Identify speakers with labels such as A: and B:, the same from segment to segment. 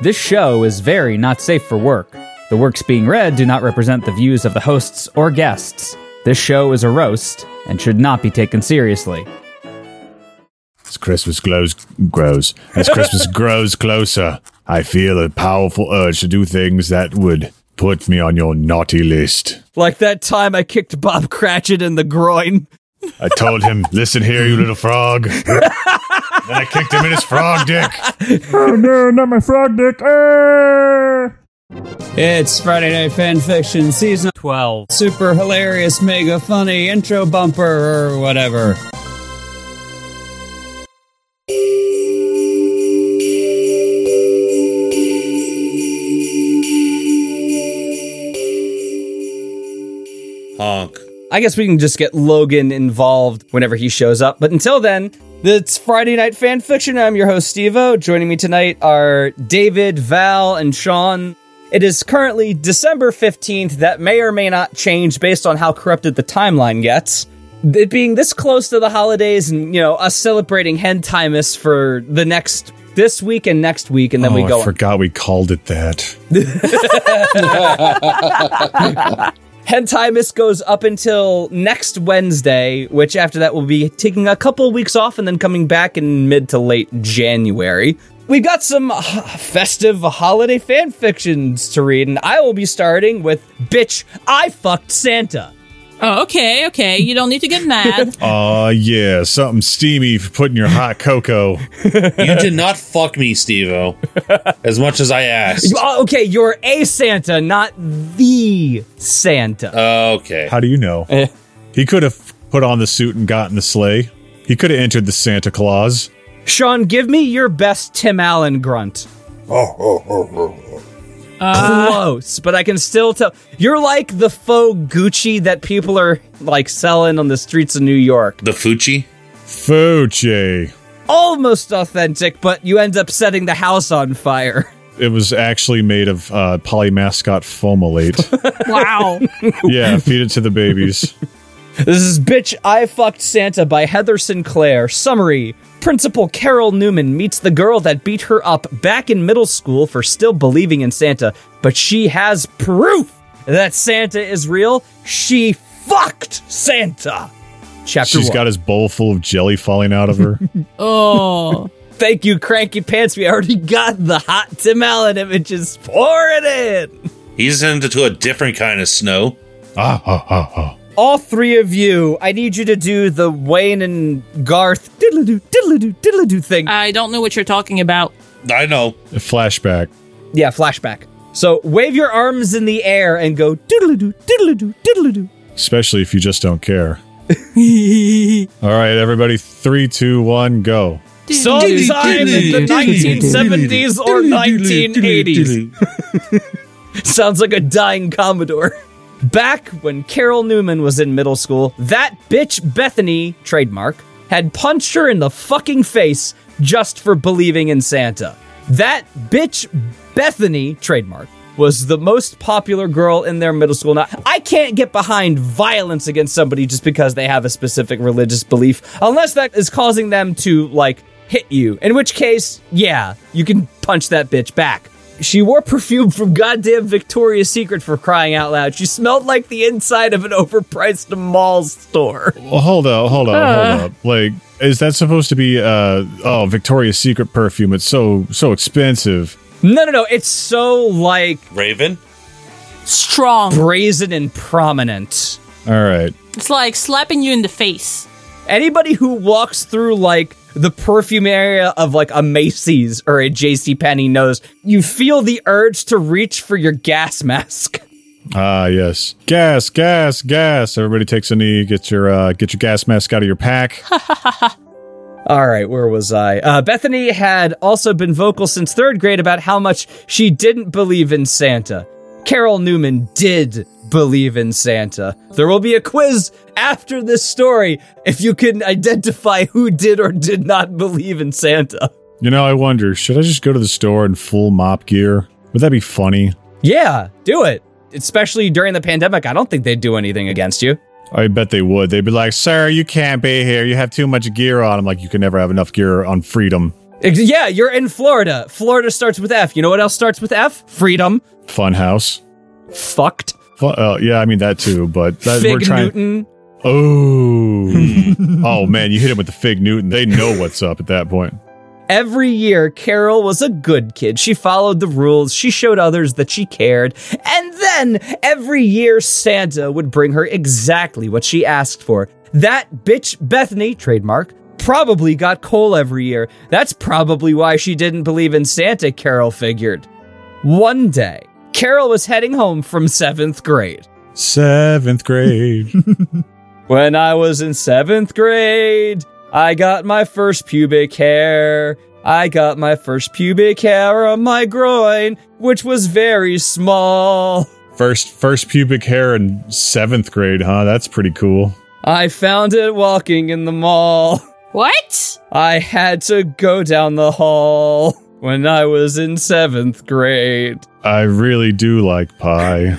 A: This show is very not safe for work. The works being read do not represent the views of the hosts or guests. This show is a roast and should not be taken seriously.
B: As Christmas glows, grows, as Christmas grows closer, I feel a powerful urge to do things that would put me on your naughty list.
C: Like that time I kicked Bob Cratchit in the groin.
B: I told him, "Listen here, you little frog." then I kicked him in his frog dick.
D: Oh no, not my frog dick.
C: It's Friday Night Fan Fiction Season 12. Super hilarious, mega funny intro bumper or whatever.
E: Honk.
C: I guess we can just get Logan involved whenever he shows up. But until then, it's Friday Night Fan Fiction. I'm your host, Steve O. Joining me tonight are David, Val, and Sean. It is currently December 15th. That may or may not change based on how corrupted the timeline gets. It being this close to the holidays and, you know, us celebrating Hentimus for the next, this week and next week, and then we
B: Oh,
C: go
B: I forgot we called it that.
C: Hentai Miss goes up until next Wednesday, which after that will be taking a couple weeks off and then coming back in mid to late January. We've got some uh, festive holiday fan fictions to read, and I will be starting with Bitch, I Fucked Santa.
F: Oh, okay, okay. You don't need to get mad.
B: Aw, Ah, yeah, something steamy for putting your hot cocoa.
E: You did not fuck me, Stevo. As much as I asked.
C: Oh, okay, you're a Santa, not the Santa.
E: Okay.
B: How do you know? he could have put on the suit and gotten the sleigh. He could have entered the Santa Claus.
C: Sean, give me your best Tim Allen grunt. Close, but I can still tell. You're like the faux Gucci that people are like selling on the streets of New York.
E: The Fuchi?
B: Fuchi.
C: Almost authentic, but you end up setting the house on fire.
B: It was actually made of uh, polymascot foamolate.
F: wow.
B: yeah, feed it to the babies.
C: This is Bitch I Fucked Santa by Heather Sinclair. Summary Principal Carol Newman meets the girl that beat her up back in middle school for still believing in Santa, but she has proof that Santa is real. She fucked Santa. Chapter
B: She's
C: one.
B: got his bowl full of jelly falling out of her.
F: Oh.
C: Thank you, Cranky Pants. We already got the hot Tim Allen images. Pour it in.
E: He's into to a different kind of snow.
B: ah, ah, ah, ah.
C: All three of you, I need you to do the Wayne and Garth diddle-doo, diddle-doo, diddle-doo thing.
G: Uh,
F: I don't know what you're talking about.
E: I know.
B: A flashback.
C: Yeah, flashback. So wave your arms in the air and go doodle doo doodle doo doodle doo.
B: especially if you just don't care. All right, everybody, three, two, one, go.
C: Sometime in the 1970s or 1980s. Sounds like a dying Commodore. Back when Carol Newman was in middle school, that bitch Bethany, trademark, had punched her in the fucking face just for believing in Santa. That bitch Bethany, trademark, was the most popular girl in their middle school. Now, I can't get behind violence against somebody just because they have a specific religious belief, unless that is causing them to, like, hit you. In which case, yeah, you can punch that bitch back. She wore perfume from goddamn Victoria's Secret for crying out loud. She smelled like the inside of an overpriced mall store.
B: Well, hold up, hold up, hold up. Like, is that supposed to be? Uh, oh, Victoria's Secret perfume. It's so so expensive.
C: No, no, no. It's so like
E: Raven?
F: Strong.
C: brazen and prominent.
B: All right,
F: It's like slapping you in the face.
C: Anybody who walks through like the perfume area of like a Macy's or a J.C. Penney knows you feel the urge to reach for your gas mask.
B: ah, yes, gas, gas, gas. Everybody takes a knee. Get your uh, get your gas mask out of your pack.
C: All right, where was I? Uh, Bethany had also been vocal since third grade about how much she didn't believe in Santa. Carol Newman did believe in Santa. There will be a quiz after this story if you can identify who did or did not believe in Santa.
B: you know, I wonder, should I just go to the store in full mop gear? Would that be funny?
C: Yeah, do it. Especially during the pandemic, I don't think they'd do anything against you.
B: I bet they would. They'd be like, "Sir, you can't be here. You have too much gear on." I'm like, "You can never have enough gear on freedom."
C: Ex- Yeah, you're in Florida. Florida starts with F. You know what else starts with F? Freedom.
B: Funhouse.
C: Fucked.
B: Fu- uh, yeah, I mean that too, but that, we're
C: Fig
B: trying.
C: Newton.
B: Oh, oh man, you hit him with the fig Newton. They know what's up at that point.
C: Every year, Carol was a good kid. She followed the rules. She showed others that she cared. And then every year, Santa would bring her exactly what she asked for. That bitch Bethany, trademark, probably got coal every year. That's probably why she didn't believe in Santa, Carol figured. One day, Carol was heading home from seventh grade.
B: Seventh grade.
C: When I was in seventh grade, I got my first pubic hair. I got my first pubic hair on my groin, which was very small.
B: first, first pubic hair in seventh grade, huh? That's pretty cool.
C: I found it walking in the mall.
F: What?
C: I had to go down the hall when I was in seventh grade.
B: I really do like pie.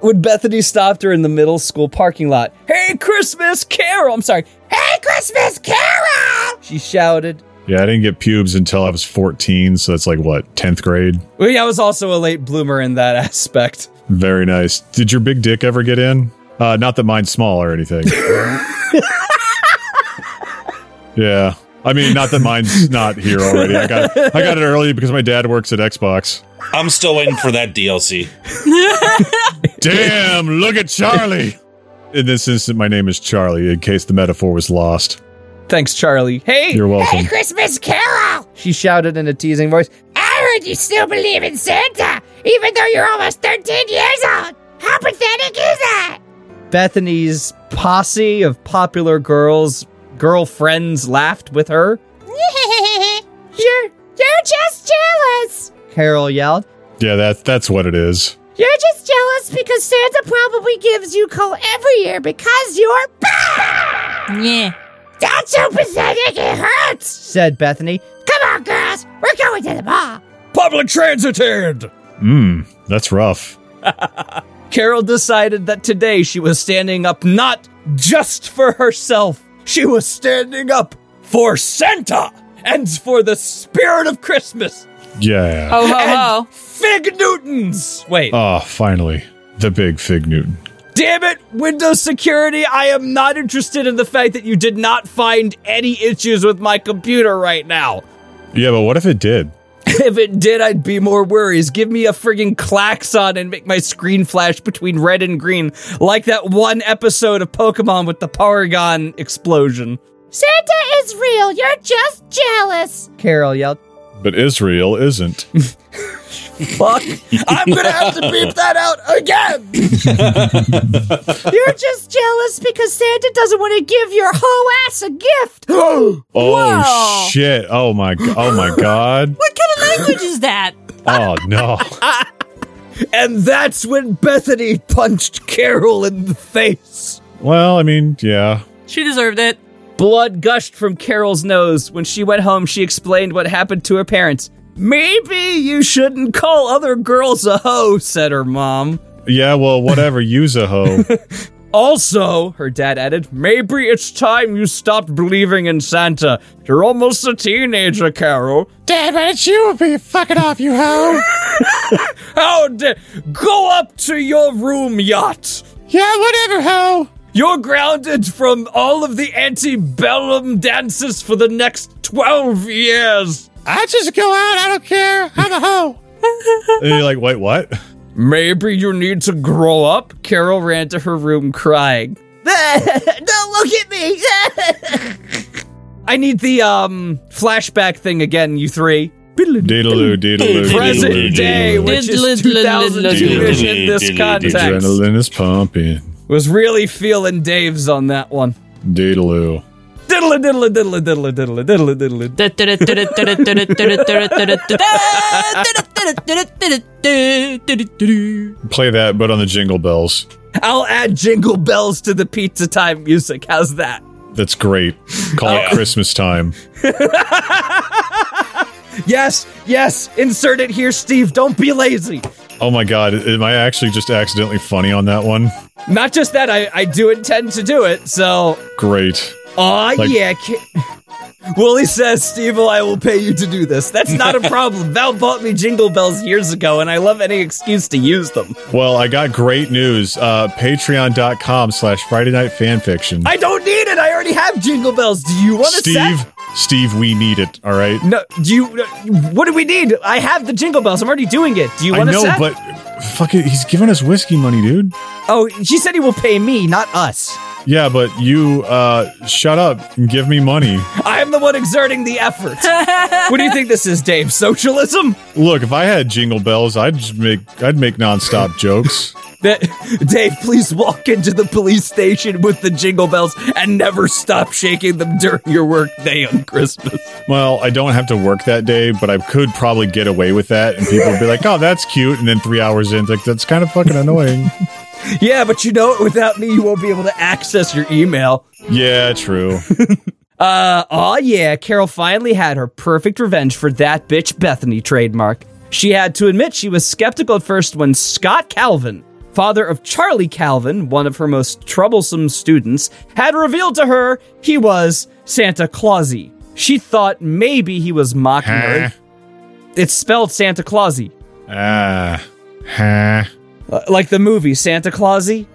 C: When Bethany stopped her in the middle school parking lot, Hey Christmas, Carol! I'm sorry, Hey Christmas, Carol! She shouted.
B: yeah, I didn't get pubes until I was fourteen, so that's like what tenth grade.
C: Well, yeah, I was also a late bloomer in that aspect.
B: Very nice. Did your big dick ever get in? Uh, not that mine's small or anything. yeah. I mean, not that mine's not here already. I got it, I got it early because my dad works at Xbox.
E: I'm still waiting for that DLC.
B: Damn, look at Charlie. In this instant, my name is Charlie, in case the metaphor was lost.
C: Thanks, Charlie. Hey!
B: You're welcome.
H: Christmas Carol!
C: She shouted in a teasing voice.
H: I heard you still believe in Santa, even though you're almost 13 years old! How pathetic is that?
C: Bethany's posse of popular girls, girlfriends laughed with her.
H: you're, you're just jealous!
C: Carol yelled.
B: Yeah, that's that's what it is.
H: You're just jealous because Santa probably gives you coal every year because you're bad!
F: Yeah.
H: That's so pathetic it hurts!
C: Said Bethany.
H: Come on, girls, we're going to the mall!
C: Public transited!
B: Mmm, that's rough.
C: Carol decided that today she was standing up not just for herself, she was standing up for Santa and for the spirit of Christmas.
B: Yeah.
F: Oh ho ho.
C: Fig Newtons! Wait.
B: Ah, finally, the big Fig Newton.
C: Damn it, Windows Security, I am not interested in the fact that you did not find any issues with my computer right now.
B: Yeah, but what if it did?
C: If it did, I'd be more worries. Give me a friggin' klaxon and make my screen flash between red and green, like that one episode of Pokemon with the Porygon explosion.
H: Santa is real, you're just jealous!
C: Carol yelled,
B: But Israel isn't.
C: Fuck, I'm gonna have to beep that out again!
H: You're just jealous because Santa doesn't want to give your whole ass a gift!
B: Oh
F: Whoa.
B: shit! Oh my! g- Oh my God!
F: What kind of language is that?
B: Oh no!
C: And that's when Bethany punched Carol in the face.
B: Well, I mean, yeah.
F: She deserved it.
C: Blood gushed from Carol's nose. When she went home, she explained what happened to her parents. Maybe you shouldn't call other girls a hoe, said her mom.
B: Yeah, well, whatever. Use a hoe.
C: Also, her dad added, maybe it's time you stopped believing in Santa. You're almost a teenager, Carol.
D: Dad, why don't you be fucking off, you hoe?
C: How dare go up to your room, yacht?
D: Yeah, whatever, hoe.
C: You're grounded from all of the antebellum dances for the next 12 years.
D: I just go out. I don't care. I'm a hoe.
B: And you're like, wait, what?
C: Maybe you need to grow up? Carol ran to her room crying. Don't look at me! I need the um flashback thing again, you three.
B: Diddaloo, diddaloo, diddaloo,
C: Present day,
B: diddaloo.
C: which is
F: Diddle- diddle-
C: 2002
F: diddle-
C: ish in this
E: diddle-
C: context.
B: Adrenaline is pumping.
C: Was really feeling Dave's on that one.
B: Diddaloo.
C: Diddle diddle diddle diddle diddle diddle diddle.
B: Play that, but on the jingle bells.
C: I'll add jingle bells to the pizza time music. How's that?
B: That's great. Call it
F: Oh.
B: Christmas time.
C: Yes, yes. Insert it here, Steve. Don't be lazy.
B: Oh my god, am I actually just accidentally funny on that one?
C: Not just that, I, I do intend to do it. So,
B: Great.
C: aw,
B: Like-
C: yeah. Ca- Wooly says, Steve, I will pay you to do this. That's not a problem. Val bought me jingle bells years ago, and I love any excuse to use them.
B: Well, I got great news. Uh, Patreon.com slash Friday Night Fanfiction.
C: I don't need it. I already have jingle bells. Do you want to
B: Steve,
C: Set?
B: Steve, we need it. All right.
C: No, do you? no, What do we need? I have the jingle bells. I'm already doing it. Do you
B: I
C: want to
B: know,
C: set?
B: but fuck it. He's giving us whiskey money, dude.
C: oh, she said he will pay me, not us.
B: Yeah, but you uh, shut up and give me money.
C: I am the one exerting the effort. what do you think this is, Dave? Socialism?
B: Look, if I had jingle bells, I'd just make I'd make nonstop jokes.
C: That Dave, please walk into the police station with the jingle bells and never stop shaking them during your work day on Christmas.
B: Well, I don't have to work that day, but I could probably get away with that, and people would be like, "Oh, that's cute," and then three hours in, it's like that's kind of fucking annoying.
C: Yeah, but you know, without me, you won't be able to access your email.
B: yeah, true.
C: Uh, aw yeah, Carol finally had her perfect revenge for that bitch Bethany trademark. She had to admit she was skeptical at first when Scott Calvin, father of Charlie Calvin, one of her most troublesome students, had revealed to her he was Santa Clausy. She thought maybe he was mocking
B: Huh?
C: her. It's spelled Santa Clausy,
B: Ah, huh?
C: uh, like the movie Santa Clausy.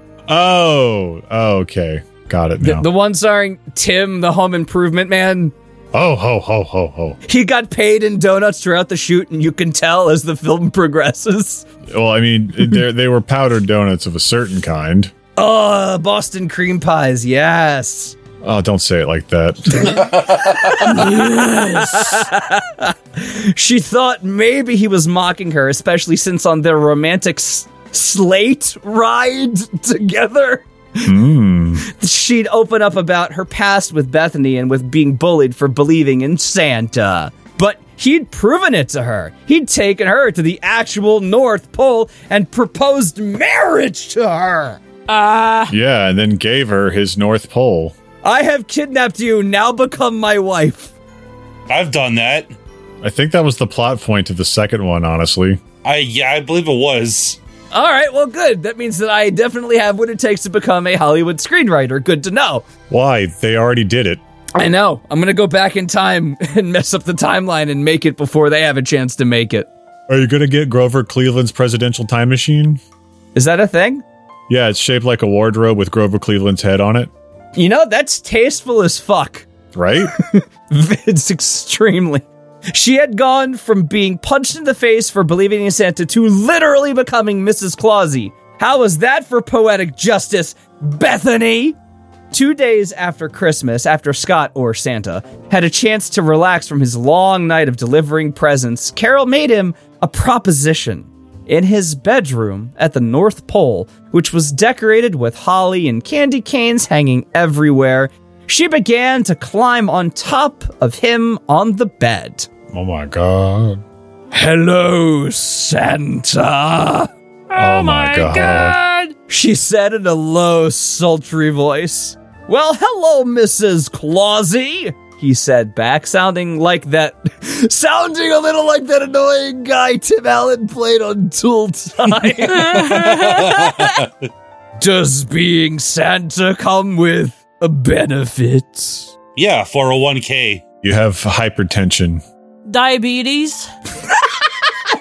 B: Oh, oh, okay, got it
C: The,
B: now.
C: the one starring Tim, the home improvement man.
B: oh, ho, ho, ho, ho.
C: He got paid in donuts throughout the shoot, and you can tell as the film progresses.
B: Well, I mean, they they were powdered donuts of a certain kind.
C: Oh, Boston cream pies, yes.
B: Oh, don't say it like that.
C: She thought maybe he was mocking her, especially since on their romantic s- slate ride together, she'd open up about her past with Bethany and with being bullied for believing in Santa. But he'd proven it to her. He'd taken her to the actual North Pole and proposed marriage to her.
B: yeah, and then gave her his North Pole.
C: I have kidnapped you, now become my wife.
E: I've done that.
B: I think that was the plot point of the second one, honestly.
E: I yeah, I believe it was.
C: All right, well, good. That means that I definitely have what it takes to become a Hollywood screenwriter. Good to know.
B: Why? They already did it.
C: I know. I'm going to go back in time and mess up the timeline and make it before they have a chance to make it.
B: Are you going to get Grover Cleveland's presidential time machine?
C: Is that a thing?
B: Yeah, it's shaped like a wardrobe with Grover Cleveland's head on it,
C: You know, that's tasteful as fuck.
B: right?
C: It's extremely. She had gone from being punched in the face for believing in Santa to literally becoming Mrs. Clausy. How was that for poetic justice, Bethany? Two days after Christmas, after Scott or Santa had a chance to relax from his long night of delivering presents, Carol made him a proposition. In his bedroom at the North Pole, which was decorated with holly and candy canes hanging everywhere, she began to climb on top of him on the bed.
B: oh my god.
C: Hello, Santa,
B: Oh, my god.
C: she said in a low, sultry voice. Well, hello, Mrs. Clausy, he said back, sounding like that, sounding a little like that annoying guy Tim Allen played on Tool Time. Does being Santa come with a benefit?
E: Yeah, 401k.
B: You have hypertension.
F: Diabetes.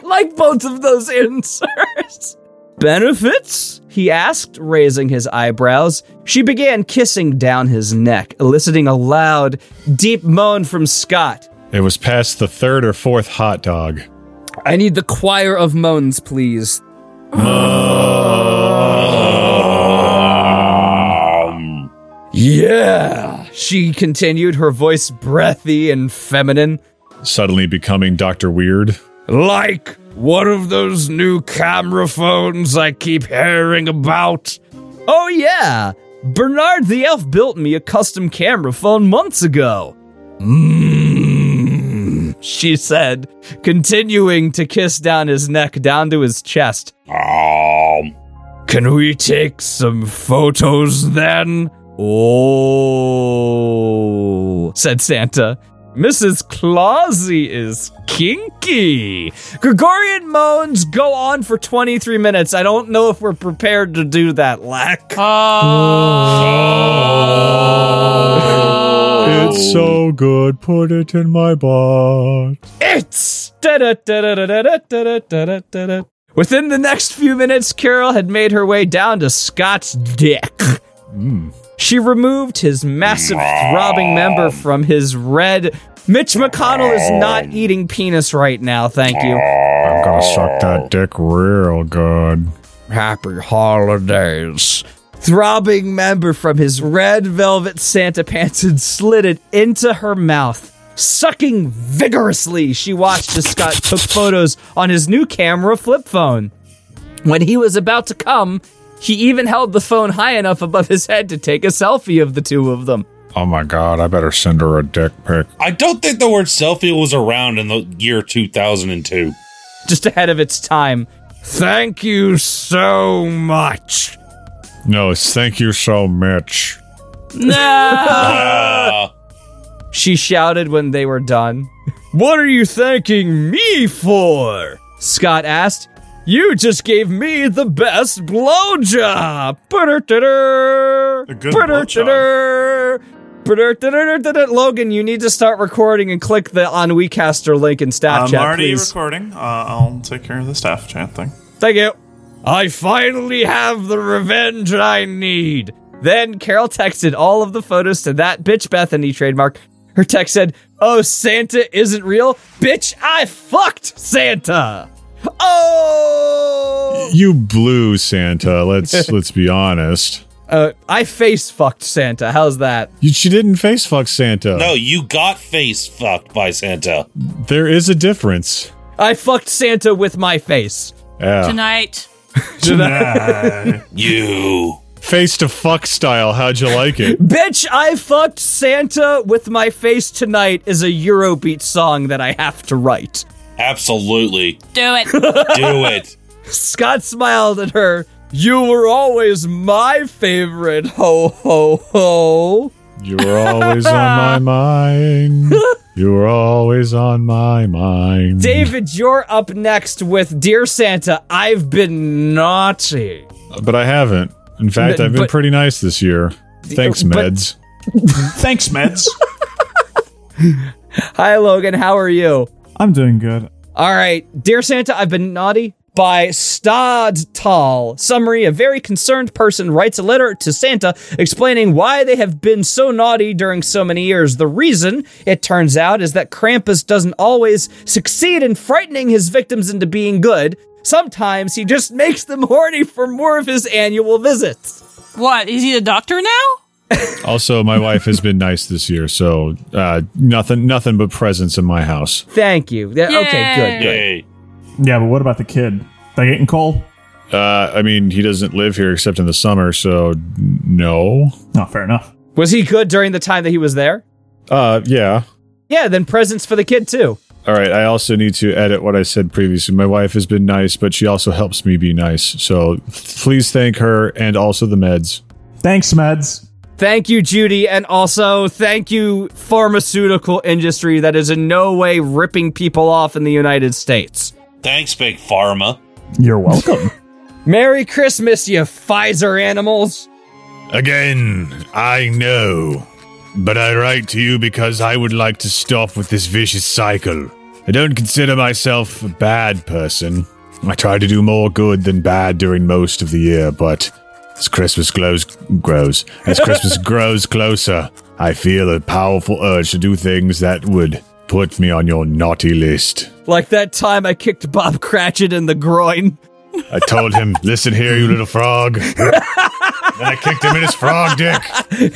C: like both of those inserts. Benefits? He asked, raising his eyebrows. She began kissing down his neck, eliciting a loud, deep moan from Scott.
B: It was past the third or fourth hot dog.
C: I need the choir of moans, please. yeah, she continued, her voice breathy and feminine.
B: Suddenly becoming Dr. Weird.
C: Like one of those new camera phones I keep hearing about. Oh, yeah. Bernard the Elf built me a custom camera phone months ago. Mmm, she said, continuing to kiss down his neck down to his chest.
E: Um,
C: Can we take some photos then? Oh, said Santa. Mrs. Clausy is kinky. Gregorian moans go on for 23 minutes. I don't know if we're prepared to do that, Lack.
F: Oh. Oh.
B: It's so good. Put it in my butt.
C: It's da-da-da-da-da-da-da-da-da-da. Within the next few minutes, Carol had made her way down to Scott's dick. She removed his massive throbbing member from his red. Mitch McConnell is not eating penis right now, thank you.
B: I'm gonna suck that dick real good.
C: Happy holidays. Throbbing member from his red velvet Santa pants and slid it into her mouth. Sucking vigorously, she watched as Scott took photos on his new camera flip phone. When he was about to come, he even held the phone high enough above his head to take a selfie of the two of them.
B: Oh my god, I better send her a dick pic.
E: I don't think the word selfie was around in the year 2002.
C: Just ahead of its time. Thank you so much.
B: No, it's thank you so much.
F: No.
E: Uh,
C: She shouted when they were done. What are you thanking me for? Scott asked. You just gave me the best blowjob. The
B: good blowjob.
C: Logan, you need to start recording and click the on WeCaster link in staff
I: I'm
C: chat,
I: Um, already
C: please.
I: recording. Uh, I'll take care of the staff chat thing.
C: Thank you. I finally have the revenge I need. Then Carol texted all of the photos to that bitch Bethany trademark. Her text said, Oh, Santa isn't real? Bitch, I fucked Santa! Oh!
B: You blew Santa. Let's let's be honest.
C: Uh, I face fucked Santa. How's that?
B: You, she didn't face fuck Santa.
E: no, you got face fucked by Santa.
B: There is a difference.
C: I fucked Santa with my face.
B: Yeah.
F: Tonight.
I: Nah.
E: You.
B: Face to fuck style. How'd you like it?
C: Bitch, I fucked Santa with my face tonight is a Eurobeat song that I have to write.
E: Absolutely.
F: Do it.
E: Do it.
C: Scott smiled at her. You were always my favorite, ho ho ho.
B: You were always on my mind. You were always on my mind.
C: David, you're up next with Dear Santa, I've been naughty.
B: But I haven't. In fact,
C: But-
B: I've been
C: but-
B: pretty nice this year. Thanks,
C: but-
B: meds.
I: Thanks, meds.
C: Hi, Logan, how are you?
I: I'm doing good.
C: All right, Dear Santa, I've been naughty. By Stad Tal. Summary A very concerned person writes a letter to Santa explaining why they have been so naughty during so many years. The reason, it turns out, is that Krampus doesn't always succeed in frightening his victims into being good. Sometimes he just makes them horny for more of his annual visits.
F: What? Is he the doctor now?
B: Also, my wife has been nice this year, so uh, nothing, nothing but presents in my house.
C: Thank you. Yeah, Okay, good. good.
E: Yay.
I: Yeah, but what about the kid? They eating coal?
B: Uh, I mean, he doesn't live here except in the summer, so n- no.
I: No, fair enough.
C: Was he good during the time that he was there?
B: Uh, yeah.
C: Yeah, then presents for the kid too.
B: All right. I also need to edit what I said previously. My wife has been nice, but she also helps me be nice. So please thank her and also the meds.
I: Thanks, meds.
C: Thank you, Judy, and also thank you, pharmaceutical industry that is in no way ripping people off in the United States.
E: Thanks, Big Pharma.
I: You're welcome.
C: Merry Christmas, you Pfizer animals!
B: Again, I know. But I write to you because I would like to stop with this vicious cycle. I don't consider myself a bad person. I try to do more good than bad during most of the year, but as Christmas glows, grows, as Christmas grows closer, I feel a powerful urge to do things that would put me on your naughty list.
C: Like that time I kicked Bob Cratchit in the groin.
B: I told him, listen here, you little frog. then I kicked him in his frog dick.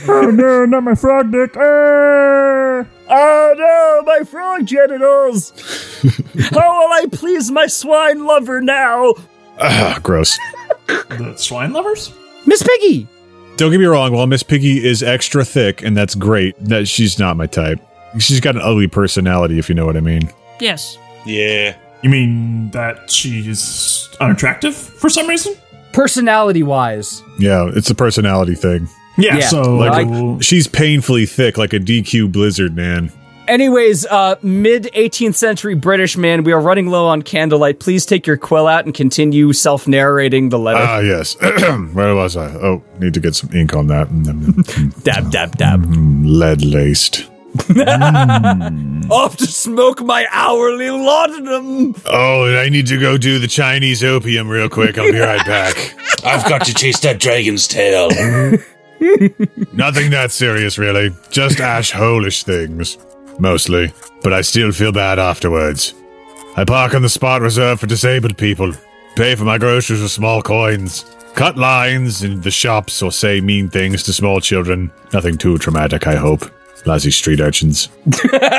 I: oh no, not my frog dick.
C: Oh no, my frog genitals! How will I please my swine lover now?
B: Ah, gross.
I: The swine lovers?
C: Miss Piggy!
B: Don't get me wrong, while Miss Piggy is extra thick and that's great, that she's not my type. She's got an ugly personality, if you know what I mean.
F: Yes.
E: Yeah.
I: You mean that she's unattractive for some reason?
C: Personality wise,
B: Yeah, it's a personality thing.
I: Yeah,
C: Yeah,
I: so
C: like-
B: She's painfully thick, like a DQ Blizzard man.
C: Anyways, uh, mid 18th century British man, we are running low on candlelight. Please take your quill out and continue self narrating the letter.
B: Ah, yes. Where was I? Oh, need to get some ink on that. Mm,
C: dab, dab, dab.
B: Lead laced.
C: Off to smoke my hourly laudanum.
B: Oh, I need to go do the Chinese opium real quick. I'll be right back.
E: I've got to chase that dragon's tail.
B: Nothing that serious, really. Just ash holish things. Mostly. But I still feel bad afterwards. I park on the spot reserved for disabled people. Pay for my groceries with small coins. Cut lines in the shops or say mean things to small children. Nothing too traumatic, I hope. Lousy street urchins.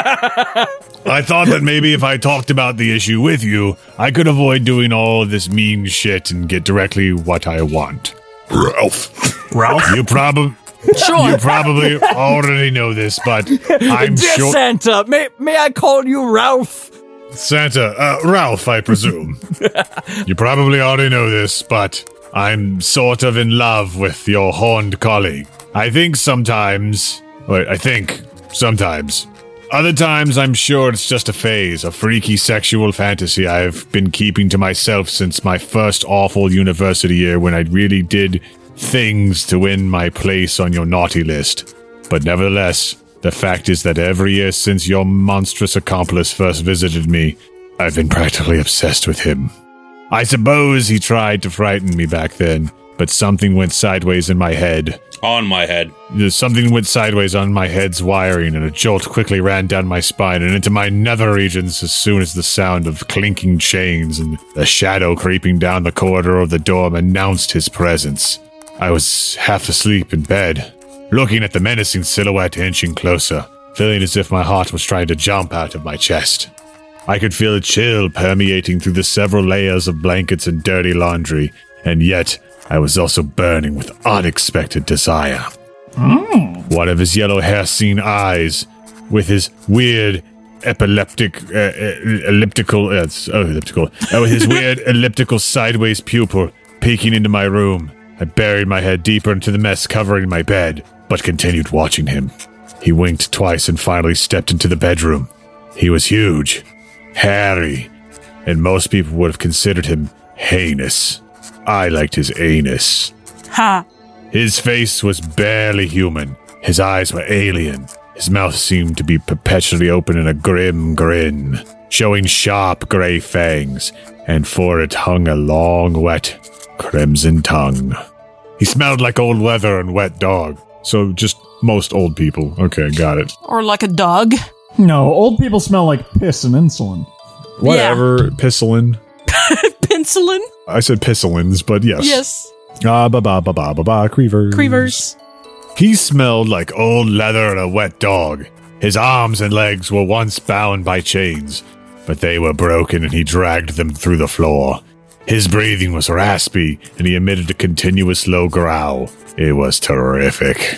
B: I thought that maybe if I talked about the issue with you, I could avoid doing all this mean shit and get directly what I want. Ralph.
I: Ralph?
B: You probably you probably already know this, but I'm
C: Dear
B: sure
C: Santa, may, may I call you Ralph?
B: Santa uh, Ralph, I presume. you probably already know this, but I'm sort of in love with your horned colleague. I think sometimes, wait, I think sometimes. Other times, I'm sure it's just a phase, a freaky sexual fantasy I've been keeping to myself since my first awful university year when I really did things to win my place on your naughty list. But nevertheless, the fact is that every year since your monstrous accomplice first visited me, I've been practically obsessed with him. I suppose he tried to frighten me back then, but something went sideways in my head.
E: On my head.
B: Something went sideways on my head's wiring, and a jolt quickly ran down my spine and into my nether regions as soon as the sound of clinking chains and the shadow creeping down the corridor of the dorm announced his presence. I was half asleep in bed, looking at the menacing silhouette inching closer, feeling as if my heart was trying to jump out of my chest. I could feel a chill permeating through the several layers of blankets and dirty laundry, and yet I was also burning with unexpected desire. One of his yellow hair seen eyes, with his weird epileptic, uh, uh, elliptical, uh, it's- oh, elliptical, uh, with his weird elliptical sideways pupil peeking into my room. I buried my head deeper into the mess covering my bed, but continued watching him. He winked twice and finally stepped into the bedroom. He was huge, hairy, and most people would have considered him heinous. I liked his anus.
F: Ha.
B: His face was barely human. His eyes were alien. His mouth seemed to be perpetually open in a grim grin, showing sharp gray fangs, and for it hung a long, wet, crimson tongue. He smelled like old leather and wet dog. So just most old people. Okay, got it.
F: Or like a dog.
J: No, old people smell like piss and insulin.
B: Whatever, pisselin.
F: Penicillin.
B: I said pisselins, but yes.
F: Yes.
B: Ah, ba ba ba ba ba ba, creevers.
F: Creevers.
B: He smelled like old leather and a wet dog. His arms and legs were once bound by chains, but they were broken and he dragged them through the floor. His breathing was raspy and he emitted a continuous low growl. It was terrific.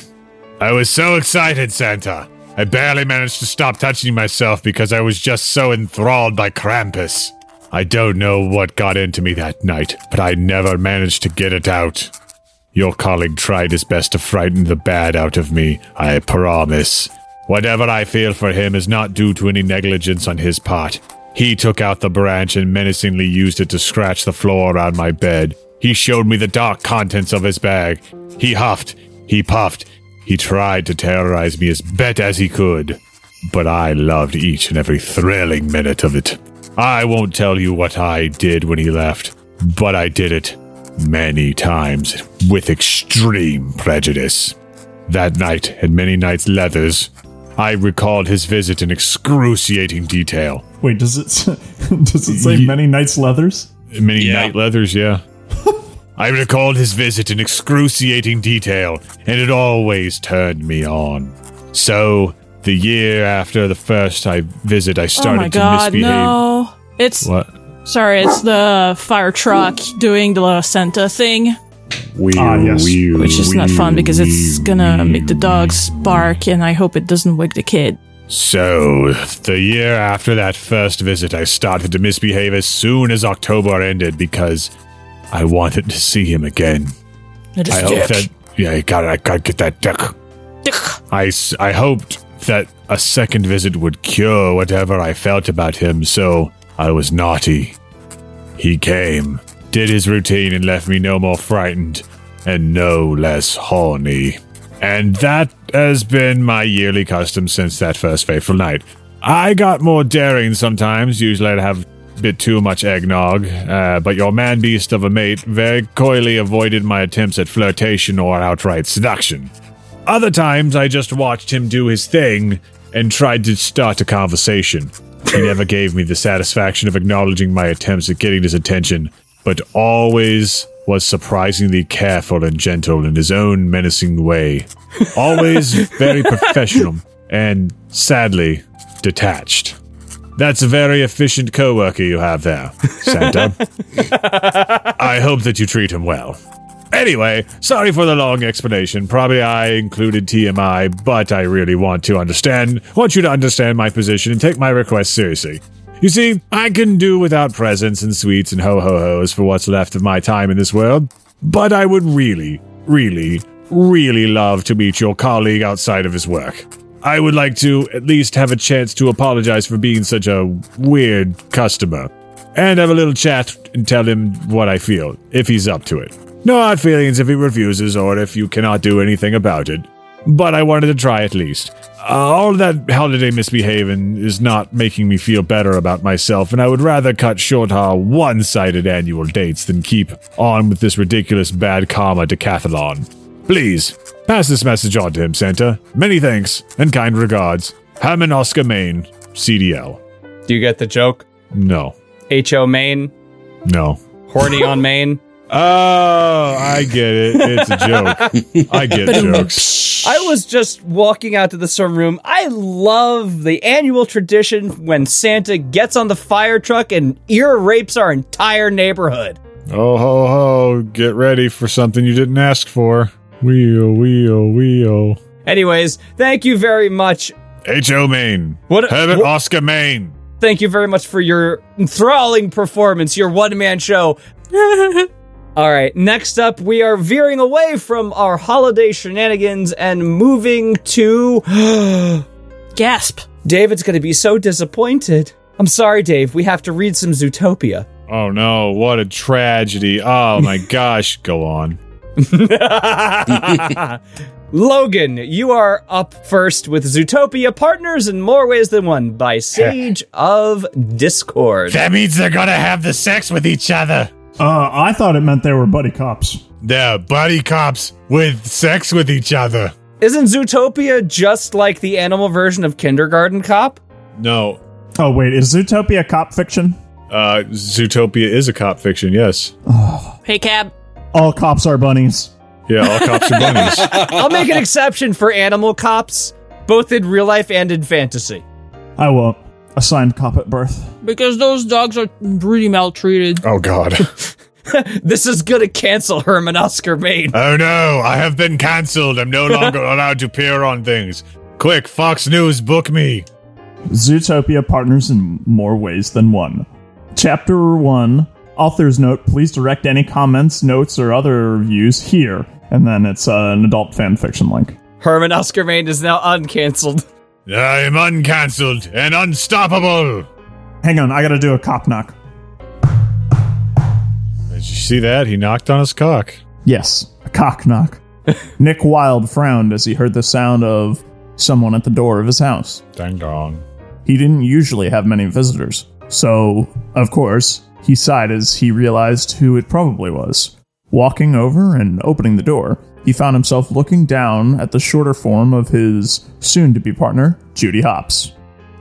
B: I was so excited, Santa. I barely managed to stop touching myself because I was just so enthralled by Krampus. I don't know what got into me that night, but I never managed to get it out. Your colleague tried his best to frighten the bad out of me, I promise. Whatever I feel for him is not due to any negligence on his part. He took out the branch and menacingly used it to scratch the floor around my bed. He showed me the dark contents of his bag. He huffed, he puffed, he tried to terrorize me as bet as he could. But I loved each and every thrilling minute of it. I won't tell you what I did when he left, but I did it many times with extreme prejudice. That night and many nights leathers, I recalled his visit in excruciating detail.
J: Wait, does it s- does it say
B: Ye-
J: many nights leathers?
B: Many
E: Yeah.
B: night leathers, yeah. I recalled his visit in excruciating detail, and it always turned me on. So, the year after the first I visit, I
F: Oh
B: started
F: my
B: to
F: god,
B: misbehave.
F: no. It's
B: What?
F: sorry, it's the fire truck doing the La Santa thing.
B: Weird,
I: Ah, yes.
F: Which is not fun because it's gonna make the dogs bark and I hope it doesn't wake the kid.
B: So, the year after that first visit, I started to misbehave as soon as October ended because I wanted to see him again.
F: It is
B: I hope that yeah, I gotta, I gotta get that duck.
F: Dick.
B: I, s- I hoped that a second visit would cure whatever I felt about him, so I was naughty. He came, did his routine, and left me no more frightened and no less horny. And that has been my yearly custom since that first fateful night. I got more daring sometimes, usually I'd have a bit too much eggnog, uh, but your man beast of a mate very coyly avoided my attempts at flirtation or outright seduction. Other times, I just watched him do his thing and tried to start a conversation. He never gave me the satisfaction of acknowledging my attempts at getting his attention, but always was surprisingly careful and gentle in his own menacing way. Always very professional and sadly detached. That's a very efficient coworker you have there, Santa. I hope that you treat him well. Anyway, sorry for the long explanation. Probably I included TMI, but I really want to understand, want you to understand my position and take my request seriously. You see, I can do without presents and sweets and ho ho ho's for what's left of my time in this world, but I would really, really, really love to meet your colleague outside of his work. I would like to at least have a chance to apologize for being such a weird customer and have a little chat and tell him what I feel, if he's up to it. No hard feelings if he refuses or if you cannot do anything about it. But I wanted to try at least. Uh, all that holiday misbehaving is not making me feel better about myself, and I would rather cut short our one sided annual dates than keep on with this ridiculous bad karma decathlon. Please, pass this message on to him, Santa. Many thanks, and kind regards. Hammond Oscar Main, CDL.
C: Do you get the joke?
B: No,
C: H.O. Maine,
B: no.
C: horny on Maine.
B: Oh, I get it. It's a joke. I get jokes.
C: I was just walking out to the storm room. I love the annual tradition when Santa gets on the fire truck and ear rapes our entire neighborhood.
B: Oh ho ho! Get ready for something you didn't ask for. Wheel, wheel, wheel.
C: Anyways, thank you very much.
B: H O Maine.
C: What-
B: Herbert
C: what-
B: Oscar Maine.
C: Thank you very much for your enthralling performance, your one man show. All right, next up, we are veering away from our holiday shenanigans and moving to
F: Gasp.
C: David's going to be so disappointed. I'm sorry, Dave. We have to read some Zootopia.
B: Oh no! What a tragedy! Oh my gosh! Go on.
C: Logan, you are up first with Zootopia Partners in More Ways Than One by Sage of Discord.
B: That means they're gonna have the sex with each other.
J: Uh, I thought it meant they were buddy cops.
B: They're buddy cops with sex with each other.
C: Isn't Zootopia just like the animal version of Kindergarten Cop?
B: No,
J: Oh wait, is Zootopia cop fiction?
B: uh, Zootopia is a cop fiction. Yes.
F: Hey, Cab.
J: All cops are bunnies.
B: Yeah, all cops are bunnies.
C: I'll make an exception for animal cops, both in real life and in fantasy.
J: I won't. Assigned cop at birth.
F: Because those dogs are really maltreated.
B: Oh God.
C: This is gonna cancel Herman Oscar Maine.
B: Oh no, I have been cancelled. I'm no longer allowed to peer on things. Quick, Fox News, book me.
J: Zootopia partners in more ways than one. Chapter 1 Author's note please direct any comments, notes, or other reviews here. And then it's uh, an adult fanfiction link.
C: Herman Oscar Maine is now uncancelled.
B: I am uncancelled and unstoppable.
J: Hang on, I gotta do a cop knock.
B: Did you see that? He knocked on his cock.
J: Yes, a cock knock. Nick Wilde frowned as he heard the sound of someone at the door of his house.
B: Dang dong.
J: He didn't usually have many visitors, so, of course, he sighed as he realized who it probably was. Walking over and opening the door, he found himself looking down at the shorter form of his soon to be partner, Judy Hops.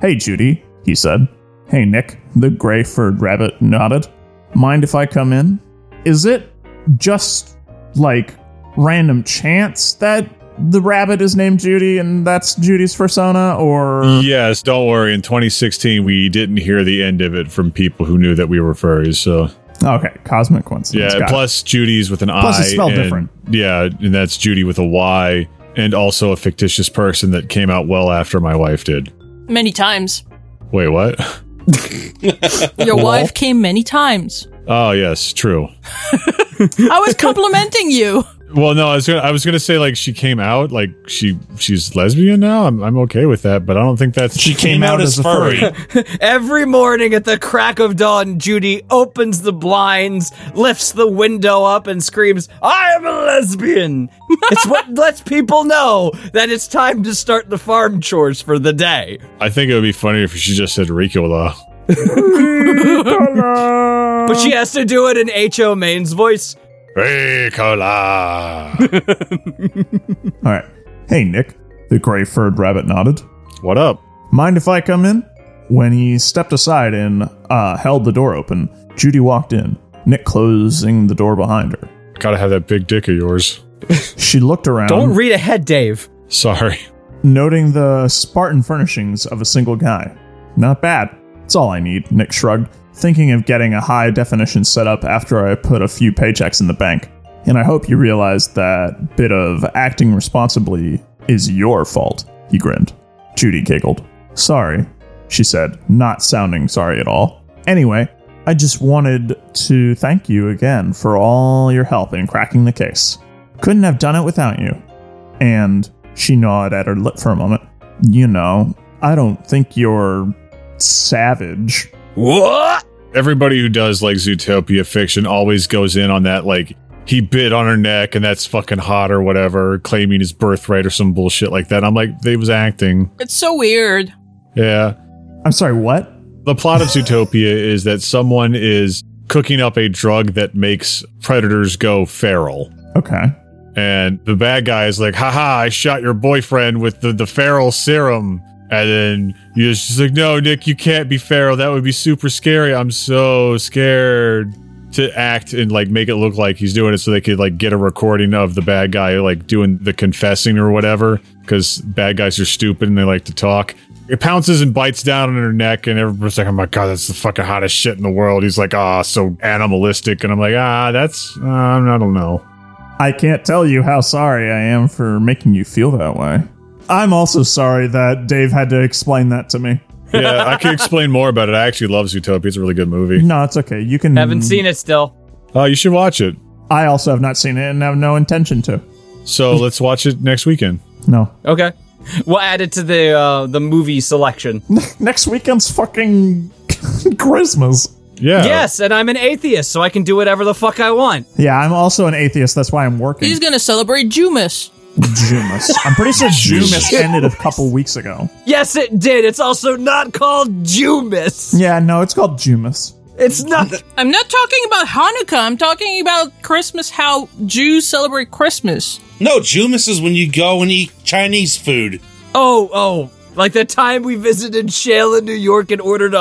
J: Hey, Judy, he said. Hey, Nick, the gray furred rabbit nodded. Mind if I come in? Is it just like random chance that the rabbit is named Judy and that's Judy's persona, or.
B: Yes, don't worry. In 2016, we didn't hear the end of it from people who knew that we were furries. So
J: Okay, cosmic coincidence.
B: yeah.
J: got it.
B: plus Judy's with an I.
J: Plus it's spelled
B: and-
J: different.
B: Yeah, and that's Judy with a Y, and also a fictitious person that came out well after my wife did.
F: Many times.
B: Wait, what?
F: Your wife came many times.
B: Oh yes, true.
F: I was complimenting you.
B: Well, no, I was gonna, I was gonna say like she came out like she she's lesbian now. I'm I'm okay with that, but I don't think that's
E: She came out as furry.
C: Every morning at the crack of dawn, Judy opens the blinds, lifts the window up, and screams, I am a lesbian! it's what lets people know that it's time to start the farm chores for the day.
B: I think it would be funnier if she just said Ricola.
C: But she has to do it in H.O. Maine's voice.
B: Ricola.
J: All right. Hey, Nick. The gray furred rabbit nodded.
B: what up?
J: Mind if I come in? When he stepped aside and uh, held the door open, Judy walked in, Nick closing the door behind her.
B: Gotta have that big dick of yours.
J: She looked around,
C: Don't read ahead, Dave.
B: Sorry.
J: noting the Spartan furnishings of a single guy. Not bad. It's all I need, Nick shrugged, thinking of getting a high definition set up after I put a few paychecks in the bank. And I hope you realize that bit of acting responsibly is your fault, he grinned. Judy giggled. Sorry, she said, not sounding sorry at all. Anyway, I just wanted to thank you again for all your help in cracking the case. Couldn't have done it without you. And she gnawed at her lip for a moment. You know, I don't think you're savage.
C: What?
B: Everybody who does like Zootopia fiction always goes in on that like he bit on her neck and that's fucking hot or whatever, claiming his birthright or some bullshit like that. I'm like, they was acting.
G: It's so weird.
B: Yeah.
J: I'm sorry, what?
B: The plot of Zootopia is that someone is cooking up a drug that makes predators go feral.
J: Okay.
B: And the bad guy is like, haha, I shot your boyfriend with the, the feral serum. And then you're just like, no, Nick, you can't be feral. That would be super scary. I'm so scared to act and like make it look like he's doing it so they could like get a recording of the bad guy like doing the confessing or whatever because bad guys are stupid and they like to talk. It pounces and bites down on her neck, and everybody's like, "Oh my god, that's the fucking hottest shit in the world." He's like, "Ah, so animalistic," and I'm like, "Ah, that's uh, I don't know."
J: I can't tell you how sorry I am for making you feel that way. I'm also sorry that Dave had to explain that to me.
B: yeah, I can explain more about it. I actually love Zootopia. It's a really good movie.
J: No, it's okay. You can.
C: Haven't seen it still.
B: Uh, you should watch it.
J: I also have not seen it and have no intention to.
B: So let's watch it next weekend.
J: No.
C: Okay. We'll add it to the uh, the movie selection.
J: Next weekend's fucking Christmas.
B: Yeah.
C: Yes, and I'm an atheist, so I can do whatever the fuck I want.
J: Yeah, I'm also an atheist. That's why I'm working.
G: He's gonna celebrate Jumas.
J: Jumas. I'm pretty sure Jumas ended a couple weeks ago.
C: Yes, it did. It's also not called Jumis.
J: Yeah, no, it's called Jumas.
C: It's not.
G: I'm not talking about Hanukkah. I'm talking about Christmas. How Jews celebrate Christmas.
E: No, Jumas is when you go and eat Chinese food.
C: Oh, oh. Like the time we visited Shale in New York and ordered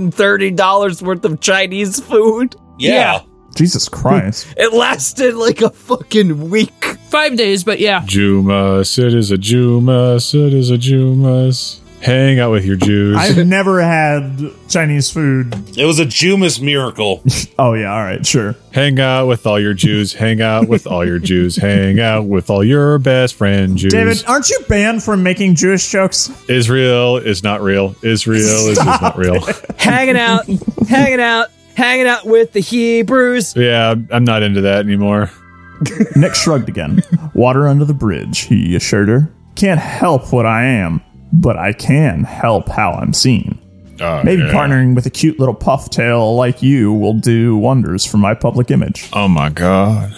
C: $130 worth of Chinese food.
E: Yeah.
J: Jesus Christ.
C: It lasted like a fucking week.
G: Five days, but yeah.
B: Jumas, it is a Jumas, it is a Jumas. Hang out with your Jews.
J: I've never had Chinese food.
E: It was a Jumas miracle.
J: Oh, yeah, all right, sure.
B: hang out with all your Jews. Hang out with all your Jews. Hang out with all your best friend Jews.
J: David, aren't you banned from making Jewish jokes?
B: Israel is not real. Israel is, is not real.
C: Hanging out, hanging out, hanging out with the Hebrews.
B: yeah, I'm not into that anymore.
J: Nick shrugged again. Water under the bridge, he assured her. Can't help what I am, but I can help how I'm seen.
B: Uh,
J: Maybe
B: yeah.
J: partnering with a cute little puff tail like you will do wonders for my public image.
B: Oh my god.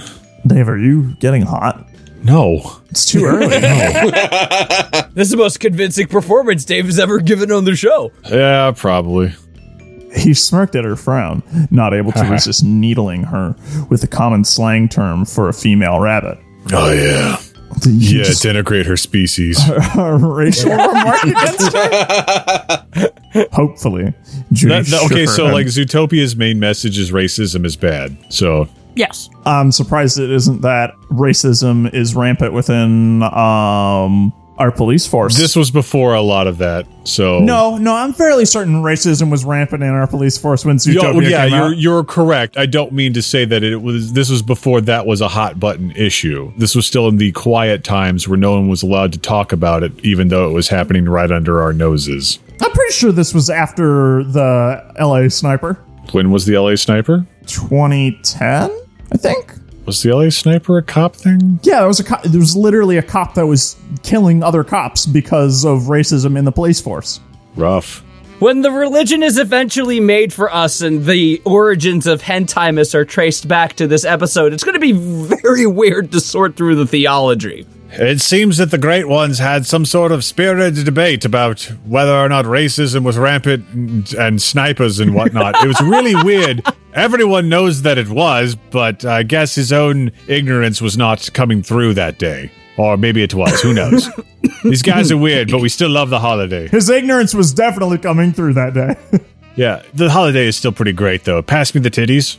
J: Dave, are you getting hot?
B: No.
J: It's too early.
C: This is the most convincing performance Dave has ever given on the show.
B: Yeah, probably.
J: He smirked at her frown, not able to resist needling her with the common slang term for a female rabbit.
B: Oh yeah.
J: You
B: Yeah,
J: just-
B: denigrate her species.
J: a racial remark against her? Hopefully. Judy
B: That- that- okay,
J: shook her
B: so
J: head.
B: like Zootopia's main message is racism is bad. So
G: Yes.
J: I'm surprised it isn't that racism is rampant within um, our police force.
B: this was before a lot of that. So
J: no, no, I'm fairly certain racism was rampant in our police force when
B: Yo,
J: Zootopia
B: yeah,
J: came
B: you're
J: out.
B: you're correct. I don't mean to say that it was. This was before that was a hot button issue. This was still in the quiet times where no one was allowed to talk about it, even though it was happening right under our noses.
J: I'm pretty sure this was after the LA sniper.
B: When was the LA sniper?
J: 2010, I think.
B: Was the LA sniper a cop thing?
J: Yeah, there was a cop, there was literally a cop that was killing other cops because of racism in the police force.
B: Rough.
C: When the religion is eventually made for us and the origins of hentimus are traced back to this episode, it's going to be very weird to sort through the theology.
B: It seems that the Great Ones had some sort of spirited debate about whether or not racism was rampant and, and snipers and whatnot. it was really weird. Everyone knows that it was, but I guess his own ignorance was not coming through that day. Or maybe it was. Who knows? These guys are weird, but we still love the holiday.
J: His ignorance was definitely coming through that day.
B: Yeah, the holiday is still pretty great, though. Pass me the titties.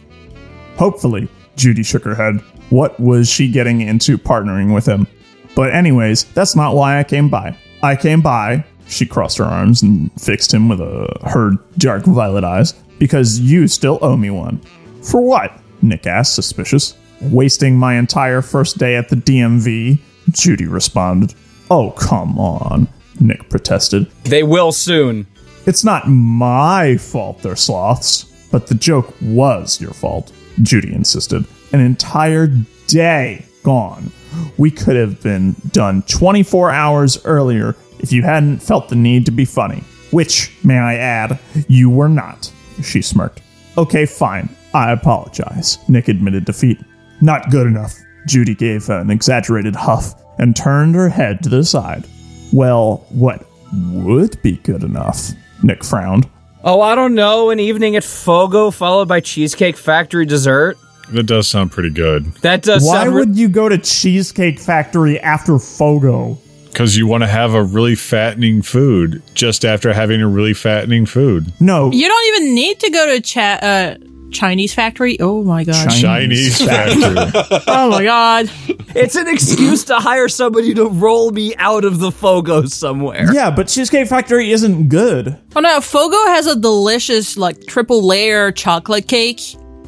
J: Hopefully, Judy shook her head. What was she getting into partnering with him? But, anyways, that's not why I came by. I came by, she crossed her arms and fixed him with a, her dark violet eyes, because you still owe me one. For what? Nick asked, suspicious. Wasting my entire first day at the DMV, Judy responded. Oh, come on, Nick protested.
C: They will soon.
J: It's not my fault they're sloths, but the joke was your fault, Judy insisted. An entire day gone. We could have been done 24 hours earlier if you hadn't felt the need to be funny, which, may I add, you were not, she smirked. Okay, fine. I apologize, Nick admitted defeat. Not good enough. Judy gave an exaggerated huff and turned her head to the side. Well, what would be good enough? Nick frowned.
C: Oh, I don't know, an evening at Fogo followed by Cheesecake Factory dessert?
B: That does sound pretty good.
C: That does
J: Why
C: sound.
J: would you go to Cheesecake Factory after Fogo?
B: Because you want to have a really fattening food just after having a really fattening food.
J: No,
G: You don't even need to go to cha- uh, Chinese factory. Oh my god.
B: Chinese factory.
G: oh my god.
C: it's an excuse to hire somebody to roll me out of the Fogo somewhere.
J: Yeah, but Cheesecake Factory isn't good.
G: Oh no, Fogo has a delicious like triple layer chocolate cake.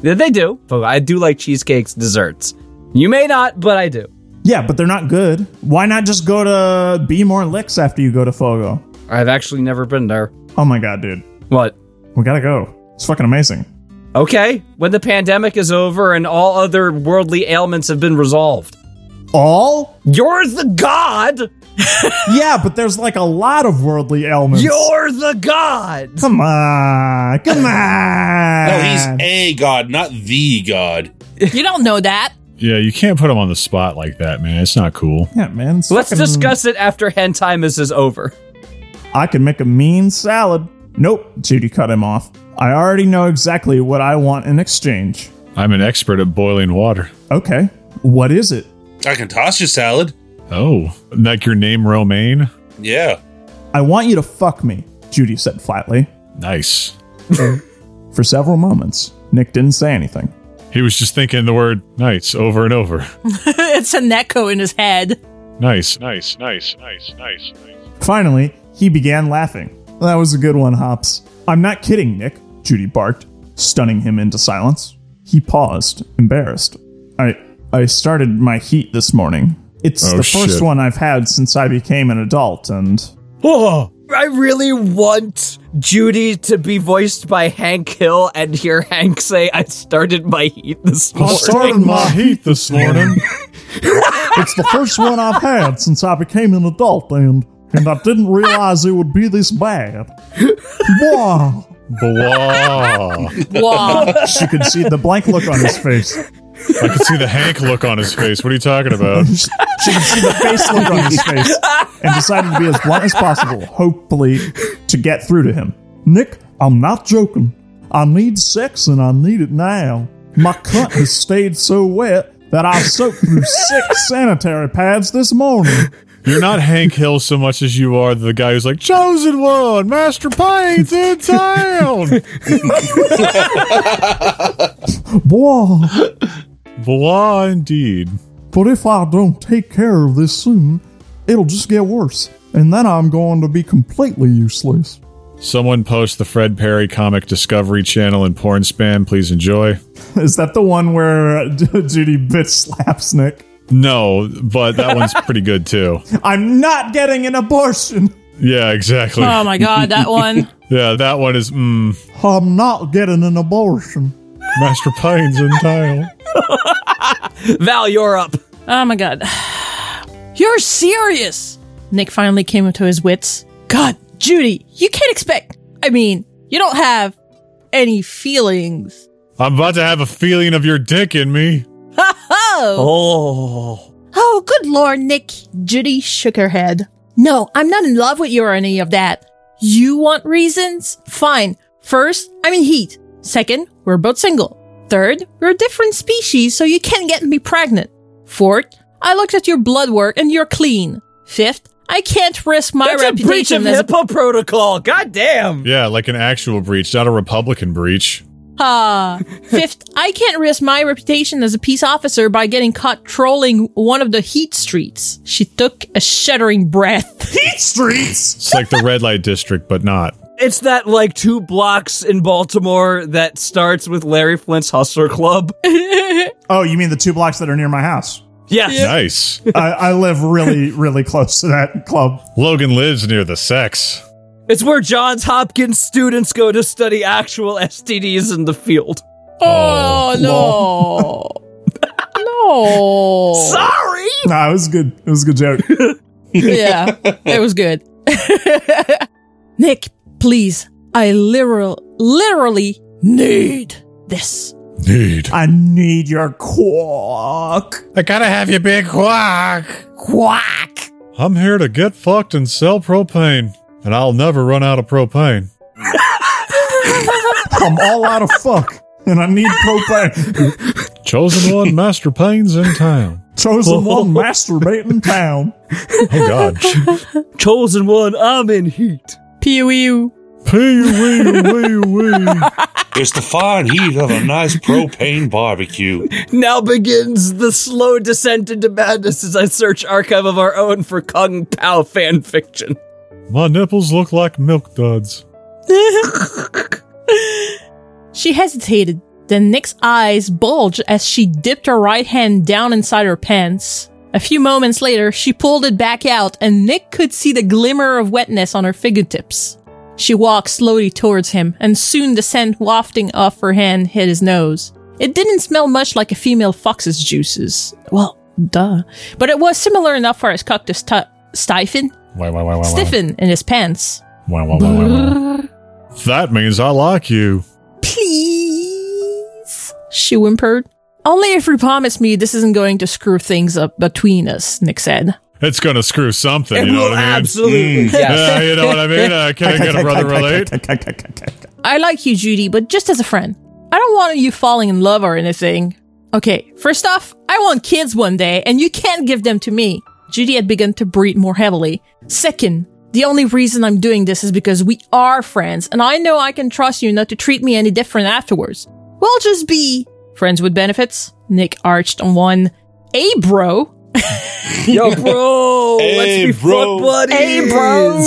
C: Yeah, they do. Fogo. I do like cheesecakes, desserts. You may not, but I do.
J: Yeah, but they're not good. Why not just go to Be More Licks after you go to Fogo?
C: I've actually never been there.
J: Oh my god, dude.
C: What?
J: We gotta go. It's fucking amazing.
C: Okay, when the pandemic is over and all other worldly ailments have been resolved.
J: All?
C: You're the god!
J: Yeah, but there's like a lot of worldly ailments.
C: You're the god!
J: Come on. Come on.
E: No, he's a god, not the god.
G: You don't know that.
B: yeah, you can't put him on the spot like that, man. It's not cool.
J: Yeah, man. it's
C: Let's
J: fucking-
C: discuss it after Hentimus is over.
J: I can make a mean salad. Nope, Judy cut him off. I already know exactly what I want in exchange.
B: I'm an expert at boiling water.
J: Okay, what is it?
E: I can toss your salad.
B: Oh, like your name, Romaine?
E: Yeah.
J: I want you to fuck me, Judy said flatly.
B: Nice.
J: For several moments, Nick didn't say anything.
B: He was just thinking the word nice over and over.
G: it's an echo in his head.
B: Nice, nice, nice, nice, nice, nice.
J: Finally, he began laughing. That was a good one, Hops. I'm not kidding, Nick, Judy barked, stunning him into silence. He paused, embarrassed. I I started my heat this morning. It's
B: Oh,
J: the first
B: shit.
J: one I've had since I became an adult, and
B: Oh,
C: I really want Judy to be voiced by Hank Hill and hear Hank say, I started my heat this morning.
J: my
B: heat this morning.
J: It's the first one I've had since I became an adult, and and I didn't realize it would be this bad. Wow!
B: Blah.
G: Wow.
J: She could see the blank look on his face.
B: I can see the Hank look on his face. What are you talking about?
J: She could see the face look on his face, and decided to be as blunt as possible, hopefully to get through to him. Nick, I'm not joking. I need sex, and I need it now. My cunt has stayed so wet that I soaked through six sanitary pads this morning.
B: You're not Hank Hill so much as you are the guy who's like, Chosen One, Master Payne's in town.
J: Boy.
B: Blah, indeed.
J: But if I don't take care of this soon, it'll just get worse, and then I'm going to be completely useless.
B: Someone post the Fred Perry comic Discovery Channel and porn spam. Please enjoy.
J: Is that the one where uh, Judy bitch slaps Nick?
B: No, but that one's pretty good too.
J: I'm not getting an abortion.
B: Yeah, exactly.
G: Oh my god, that one.
B: Yeah, that one is mm,
J: I'm not getting an abortion.
B: Master Payne's in town.
C: Val, you're up.
G: Oh my god. You're serious! Nick finally came to his wits. God, Judy, you can't expect. I mean, you don't have any feelings.
B: I'm about to have a feeling of your dick in me.
G: Ha ho!
C: Oh.
G: Oh, good lord, Nick. Judy shook her head. No, I'm not in love with you or any of that. You want reasons? Fine. First, I'm in heat. Second, we're both single. Third, we're a different species, so you can't get me pregnant. Fourth, I looked at your blood work and you're clean. Fifth, I can't risk my
C: That's a
G: reputation
C: breach of
G: as a
C: HIPAA protocol. God damn.
B: Yeah, like an actual breach, not a Republican breach.
G: Ah. Fifth, I can't risk my reputation as a peace officer by getting caught trolling one of the heat streets. She took a shuddering breath.
I: Heat streets.
B: It's like the red light district, but not.
C: It's that like two blocks in Baltimore that starts with Larry Flint's Hustler Club.
J: Oh, you mean the two blocks that are near my house?
C: Yes.
B: Nice.
J: I, I live really, really close to that club.
B: Logan lives near the sex.
C: It's where Johns Hopkins students go to study actual STDs in the field.
G: oh, no.
C: Oh.
G: no.
C: Sorry.
J: Nah, it was good. It was a good joke.
G: yeah, it was good. Nick, please, I literal, literally need this.
B: Need.
J: I need your quark.
B: I gotta have your big quack.
G: Quack.
B: I'm here to get fucked and sell propane, and I'll never run out of propane.
J: I'm all out of fuck, and I need propane.
B: Chosen one, Master Payne's in town.
J: Chosen one masturbating town.
B: Oh God.
C: Chosen one, I'm in heat.
G: Pew
B: Pee wee wee wee.
E: It's the fine heat of a nice propane barbecue.
C: Now begins the slow descent into madness as I search archive of our own for Kung Pao fan fiction.
B: My nipples look like milk duds.
G: She hesitated. Then Nick's eyes bulged as she dipped her right hand down inside her pants. A few moments later, she pulled it back out, and Nick could see the glimmer of wetness on her fingertips. She walked slowly towards him, and soon the scent wafting off her hand hit his nose. It didn't smell much like a female fox's juices. Well, duh. But it was similar enough for his cock to sti- stiffen,
B: Wow, wow, wow, wow, wow.
G: stiffen in his pants.
B: Wow, wow, wow, wow, wow. That means I like you.
G: Please? She whimpered. Only if you promise me this isn't going to screw things up between us, Nick said.
B: It's gonna screw something.
C: It
B: you know
C: will
B: what I mean?
C: absolutely. Yes.
B: Yeah, you know what I mean. Uh, can I get a brother relate?
G: I like you, Judy, but just as a friend. I don't want you falling in love or anything. Okay, first off, I want kids one day, and you can't give them to me. Judy had begun to breathe more heavily. Second, the only reason I'm doing this is because we are friends, and I know I can trust you not to treat me any different afterwards. We'll just be friends with benefits. Nick arched on one. Hey, bro.
C: Yo, bro.
E: Hey,
C: let's be
E: bro.
C: fuck buddies.
G: Hey, bro.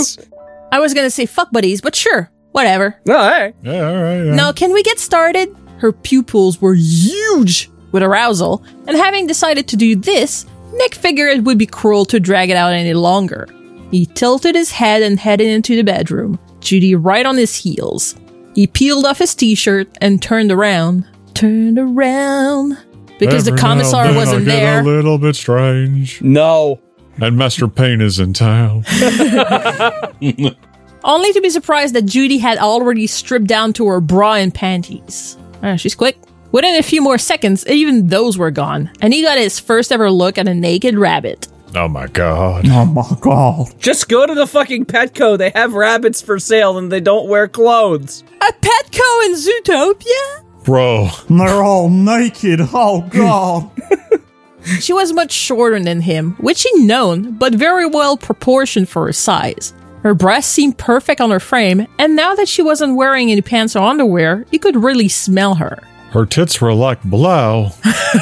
G: I was gonna say fuck buddies, but sure, whatever.
C: All right.
B: Yeah, all right. Yeah.
G: Now, can we get started? Her pupils were huge with arousal, and having decided to do this, Nick figured it would be cruel to drag it out any longer. He tilted his head and headed into the bedroom, Judy right on his heels. He peeled off his t shirt and turned around. Turned around. Because
B: Every now
G: the commissar
B: and then I
G: wasn't
B: get
G: there.
B: A little bit strange.
C: No.
B: And Master Payne is in town.
G: only to be surprised that Judy had already stripped down to her bra and panties. Uh, she's quick. Within a few more seconds, even those were gone, and he got his first ever look at a naked rabbit.
B: oh my God.
J: Oh my god.
C: Just go to the fucking Petco. They have rabbits for sale and they don't wear clothes.
G: A Petco in Zootopia?
B: Bro,
J: They're all naked. Oh god.
G: She was much shorter than him, which he known, but very well proportioned for her size. Her breasts seemed perfect on her frame, and now that she wasn't wearing any pants or underwear, he could really smell her.
B: her tits were like blow.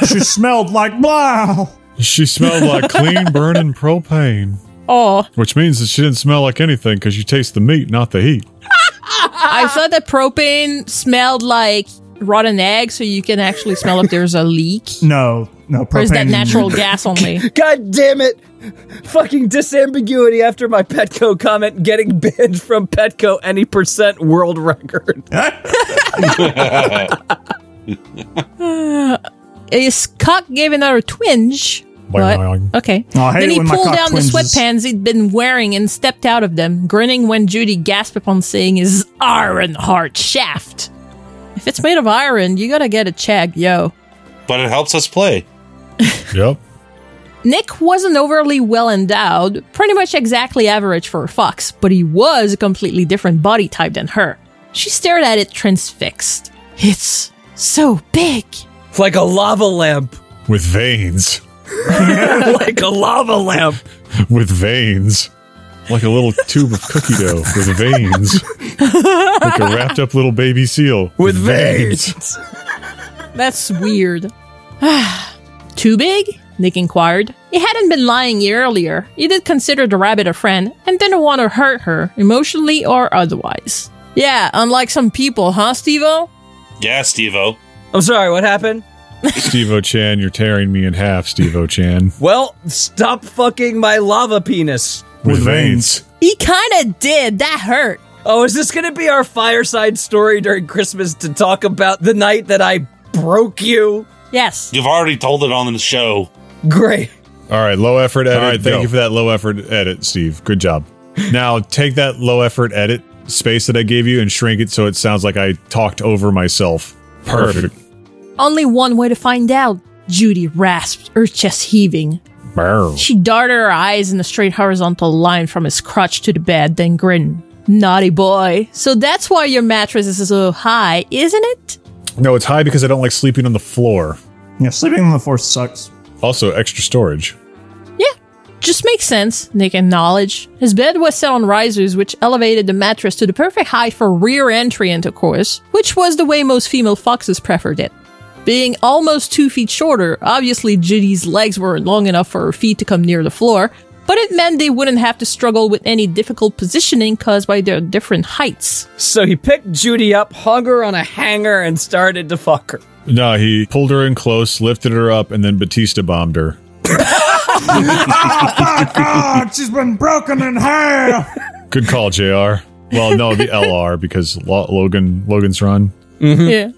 J: she smelled like blah.
B: She smelled like clean burning propane.
G: Oh,
B: Which means that she didn't smell like anything because you taste the meat, not the heat.
G: I thought that propane smelled like rotten egg, so you can actually smell if there's a leak.
J: No, no. Propane.
G: Or is that natural gas only?
C: God damn it. Fucking disambiguity after my Petco comment getting banned from Petco any percent world record.
G: His cock gave another twinge.
B: Boing,
G: What?
B: boing,
G: Okay.
J: Oh, I hate
G: then
J: it
G: he
J: when my
G: pulled
J: cock
G: down
J: twinges.
G: the sweatpants he'd been wearing and stepped out of them, grinning when Judy gasped upon seeing his iron hard shaft. If it's made of iron, you gotta get it checked, yo.
E: But it helps us play.
B: Yep.
G: Nick wasn't overly well endowed, pretty much exactly average for a fox, but he was a completely different body type than her. She stared at it transfixed. It's so big.
C: Like a lava lamp.
B: With veins.
C: like a lava lamp.
B: With veins. Like a little tube of cookie dough with veins. like a wrapped up little baby seal.
C: With veins.
G: That's weird. Too big? Nick inquired. He hadn't been lying earlier. He did consider the rabbit a friend and didn't want to hurt her, emotionally or otherwise. Yeah, unlike some people, huh, Stevo?
E: Yeah, Stevo.
C: I'm sorry, what happened?
B: Steve O'Chan, you're tearing me in half, Steve O'Chan.
C: Well, stop fucking my lava penis.
B: With veins.
G: He kinda did. That hurt.
C: Oh, is this gonna be our fireside story during Christmas to talk about the night that I broke you?
G: Yes.
E: You've already told it on the show.
C: Great.
B: All right, low effort edit.
E: All right,
B: Thank
E: go.
B: you for that low effort edit, Steve. Good job. Now take that low effort edit space that I gave you and shrink it so it sounds like I talked over myself. Perfect.
G: Only one way to find out. Judy rasped, her chest heaving.
B: Barrel.
G: She darted her eyes in a straight horizontal line from his crotch to the bed, then grinned. Naughty boy. So that's why your mattress is so high, isn't it?
B: No, it's high because I don't like sleeping on the floor.
J: Yeah, sleeping on the floor sucks.
B: Also, extra storage.
G: Just makes sense, Nick acknowledged. His bed was set on risers, which elevated the mattress to the perfect height for rear entry into course, which was the way most female foxes preferred it. Being almost two feet shorter, obviously Judy's legs weren't long enough for her feet to come near the floor, but it meant they wouldn't have to struggle with any difficult positioning caused by their different heights.
C: So he picked Judy up, hung her on a hanger, and started to fuck her.
B: No, he pulled her in close, lifted her up, and then Batista bombed her.
J: Oh God, she's been broken in half.
B: Good call, JR. Well, no, the LR because Lo- Logan Logan's run. Hm.
G: Yeah.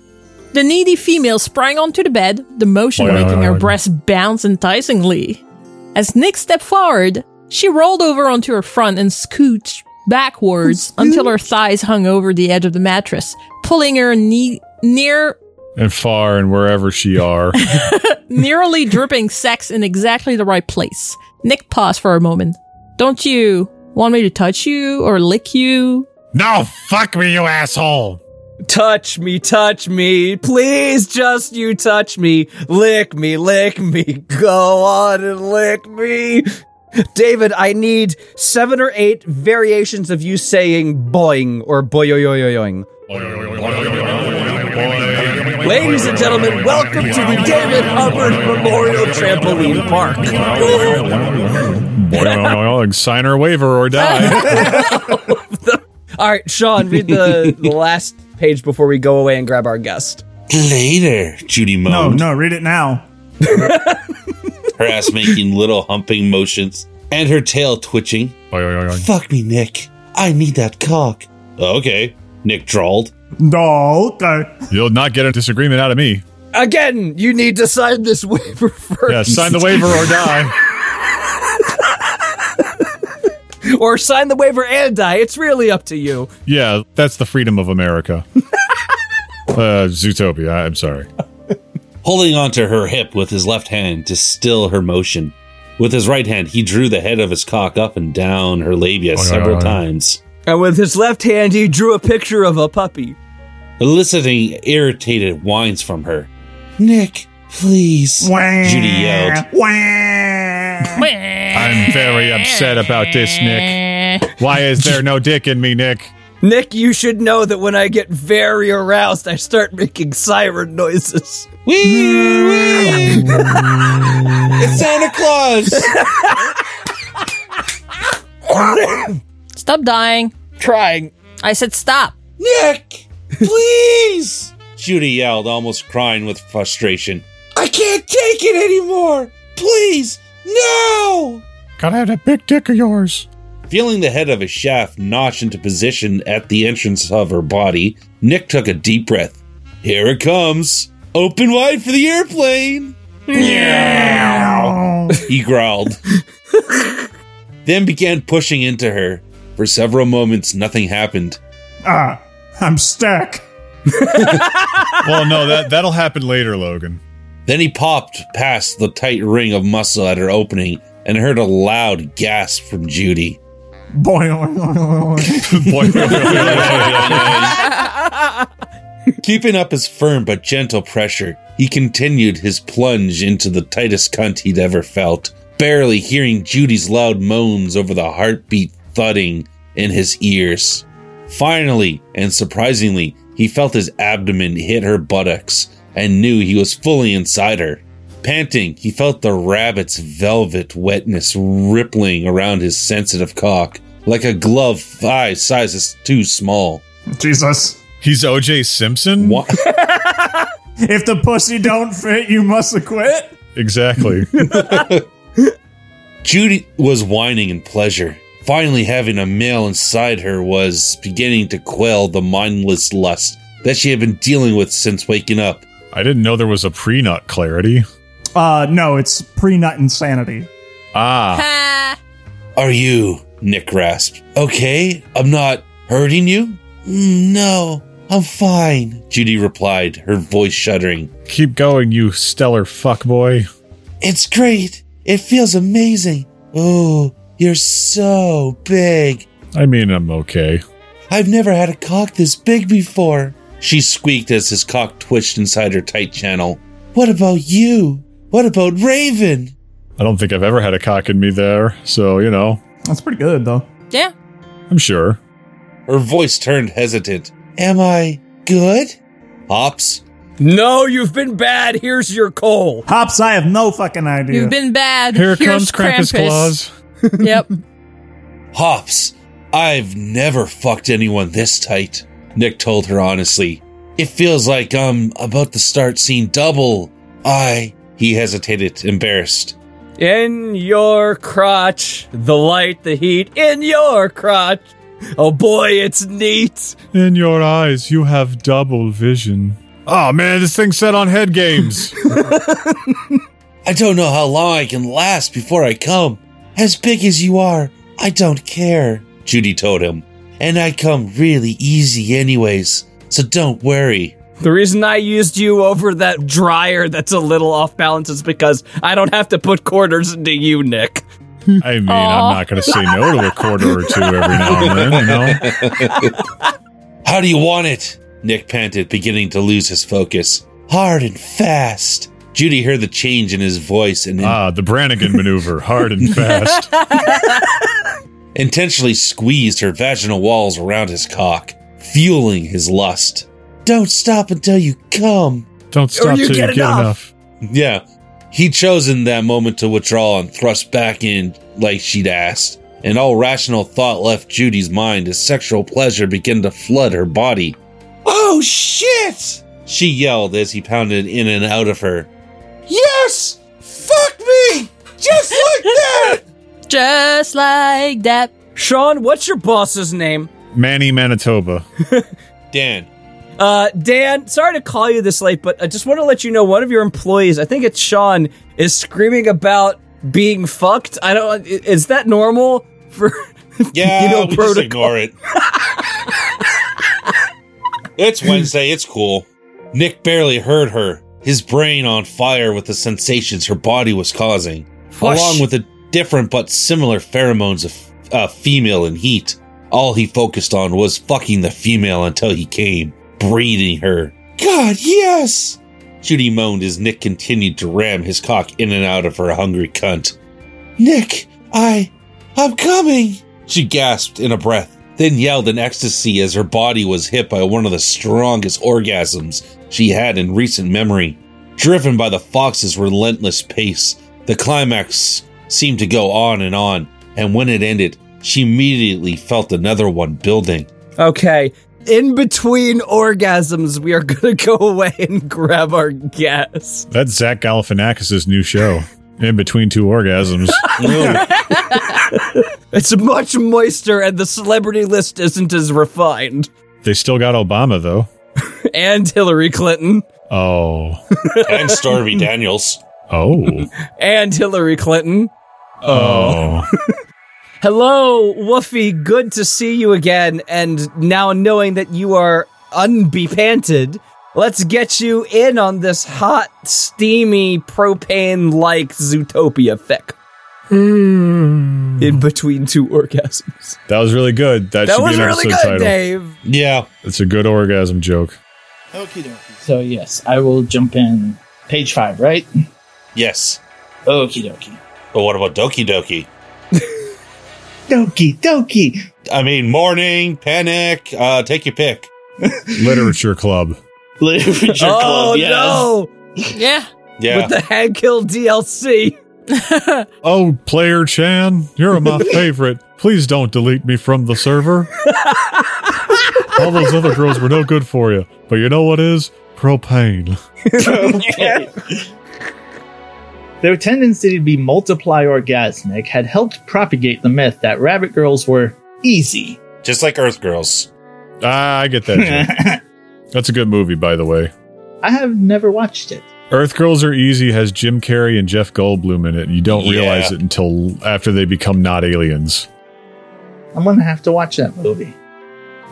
G: The needy female sprang onto the bed, the motion
B: Boing,
G: making her
B: boing.
G: breast bounce enticingly. As Nick stepped forward, she rolled over onto her front and scooched backwards until her thighs hung over the edge of the mattress, pulling her knee near
B: And far and wherever she are.
G: nearly dripping sex in exactly the right place. Nick paused for a moment. Don't you want me to touch you or lick you?
B: no, fuck me, you asshole.
C: Touch me, touch me. Please just you touch me. Lick me, lick me. Go on and lick me. David, I need seven or eight variations of you saying boing or boyoyoyoyoing. Ladies and gentlemen, welcome to the David Hubbard Memorial Trampoline Park.
B: Sign her waiver or die.
C: All right, Sean, read the, the last page before we go away and grab our guest.
E: Later, Judy
J: No,
E: moaned,
J: Oh, no, read it now.
E: her ass making little humping motions and her tail twitching. Fuck me, Nick. I need that cock. Okay, Nick drawled.
J: No, Oh, okay.
B: You'll not get a disagreement out of me.
C: Again, you need to sign this waiver first.
B: Yeah, sign the waiver or die.
C: or sign the waiver and die. It's really up to you.
B: Yeah, that's the freedom of America. Uh, Zootopia, I- I'm sorry.
E: Holding onto her hip with his left hand to still her motion. With his right hand, he drew the head of his cock up and down her labia several times,
C: And with his left hand, he drew a picture of a puppy.
E: eliciting irritated whines from her. Nick, please. Judy yelled.
J: Wah.
B: I'm very upset about this, Nick. Why is there no dick in me, Nick?
C: Nick, you should know that when I get very aroused, I start making siren noises.
E: Wee, wee. it's Santa Claus.
G: Stop dying.
C: Trying.
G: I said stop.
E: Nick, please. Judy yelled, almost crying with frustration. I can't take it anymore. Please, no.
B: Gotta have that big dick of yours.
E: Feeling the head of his shaft notch into position at the entrance of her body, Nick took a deep breath. Here it comes. Open wide for the airplane.
J: Oh,
E: Yeah. he growled. then began pushing into her. For several moments, nothing happened.
J: Ah, I'm stuck.
B: well, no, that that'll happen later, Logan.
E: Then he popped past the tight ring of muscle at her opening and heard a loud gasp from Judy. Keeping up his firm but gentle pressure, he continued his plunge into the tightest cunt he'd ever felt, barely hearing Judy's loud moans over the heartbeat thudding in his ears. Finally, and surprisingly, he felt his abdomen hit her buttocks and knew he was fully inside her. Panting, he felt the rabbit's velvet wetness rippling around his sensitive cock, like a glove five sizes too small.
J: Jesus.
B: He's OJ Simpson?
E: What?
J: If the pussy don't fit, you must quit.
B: Exactly.
E: Judy was whining in pleasure. Finally, having a male inside her was beginning to quell the mindless lust that she had been dealing with since waking up.
B: I didn't know there was a pre-nut clarity.
J: Uh, no, it's pre-nut insanity.
B: Ah.
E: Are you? Nick rasped. Okay, I'm not hurting you? "Mm, No, I'm fine, Judy replied, her voice shuddering.
B: Keep going, you stellar fuckboy.
E: It's great. It feels amazing. Oh, you're so big.
B: I mean, I'm okay.
E: I've never had a cock this big before. She squeaked as his cock twitched inside her tight channel. What about you? What about Raven?
B: I don't think I've ever had a cock in me there, so, you know,
J: That's pretty good, though.
G: Yeah.
B: I'm sure.
E: Her voice turned hesitant. Am I good? Hops.
C: No, you've been bad. Here's your coal.
J: Hops, I have no fucking idea.
G: You've been bad.
B: Here comes
G: Here's
B: Krampus, Claus.
G: Yep.
E: Hops, I've never fucked anyone this tight, Nick told her honestly. It feels like I'm about to start seeing double. I. He hesitated, embarrassed.
C: In your crotch, the light, the heat, in your crotch. Oh boy, it's neat.
B: In your eyes, you have double vision. Oh man, this thing's set on head games.
E: I don't know how long I can last before I come. As big as you are, I don't care, Judy told him. And I come really easy, anyways, so don't worry.
C: The reason I used you over that dryer that's a little off balance is because I don't have to put quarters into you, Nick.
B: I mean, I'm not going to say no to a quarter or two every now and then, you know?
E: How do you want it? Nick panted, beginning to lose his focus. Hard and fast. Judy heard the change in his voice and
B: Ah, the Brannigan maneuver, hard and fast.
E: intentionally squeezed her vaginal walls around his cock, fueling his lust. Don't stop until you come.
B: Don't stop
C: you
B: till
C: get
B: you get
C: enough.
B: enough.
E: Yeah. He chose in that moment to withdraw and thrust back in like she'd asked, and all rational thought left Judy's mind as sexual pleasure began to flood her body. Oh shit! She yelled as he pounded in and out of her. Yes! Fuck me! Just like that!
G: Just like that.
C: Sean, what's your boss's name?
B: Manny Manitoba.
E: Dan,
C: Uh, Dan, sorry to call you this late, but I just want to let you know one of your employees, I think it's Sean, is screaming about being fucked. I don't. i- Is that normal for?
E: Yeah,
C: You know,
E: we just
C: protocol.
E: ignore it. it's Wednesday. It's cool. Nick barely heard her. His brain on fire with the sensations her body was causing,
C: Whoosh.
E: along with the different but similar pheromones of uh, female and heat. All he focused on was fucking the female until he came, breathing her. God, yes! Judy moaned as Nick continued to ram his cock in and out of her hungry cunt. Nick, I. I'm coming! She gasped in a breath, then yelled in ecstasy as her body was hit by one of the strongest orgasms she had in recent memory. Driven by the fox's relentless pace, the climax seemed to go on and on, and when it ended, she immediately felt another one building.
C: okay. In between orgasms, we are gonna go away and grab our gas.
B: That's Zach Galifianakis' new show. In between two orgasms.
C: It's much moister, and the celebrity list isn't as refined.
B: They still got Obama, though.
C: and Hillary Clinton.
B: Oh.
E: and Stormy Daniels.
B: Oh.
C: and Hillary Clinton.
B: Oh.
C: Hello, Woofy. Good to see you again. And now knowing that you are unbepanted, let's get you in on this hot, steamy, propane like Zootopia fic. In between two orgasms.
B: That was really good. That,
C: That
B: should
C: was
B: be an
C: really
B: episode
C: good,
B: title.
C: Dave.
E: Yeah.
B: That's a good orgasm joke.
K: Okie dokie. So, yes, I will jump in. Page five, right?
E: Yes.
K: Okie dokie.
E: But what about Doki Doki?
K: Doki doki.
E: I mean, morning, panic, uh, take your pick.
B: Literature club.
K: Literature
C: oh, no.
G: Yeah.
E: Yeah.
C: With the Hagkill DLC.
B: Oh, player Chan, you're my favorite. Please don't delete me from the server. All those other girls were no good for you, but you know what is propane.
K: Their tendency to be multiply orgasmic had helped propagate the myth that rabbit girls were easy.
E: Just like Earth Girls.
B: Ah, I get that. joke. That's a good movie, by the way.
K: I have never watched it.
B: Earth Girls Are Easy has Jim Carrey and Jeff Goldblum in it, and you don't realize
E: Yeah.
B: it until after they become not aliens.
K: I'm gonna have to watch that movie.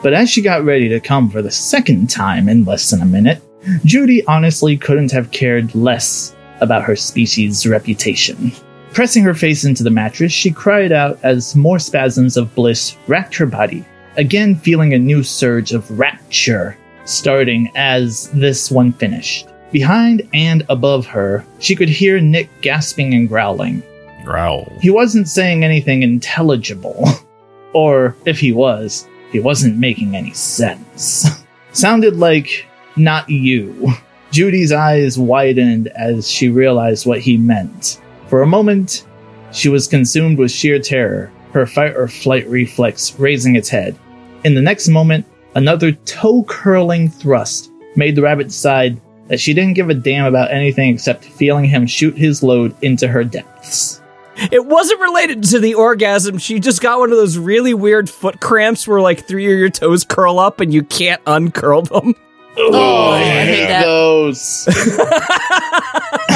K: But as she got ready to come for the second time in less than a minute, Judy honestly couldn't have cared less about her species' reputation. Pressing her face into the mattress, she cried out as more spasms of bliss racked her body, again feeling a new surge of rapture starting as this one finished. Behind and above her, she could hear Nick gasping and growling.
B: Growl.
K: He wasn't saying anything intelligible. or, if he was, he wasn't making any sense. Sounded like, not you. Judy's eyes widened as she realized what he meant. For a moment, she was consumed with sheer terror, her fight or flight reflex raising its head. In the next moment, another toe curling thrust made the rabbit decide that she didn't give a damn about anything except feeling him shoot his load into her depths.
C: It wasn't related to the orgasm. She just got one of those really weird foot cramps where like three of your toes curl up and you can't uncurl them.
K: Oh,
C: I hate that.
K: those.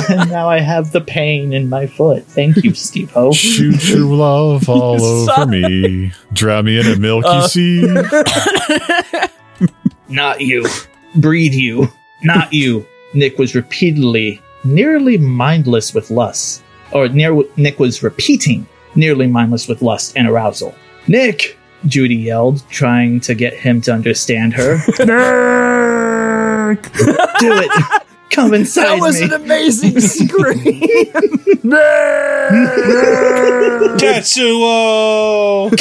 K: and now I have the pain in my foot. Thank you, Steve Ho.
B: Shoot true love all over me. Drown me in a milky
K: Uh.
B: sea.
K: Not you. Breed you. Not you. Nick was repeatedly, nearly mindless with lust. Or near, Nick was repeating, nearly mindless with lust and arousal. Nick! Judy yelled, trying to get him to understand her. Do it! Come inside
C: That was
K: me.
C: an amazing scream.
E: Tetsuo!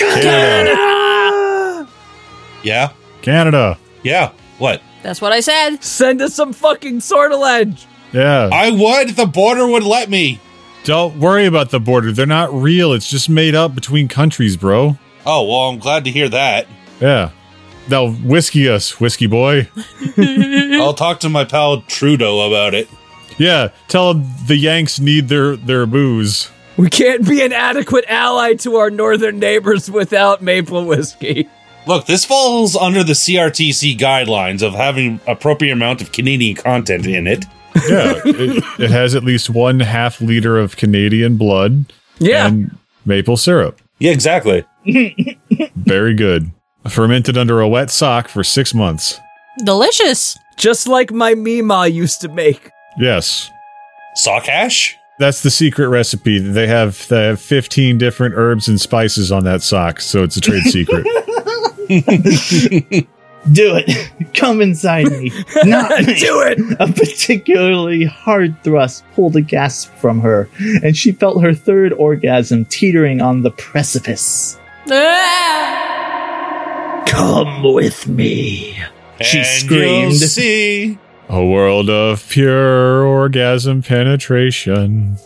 E: Yeah?
B: Canada.
E: Yeah. What?
G: That's what I said.
C: Send us some fucking sortilege.
B: Yeah.
E: I would. The border would let me.
B: Don't worry about the border. They're not real. It's just made up between countries, bro.
E: Oh, well, I'm glad to hear that.
B: Yeah. Now, whiskey us, whiskey boy.
C: Mm-hmm.
E: I'll talk to my pal Trudeau about it.
B: Yeah. Tell them the Yanks need their, their booze.
C: We can't be an adequate ally to our northern neighbors without maple whiskey.
E: Look, this falls under the CRTC guidelines of having appropriate amount of Canadian content in it.
B: Yeah. it, it has at least one half liter of Canadian blood.
C: Yeah.
B: And maple syrup.
E: Yeah, exactly.
B: Very good. Fermented under a wet sock for six months.
G: Delicious.
C: Just like my Mima used to make.
B: Yes.
E: Sock hash?
B: That's the secret recipe. They have they have 15 different herbs and spices on that sock, so it's a trade secret.
K: Do it. Come inside me. Not me.
C: Do it.
K: A particularly hard thrust pulled a gasp from her, and she felt her third orgasm teetering on the precipice. Come with me. She
E: And
K: screamed.
E: you'll see.
B: A world of pure orgasm penetration.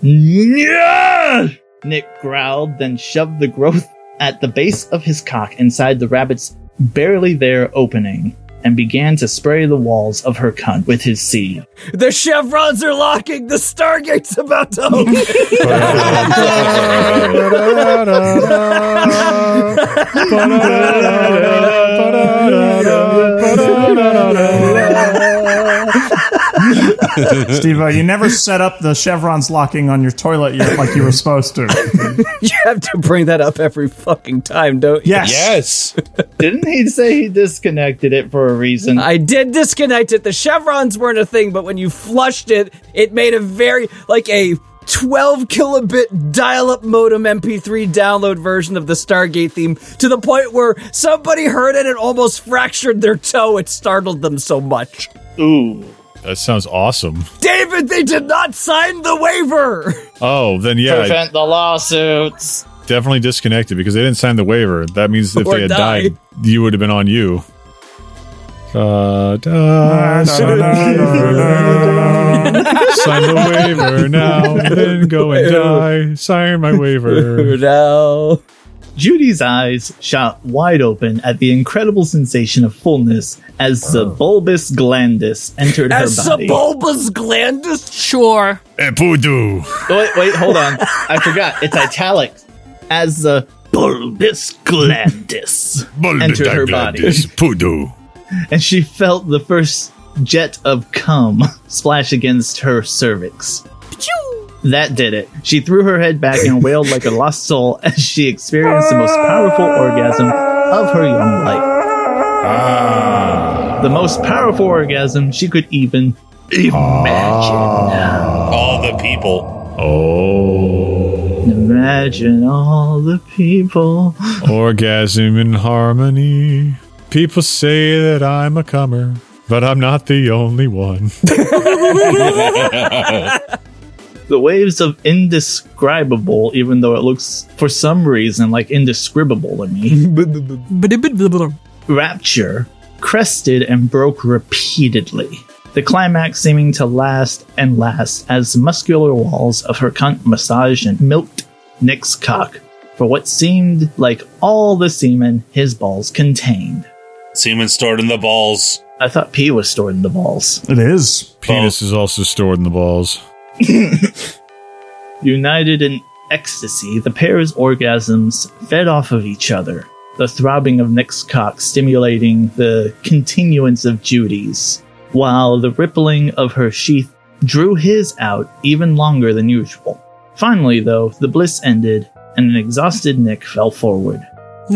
K: Yeah! Nick growled, then shoved the growth at the base of his cock inside the rabbit's barely there opening and began to spray the walls of her cunt with his seed.
C: The chevrons are locking. The stargate's about to open.
J: Steve, uh, you never set up the chevrons locking on your toilet yet like you were supposed to.
C: you have to bring that up every fucking time, don't you?
J: Yes.
E: Yes.
K: Didn't he say he disconnected it for a reason?
C: I did disconnect it. The chevrons weren't a thing, but when you flushed it, it made a very like a 12 kilobit dial-up modem MP3 download version of the Stargate theme to the point where somebody heard it and almost fractured their toe. It startled them so much.
K: Ooh.
B: That sounds awesome.
C: David, they did not sign the waiver.
B: Oh, then yeah, I
K: Prevent the lawsuits.
B: definitely disconnected because they didn't sign the waiver. That means if
C: Or
B: they had
C: die.
B: died, you would have been on you. Uh, da- sign the waiver now, then go and die. Sign my waiver.
C: No.
K: Judy's eyes shot wide open at the incredible sensation of fullness as Subulbous Glandis entered
C: As
K: her body.
C: Sebulba's glandus?
G: Sure.
B: Epudu.
K: wait, wait, hold on. I forgot. It's italics. As the bulbous glandis entered her body,
B: Pudu.
K: and she felt the first jet of cum splash against her cervix. That did it. She threw her head back and wailed like a lost soul as she experienced the most powerful orgasm of her young life. The most powerful orgasm she could even imagine.
E: All the people.
K: Imagine all the people.
B: Orgasm in harmony. People say that I'm a comer, but I'm not the only one.
K: The waves of indescribable, even though it looks for some reason like indescribable to me, rapture crested and broke repeatedly. The climax seeming to last and last as the muscular walls of her cunt massaged and milked Nick's cock for what seemed like all the semen his balls contained.
E: Semen stored in the balls.
K: I thought pee was stored in the balls.
J: It is.
B: Penis is also stored in the balls.
K: United in ecstasy, the pair's orgasms fed off of each other, the throbbing of Nick's cock stimulating the continuance of Judy's, while the rippling of her sheath drew his out even longer than usual. Finally, though, the bliss ended, and an exhausted Nick fell forward.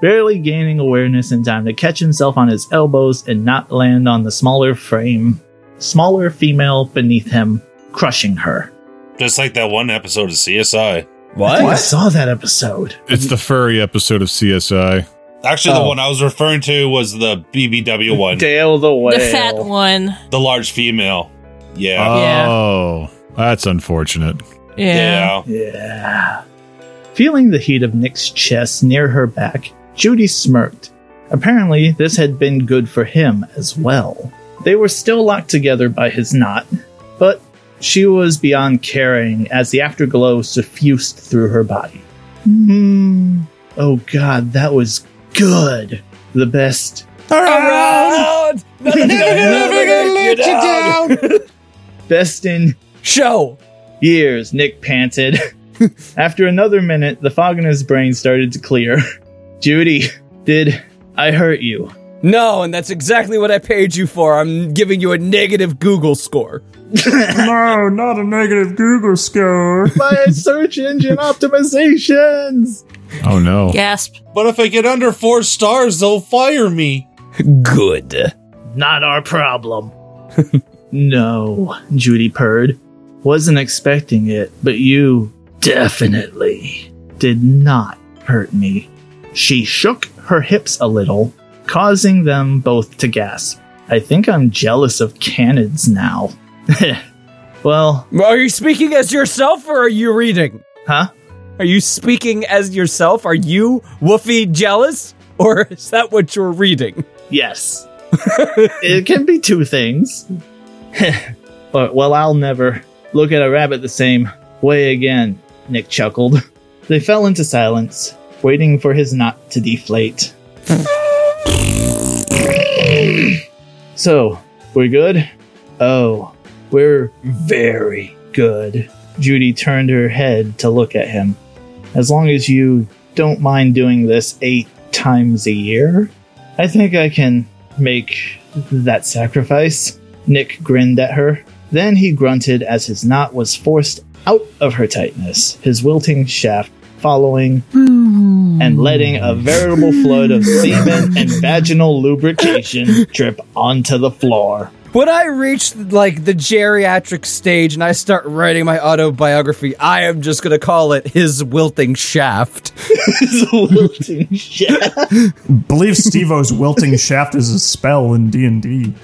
K: barely gaining awareness in time to catch himself on his elbows and not land on the smaller frame, smaller female beneath him, crushing her.
E: Just like that one episode of CSI.
K: I think I saw that episode.
B: It's the furry episode of CSI.
E: Actually,
K: Oh.
E: the one I was referring to was the BBW one,
K: Dale the whale.
G: The fat one.
E: the large female. Yeah.
G: Yeah.
B: Oh, that's unfortunate.
G: Yeah.
K: Yeah. Feeling the heat of Nick's chest near her back, Judy smirked. Apparently, this had been good for him as well. They were still locked together by his knot, but she was beyond caring as the afterglow suffused through her body. Hmm. Oh god, that was good. The best,
C: Around. Nothing
D: Never gonna let you down.
K: best in
C: Show.
K: Years, Nick panted. After another minute, the fog in his brain started to clear. Judy, did I hurt you?
C: No, and that's exactly what I paid you for. I'm giving you a negative Google score.
J: no, not a negative Google score.
K: My search engine optimizations!
B: Oh no.
G: Gasp.
E: But if I get under four stars, they'll fire me.
C: Good.
K: Not our problem. no, Judy purred. Wasn't expecting it, but you definitely did not hurt me. She shook her hips a little, causing them both to gasp. I think I'm jealous of canids now. well,
C: Are you speaking as yourself or are you reading?
K: huh?
C: Are you speaking as yourself? Are you woofy jealous? Or is that what you're reading?
K: Yes. it can be two things. but, well, I'll never look at a rabbit the same way again, Nick chuckled. They fell into silence, waiting for his knot to deflate. so, we're good? Oh, we're very good. Judy turned her head to look at him. As long as you don't mind doing this eight times a year, I think I can make That sacrifice? Nick grinned at her. Then he grunted as his knot was forced out of her tightness, his wilting shaft following and letting a veritable flood of semen and vaginal lubrication drip onto the floor.
C: When I reach like the geriatric stage and I start writing my autobiography, I am just gonna call it his wilting shaft.
K: his wilting shaft.
J: Believe Stevo's wilting shaft is a spell in D and D.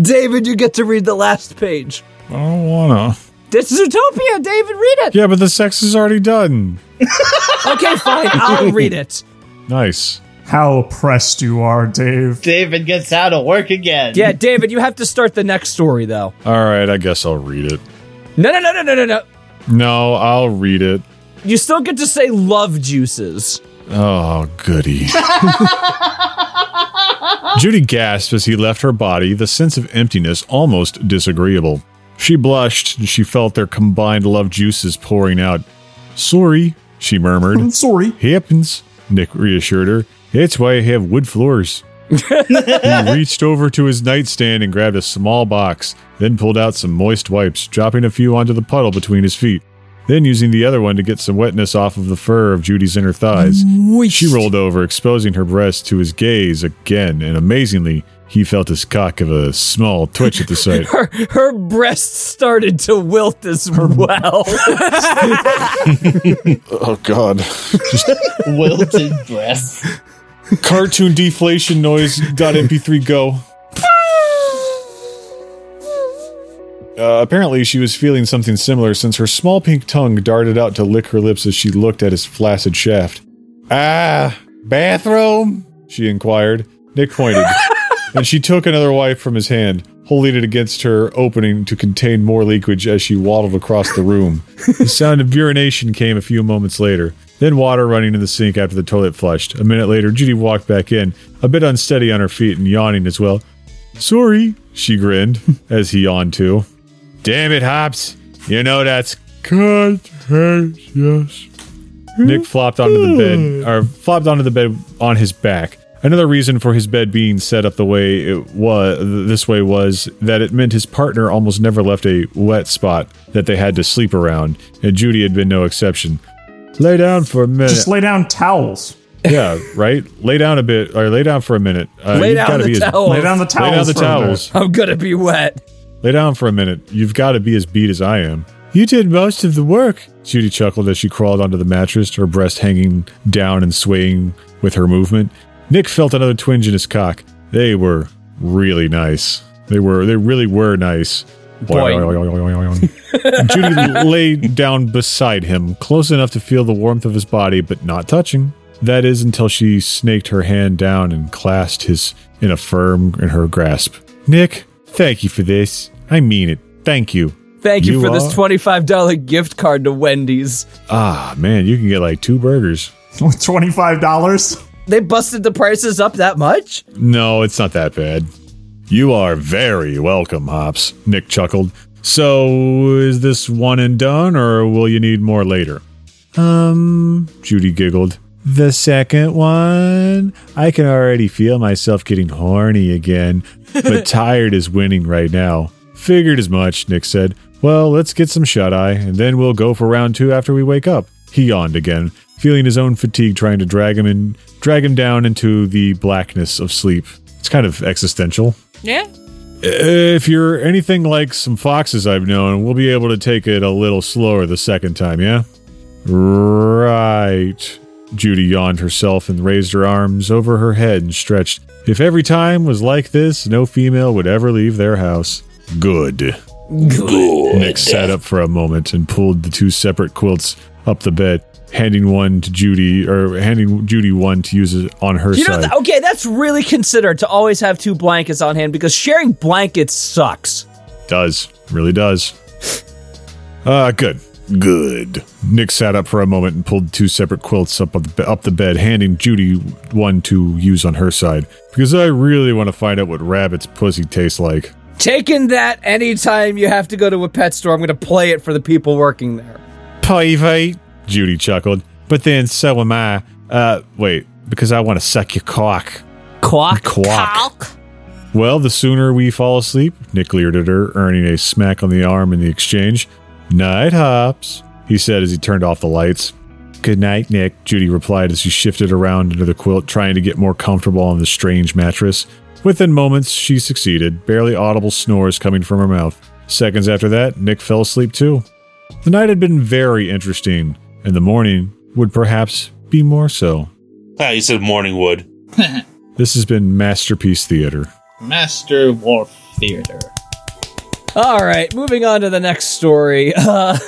C: David, you get to read the last page.
B: I don't wanna.
C: This is Utopia, David, read it.
B: Yeah, but the sex is already done.
C: Okay, fine, I'll read it.
B: Nice.
J: How oppressed you are, Dave.
K: David gets out of work again.
C: Yeah, David, you have to start the next story though.
B: All right, I guess I'll read it.
C: No, no, no, no, no, no, no.
B: No, I'll read it.
C: You still get to say love juices.
B: Oh, goody. Judy gasped as he left her body, the sense of emptiness almost disagreeable. She blushed and she felt their combined love juices pouring out. Sorry, she murmured.
J: I'm sorry.
B: Happens, Nick reassured her. That's why I have wood floors. he reached over to his nightstand and grabbed a small box, then pulled out some moist wipes, dropping a few onto the puddle between his feet, then using the other one to get some wetness off of the fur of Judy's inner thighs. She rolled over, exposing her breast to his gaze again, and amazingly, he felt his cock give a small twitch at the sight.
C: Her her breasts started to wilt as well.
B: oh, God. Just
K: Wilted breasts.
B: cartoon deflation noise dot mp3 go uh, apparently she was feeling something similar since her small pink tongue darted out to lick her lips as she looked at his flaccid shaft ah bathroom she inquired nick pointed and she took another wipe from his hand holding it against her opening to contain more leakage as she waddled across the room the sound of urination came a few moments later, then water running in the sink after the toilet flushed. A minute later, Judy walked back in, a bit unsteady on her feet and yawning as well. Sorry, she grinned as he yawned too. Damn it, Hops. You know that's contagious. Nick flopped onto the bed, or flopped onto the bed on his back. Another reason for his bed being set up the way it was, this way was that it meant his partner almost never left a wet spot that they had to sleep around, and Judy had been no exception. Lay down for a minute.
J: Just lay down towels.
B: yeah, right. Lay down a bit, or lay down for a minute. Uh,
C: Lay
B: you've
C: down
B: gotta
C: the
B: be as-
C: towel.
J: Lay down the
B: Lay
J: towels.
B: down the
J: for a minute.
B: towels.
C: I'm gonna be wet.
B: Lay down for a minute. You've got to be as beat as I am. You did most of the work. Judy chuckled as she crawled onto the mattress, her breast hanging down and swaying with her movement. Nick felt another twinge in his cock. They were really nice. They were. They really were nice. Judy lay down beside him, close enough to feel the warmth of his body, but not touching. That is until she snaked her hand down and clasped his in a firm in her grasp. Nick, thank you for this. I mean it. Thank you.
C: Thank you,
B: You
C: for this
B: are-
C: twenty-five dollar gift card to Wendy's.
B: Ah, man, you can get like two burgers.
J: With twenty-five dollars.
C: They busted the prices up that much?
B: No, it's not that bad. You are very welcome, Hops. Nick chuckled. So, is this one and done, or will you need more later? Um, Judy giggled. The second one? I can already feel myself getting horny again, but tired is winning right now. Figured as much, Nick said. Well, let's get some shut eye, and then we'll go for round two after we wake up. He yawned again, feeling his own fatigue trying to drag him in, drag him down into the blackness of sleep. It's kind of existential.
G: Yeah.
B: If you're anything like some foxes I've known, we'll be able to take it a little slower the second time, yeah? Right. Judy yawned herself and raised her arms over her head and stretched. If every time was like this, no female would ever leave their house. Good. Good. Nick sat up for a moment and pulled the two separate quilts up the bed, handing one to Judy or handing Judy one to use it on her
C: You know,
B: side.
C: th- okay, that's really considered to always have two blankets on hand because sharing blankets sucks.
B: Does. Really does. Uh, good. Good. Nick sat up for a moment and pulled two separate quilts up, on the, be- up the bed, handing Judy one to use on her side. Because I really want to find out what rabbit's pussy tastes like.
C: Taking that anytime you have to go to a pet store, I'm going to play it for the people working there.
B: Pivot, Judy chuckled. But then so am I. Uh, wait, because I want to suck your cock.
C: Quack.
B: Quack. Well, the sooner we fall asleep, Nick leered at her, earning a smack on the arm in the exchange. Night hops, he said as he turned off the lights. Good night, Nick, Judy replied as she shifted around under the quilt, trying to get more comfortable on the strange mattress. Within moments, she succeeded, barely audible snores coming from her mouth. Seconds after that, Nick fell asleep too. The night had been very interesting, and the morning would perhaps be more so.
E: Ah, you said Morningwood.
B: This has been Masterpiece Theater.
K: Master Wharf Theater.
C: All right, moving on to the next story. Uh,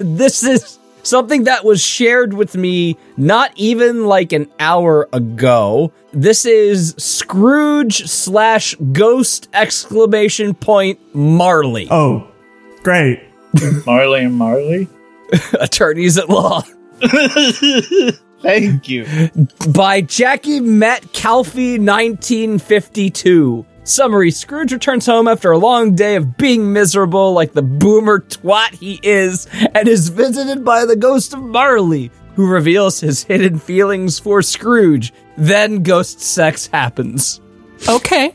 C: this is something that was shared with me not even like an hour ago. This is Scrooge slash ghost exclamation point Marley.
J: Oh, great.
K: Marley and Marley?
C: Attorneys at law.
K: Thank you.
C: by Jackie Matt Calfee, 1952. Summary Scrooge returns home after a long day of being miserable like the boomer twat he is and is visited by the ghost of Marley, who reveals his hidden feelings for Scrooge. Then ghost sex happens.
G: Okay.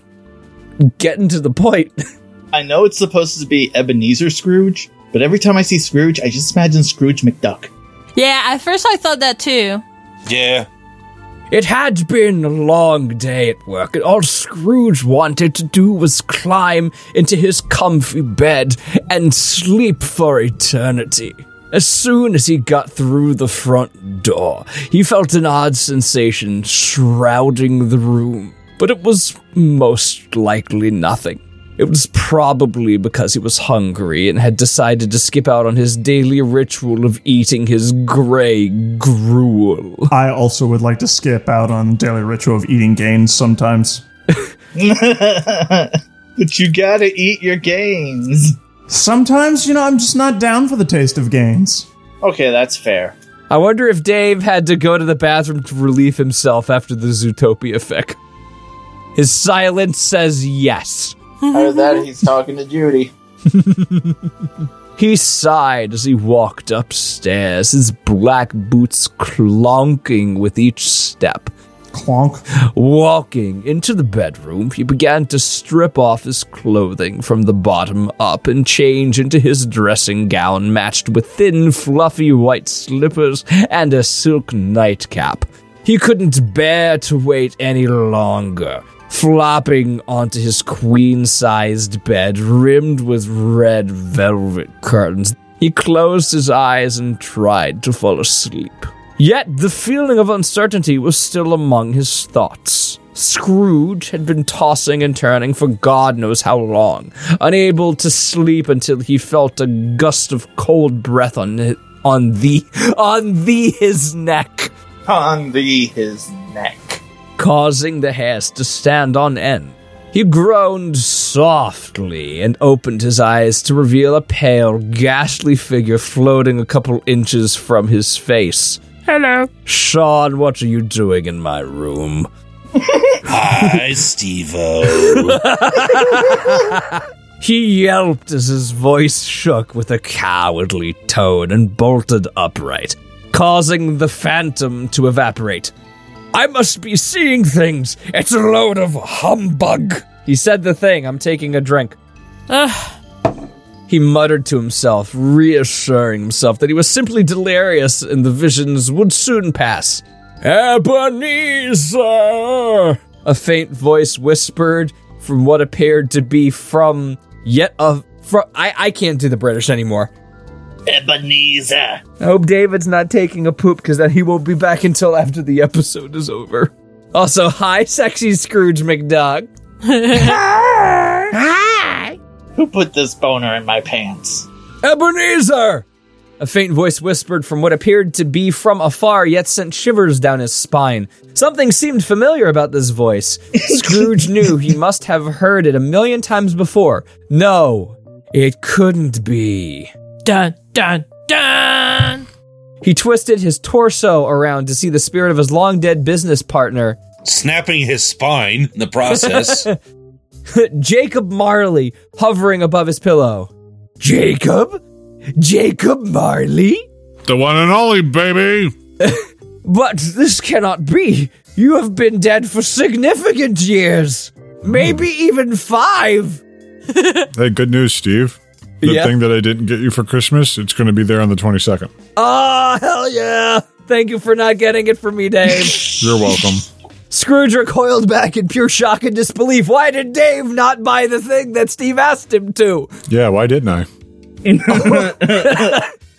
C: Getting to the point.
K: I know it's supposed to be Ebenezer Scrooge, but every time I see Scrooge, I just imagine Scrooge McDuck.
G: Yeah, at first I thought that too.
E: Yeah.
C: It had been a long day at work, and all Scrooge wanted to do was climb into his comfy bed and sleep for eternity. As soon as he got through the front door, he felt an odd sensation shrouding the room, but it was most likely nothing. It was probably because he was hungry and had decided to skip out on his daily ritual of eating his grey gruel.
J: I also would like to skip out on daily ritual of eating gains sometimes.
K: but you gotta eat your gains.
J: Sometimes, you know, I'm just not down for the taste of gains.
K: Okay, that's fair.
C: I wonder if Dave had to go to the bathroom to relieve himself after the Zootopia fic. His silence says yes.
K: Either that or he's talking to Judy.
C: He sighed as he walked upstairs, his black boots clonking with each step.
J: Clonk.
C: Walking into the bedroom, he began to strip off his clothing from the bottom up and change into his dressing gown matched with thin, fluffy white slippers and a silk nightcap. He couldn't bear to wait any longer. Flopping onto his queen sized bed rimmed with red velvet curtains, he closed his eyes and tried to fall asleep. Yet the feeling of uncertainty was still among his thoughts. Scrooge had been tossing and turning for God knows how long, unable to sleep until he felt a gust of cold breath on hi- on the on the his neck
K: On the his neck.
C: causing the hairs to stand on end. He groaned softly and opened his eyes to reveal a pale, ghastly figure floating a couple inches from his face.
D: Hello.
C: Sean, what are you doing in my room?
E: Hi, Steve-O.
C: He yelped as his voice shook with a cowardly tone and bolted upright, causing the phantom to evaporate. I must be seeing things. It's a load of humbug. He said the thing. I'm taking a drink. Ah.
G: Ugh.
C: He muttered to himself, reassuring himself that he was simply delirious and the visions would soon pass. Ebenezer! A faint voice whispered from what appeared to be from yet a. From, I, I can't do the British anymore.
K: Ebenezer.
C: I hope David's not taking a poop because then he won't be back until after the episode is over. Also, hi, sexy Scrooge McDuck.
H: Hi.
K: Who put this boner in my pants?
C: Ebenezer! A faint voice whispered from what appeared to be from afar, yet sent shivers down his spine. Something seemed familiar about this voice. Scrooge knew he must have heard it a million times before. No, it couldn't be.
G: Dun, dun, dun!
C: He twisted his torso around to see the spirit of his long dead business partner,
E: Snapping his spine in the process.
C: Jacob Marley, hovering above his pillow. Jacob? Jacob Marley?
B: The one and only, baby.
C: But this cannot be. You have been dead for significant years, maybe even five.
B: Hey, good news, Steve. The
C: Yeah.
B: thing that I didn't get you for Christmas, it's going to be there on the 22nd.
C: Oh, hell yeah. Thank you for not getting it for me, Dave.
B: You're welcome.
C: Scrooge recoiled back in pure shock and disbelief. Why did Dave not buy the thing that Steve asked him to?
B: yeah, why didn't I?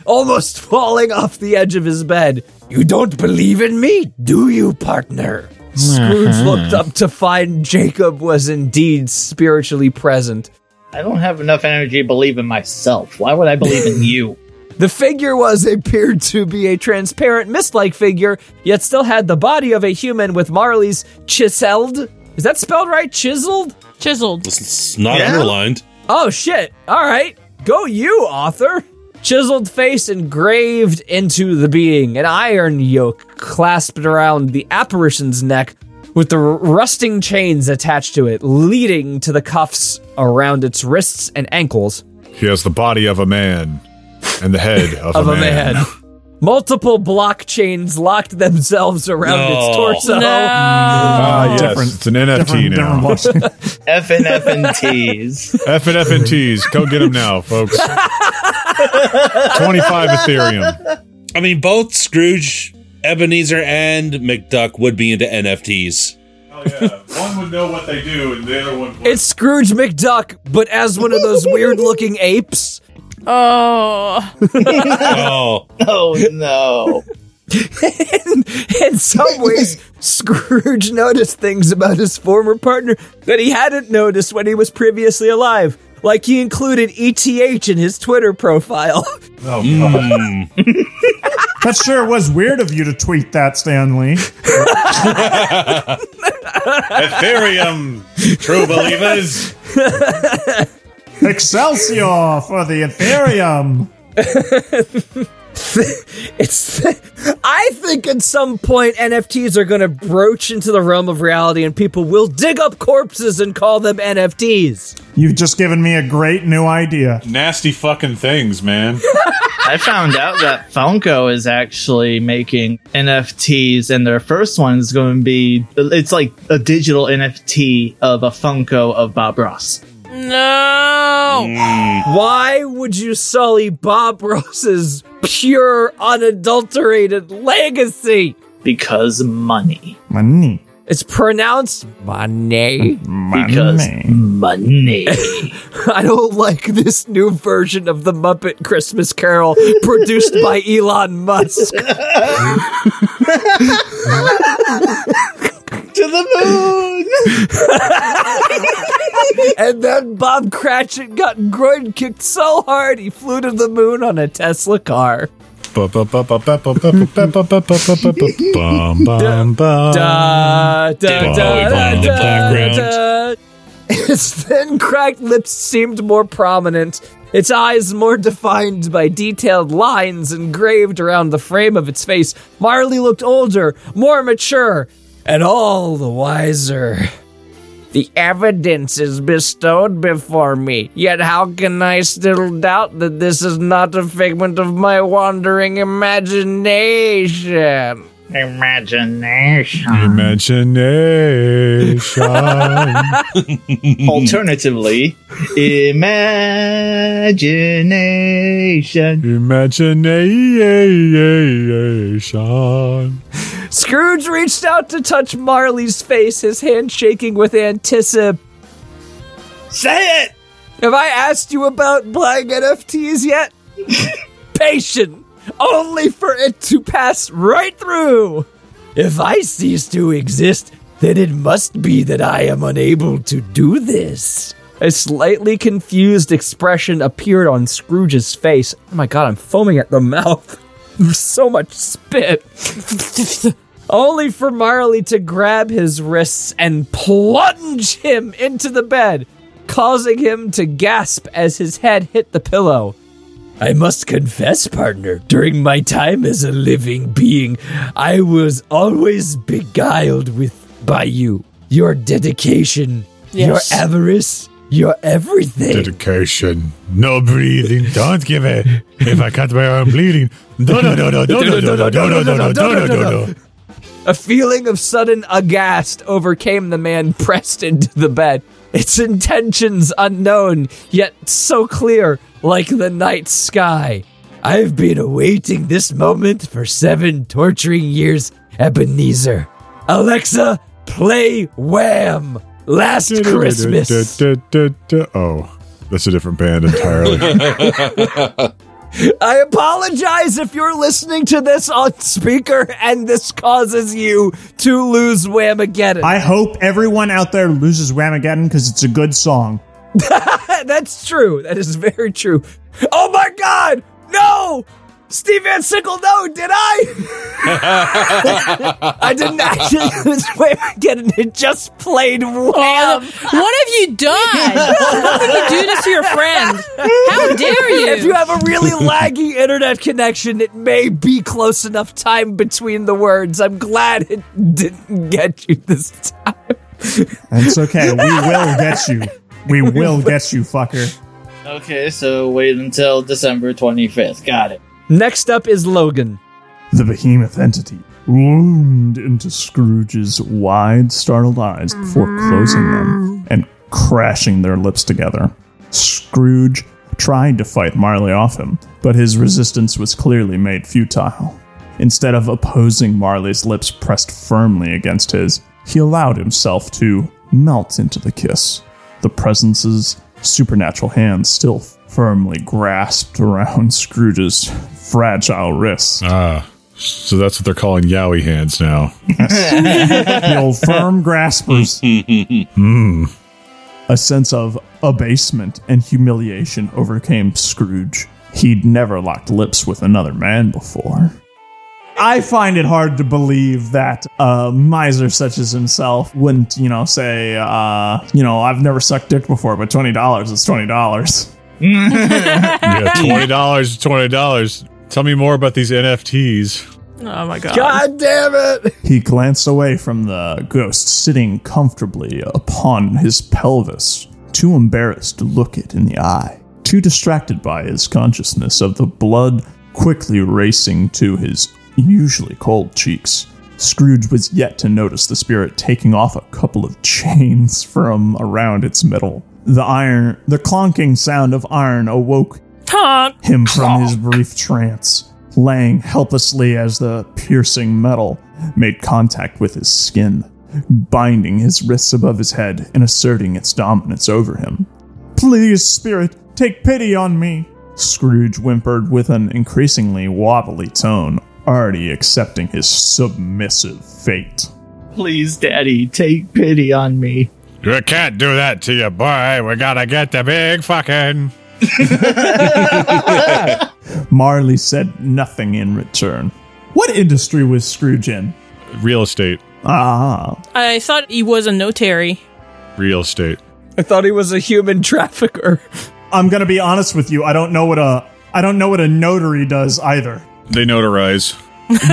C: Almost falling off the edge of his bed. You don't believe in me, do you, partner? Scrooge looked up to find Jacob was indeed spiritually present.
K: I don't have enough energy to believe in myself. Why would I believe in you?
C: The figure was appeared to be a transparent mist-like figure, yet still had the body of a human with Marley's chiseled. Is that spelled right? Chiseled?
G: Chiseled.
E: It's not
C: Yeah?
E: underlined.
C: Oh shit. All right. Go you, author. Chiseled face engraved into the being, an iron yoke clasped around the apparition's neck with the r- rusting chains attached to it, leading to the cuffs around its wrists and ankles.
B: He has the body of a man and the head of,
C: of
B: a man.
C: Multiple blockchains locked themselves around
B: No.
C: its torso.
B: Ah, yes. It's an NFT now.
K: F and F and T's.
B: F and F and T's. Go get them now, folks. 25 Ethereum.
E: I mean, both Scrooge, Ebenezer, and McDuck would be into NFTs.
B: Oh, One would know what they do, and the other one.
C: It's Scrooge McDuck, but as one of those weird looking apes.
G: Oh.
E: oh.
K: Oh no.
C: In some ways, Scrooge noticed things about his former partner that he hadn't noticed when he was previously alive. Like he included ETH in his Twitter profile.
J: Oh, that sure was weird of you to tweet that, Stanley.
B: Ethereum, true believers.
J: Excelsior for the Ethereum.
C: it's I think at some point NFTs are going to broach into the realm of reality and people will dig up corpses and call them NFTs.
J: You've just given me a great new idea.
B: Nasty fucking things, man.
K: I found out that Funko is actually making NFTs, and their first one is going to be it's like a digital NFT of a Funko of Bob Ross.
G: No.
C: Why would you sully Bob Ross's pure, unadulterated legacy?
K: Because money.
J: Money.
C: It's pronounced money.
K: Because money.
C: I don't like this new version of the Muppet Christmas Carol produced by Elon Musk.
K: to the
C: moon. and then Bob Cratchit got groin kicked so hard he flew to the moon on a Tesla car.
B: Bum, bum, bum.
C: Da, da, da,
B: David
C: da,
B: Bowie playing in the
C: da,
B: background.
C: da. His thin, cracked lips seemed more prominent, its eyes more defined by detailed lines engraved around the frame of its face. Marley looked older, more mature, and all the wiser. The evidence is bestowed before me, yet how can I still doubt that this is not a figment of my wandering imagination?
K: Imagination.
B: Imagination.
K: Alternatively, imagination.
B: Imagination.
C: Scrooge reached out to touch Marley's face, his hand shaking with anticipation.
K: Say it!
C: Have I asked you about buying NFTs yet? Patient, only for it to pass right through. If I cease to exist, then it must be that I am unable to do this. A slightly confused expression appeared on Scrooge's face. Oh my god, I'm foaming at the mouth. so much spit. Only for Marley to grab his wrists and plunge him into the bed, causing him to gasp as his head hit the pillow. I must confess, partner, during my time as a living being, I was always beguiled with by you. Your dedication,
B: Yes.
C: your avarice, your everything.
B: Dedication. No breathing. Don't give it. If I cut my arm bleeding. No, no, no, no, no, no, no, no, no, no, no, no, no, no, no, no.
C: A feeling of sudden aghast overcame the man pressed into the bed, its intentions unknown, yet so clear, like the night sky. I've been awaiting this moment for seven torturing years, Ebenezer. Alexa, play Wham! Last Christmas.
B: Oh, that's a different band entirely.
C: I apologize if you're listening to this on speaker and this causes you to lose Whamageddon.
L: I hope everyone out there loses Ramageddon because it's a good song.
C: That's true. That is very true. Oh my god! No! Steve Van Sickle, no, did I? I didn't actually lose Whamageddon. It just played Wham!
G: What have you done? How could you do this to your friend? How dare you?
C: If you have a really laggy internet connection, it may be close enough time between the words. I'm glad it didn't get you this time.
L: It's okay. We will get you. We will get you, fucker.
K: Okay, so wait until December 25th. Got it.
C: Next up is Logan.
J: The behemoth entity loomed into Scrooge's wide, startled eyes before closing them and crashing their lips together. Scrooge tried to fight Marley off him, but his resistance was clearly made futile. Instead of opposing Marley's lips pressed firmly against his, he allowed himself to melt into the kiss. The presence's supernatural hand still firmly grasped around Scrooge's fragile wrists.
B: Ah, so that's what they're calling Yowie hands now.
L: The old firm graspers. Hmm.
J: A sense of abasement and humiliation overcame Scrooge. He'd never locked lips with another man before.
L: I find it hard to believe that a miser such as himself wouldn't, you know, say, uh, you know, I've never sucked dick before, but twenty dollars is twenty dollars.
B: Yeah, twenty dollars, twenty dollars. Tell me more about these NFTs.
G: Oh my god.
C: God damn it!
J: He glanced away from the ghost sitting comfortably upon his pelvis, too embarrassed to look it in the eye, too distracted by his consciousness of the blood quickly racing to his usually cold cheeks. Scrooge was yet to notice the spirit taking off a couple of chains from around its middle.
L: The iron, the clonking sound of iron awoke
G: Honk.
L: him from his brief trance, laying helplessly as the piercing metal made contact with his skin, binding his wrists above his head and asserting its dominance over him. Please, spirit, take pity on me.
J: Scrooge whimpered with an increasingly wobbly tone, already accepting his submissive fate.
K: Please, Daddy, take pity on me.
B: We can't do that to you, boy. We gotta get the big fucking.
J: Marley said nothing in return.
L: What industry was Scrooge in?
B: Real estate.
J: Ah,
G: I thought he was a notary.
B: Real estate.
C: I thought he was a human trafficker.
L: I'm gonna be honest with you. I don't know what a I don't know what a notary does either.
B: They notarize.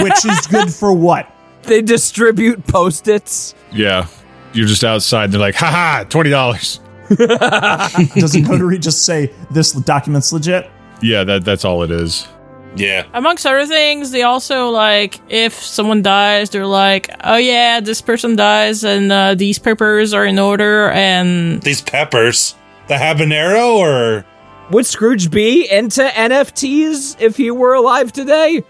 L: Which is good for what?
C: They distribute post its.
B: Yeah. You're just outside. They're like, haha, $20.
L: Does a notary just say this document's legit?
B: Yeah, that, that's all it is.
E: Yeah.
G: Amongst other things, they also like if someone dies, they're like, "Oh yeah, this person dies, and uh, these papers are in order." And
E: These peppers. The habanero or.
C: Would Scrooge be into NFTs if he were alive today?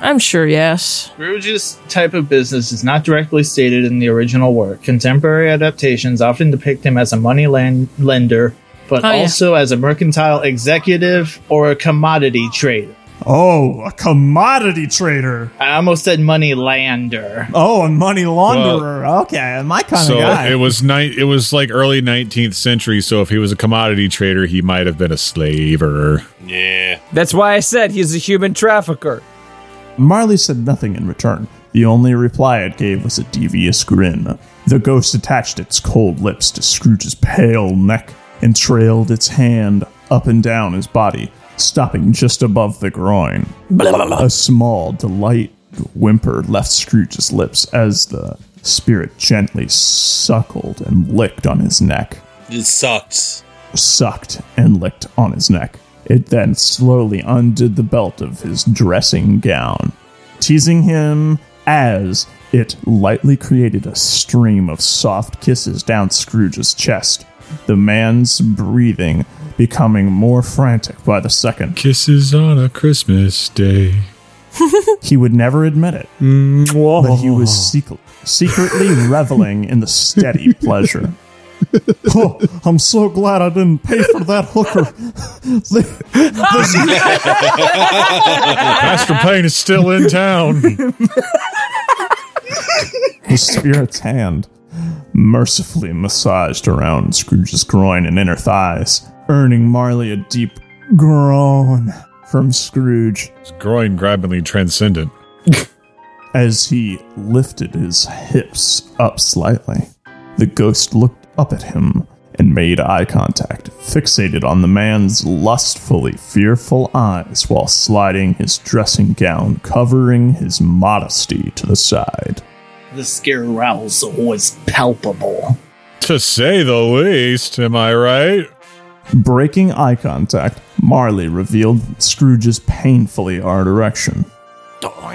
G: I'm sure, yes,
K: Scrooge's type of business is not directly stated in the original work. Contemporary adaptations often depict him as a money lan- lender, but
G: Oh, yeah.
K: also as a mercantile executive or a commodity trader.
L: Oh, a commodity trader.
K: I almost said money lander.
L: Oh, a money launderer. okay, my
J: Oh
L: kind
B: So
L: of guy.
B: it was ni- it was like early 19th century. So if he was a commodity trader, he might have been a slaver.
E: Yeah.
C: That's why I said he's a human trafficker.
J: Marley said nothing in return. The only reply it gave was a devious grin. The ghost attached its cold lips to Scrooge's pale neck and trailed its hand up and down his body, stopping just above the groin. A small, delight whimper left Scrooge's lips as the spirit gently suckled and licked on his neck
E: It sucks.
J: sucked and licked on his neck. It then slowly undid the belt of his dressing gown, teasing him as It lightly created a stream of soft kisses down Scrooge's chest, the man's breathing becoming more frantic by the second.
B: Kisses on a Christmas day.
J: he would never admit it, but he was secret, secretly reveling in the steady pleasure.
L: Oh, I'm so glad I didn't pay for that hooker.
B: Master Payne is still in town.
J: The spirit's hand mercifully massaged around Scrooge's groin and inner thighs, earning Marley a deep groan from Scrooge
B: His groin grabbingly transcendent.
J: as he lifted his hips up slightly. The ghost looked up at him and made eye contact, fixated on the man's lustfully fearful eyes while sliding his dressing gown, covering his modesty to the side.
K: The scare arousal was palpable.
B: To say the least, am I right?
J: Breaking eye contact, Marley revealed Scrooge's painfully hard erection.
E: Oh,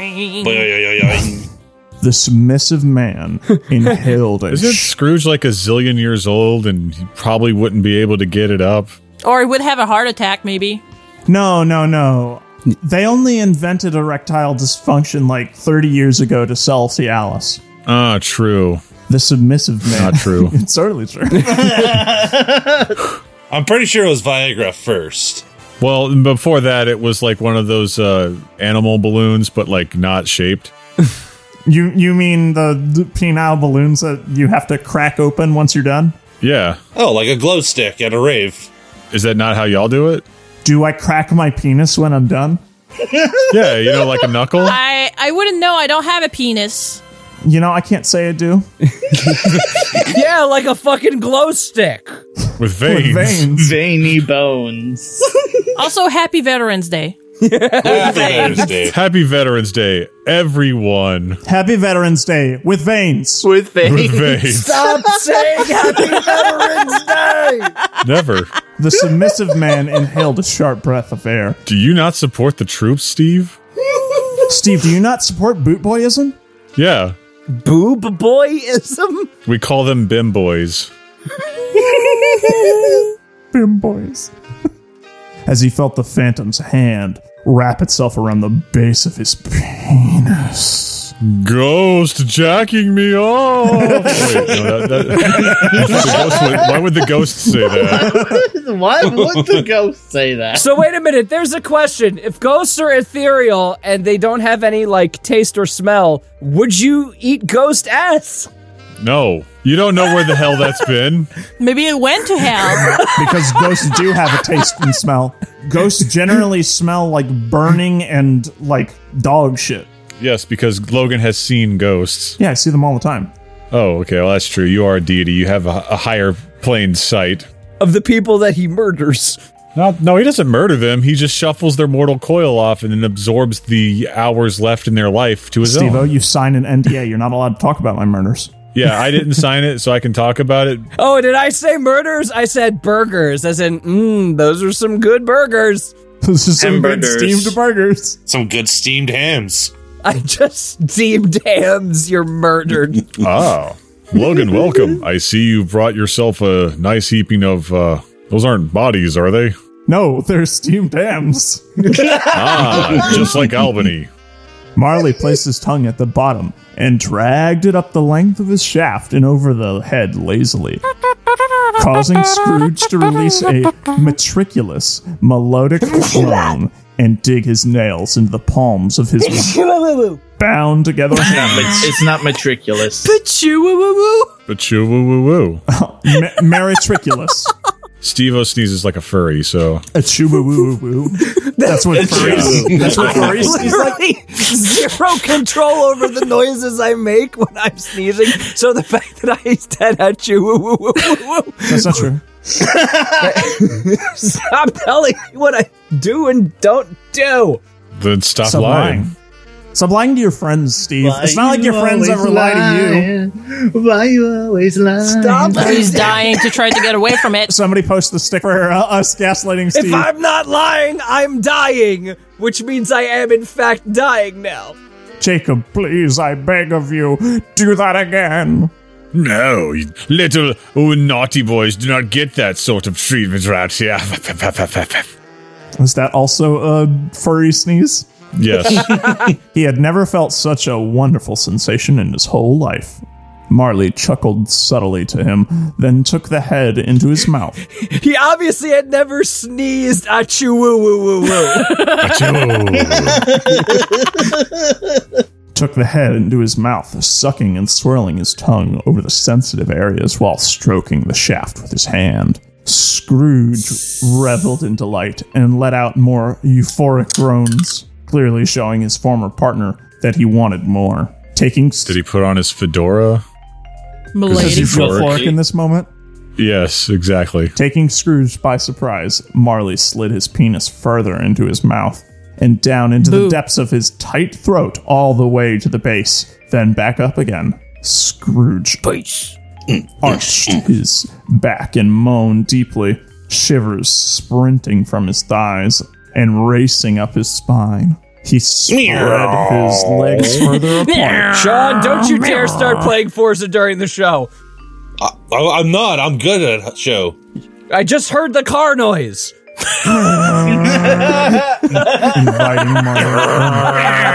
J: The submissive man inhaled a
B: Isn't Scrooge like a zillion years old and he probably wouldn't be able to get it up?
G: Or he would have a heart attack, maybe.
J: No, no, no. They only invented erectile dysfunction like 30 years ago to sell Cialis.
B: Ah, true.
J: The submissive man.
B: Not true.
J: it's certainly true.
E: I'm pretty sure it was Viagra first.
B: Well, before that, it was like one of those uh, animal balloons, but like not shaped.
J: you you mean the, the penile balloons that you have to crack open once you're done?
B: Yeah.
E: Oh, like a glow stick at a rave.
B: Is that not how y'all do it?
J: Do I crack my penis when I'm done?
B: Yeah, you know, like a knuckle?
G: I I wouldn't know. I don't have a penis.
J: You know, I can't say I do.
C: yeah, like a fucking glow stick.
B: With veins.
J: Veins.
K: Veiny bones.
G: Also, happy Veterans Day.
E: Veterans Day.
B: Happy Veterans Day, everyone.
J: Happy Veterans Day with veins.
K: With
B: With veins.
C: Stop saying happy Veterans Day.
B: Never.
J: The submissive man inhaled a sharp breath of air.
B: Do you not support the troops, Steve?
J: Steve, do you not support bootboyism?
B: Yeah.
C: Boob boyism.
B: We call them bim boys.
J: Bim boys. As he felt the phantom's hand wrap itself around the base of his penis.
B: Ghost jacking me off. Wait, no, that- that- the ghost would- why would the ghost say that?
K: Why would the ghost say that?
C: So wait a minute. There's a question. If ghosts are ethereal and they don't have any like taste or smell, would you eat ghost ass?
B: No. You don't know where the hell that's been.
G: Maybe it went to hell.
J: Because ghosts do have a taste and smell. Ghosts generally smell like burning and like dog shit.
B: Yes, because Logan has seen ghosts.
J: Yeah, I see them all the time.
B: Oh, okay. Well, that's true. You are a deity. You have a, a higher plane sight.
C: Of the people that he murders.
B: Not, no, he doesn't murder them. He just shuffles their mortal coil off and then absorbs the hours left in their life to his
J: Steve O,
B: own.
J: you signed an NDA. You're not allowed to talk about my murders.
B: Yeah, I didn't sign it, so I can talk about it.
C: Oh, did I say murders? I said burgers, as in, mmm, those are some good burgers.
J: This is some good
K: Hamburgers.
J: steamed burgers.
E: Some good steamed hams.
C: I just deemed hams you're murdered.
B: Oh. Logan, welcome. I see you brought yourself a nice heaping of. Uh, those aren't bodies, are they?
J: No, they're steamed hams.
B: Ah, just like Albany.
J: Marley placed his tongue at the bottom and dragged it up the length of his shaft and over the head lazily, causing Scrooge to release a metriculous, melodic groan and dig his nails into the palms of his bound together hands.
K: it's not matriculous.
B: But you woo woo woo.
J: Me- meretriculous.
B: Steve O sneezes like a furry, so.
J: A chuba woo woo woo. That's what furries. That's what furries. He's like,
C: Literally zero control over the noises I make when I'm sneezing. So the fact that I said at you, woo, woo, woo, woo, woo,
J: that's not true.
C: stop telling me what I do and don't do.
B: Then stop
J: Stop
B: lying.
J: lying. Stop lying to your friends, Steve. it's not like your friends ever lie to you.
K: to you. Why you always lie?
C: Stop
G: He's
C: it.
G: dying to try to get away from it.
J: Somebody post the sticker for uh, us gaslighting Steve.
C: If I'm not lying, I'm dying, which means I am in fact dying now.
J: Jacob, please, I beg of you, do that again.
B: No, you little oh, naughty boys do not get that sort of treatment around here.
J: Was that also a furry sneeze?
B: Yes.
J: he had never felt such a wonderful sensation in his whole life. Marley chuckled subtly to him, then took the head into his mouth.
C: he obviously had never sneezed at you woo woo woo
J: woo. took the head into his mouth, sucking and swirling his tongue over the sensitive areas while stroking the shaft with his hand. Scrooge reveled in delight and let out more euphoric groans, clearly showing his former partner that he wanted more. Taking
B: Did he put on his fedora?
J: Milady. Is euphoric in this moment?
B: Yes, exactly.
J: Taking Scrooge by surprise, Marley slid his penis further into his mouth and down into Boo. the depths of his tight throat all the way to the base, then back up again. Scrooge
E: base. Mm.
J: arched his back and moaned deeply, shivers sprinting from his thighs and racing up his spine. He spread Meow. his legs further apart.
C: Sean, don't
G: Oh,
C: you dare start playing Forza during the show.
E: I, I'm not. I'm good at show.
C: I just heard the car noise.
J: Inviting Mario.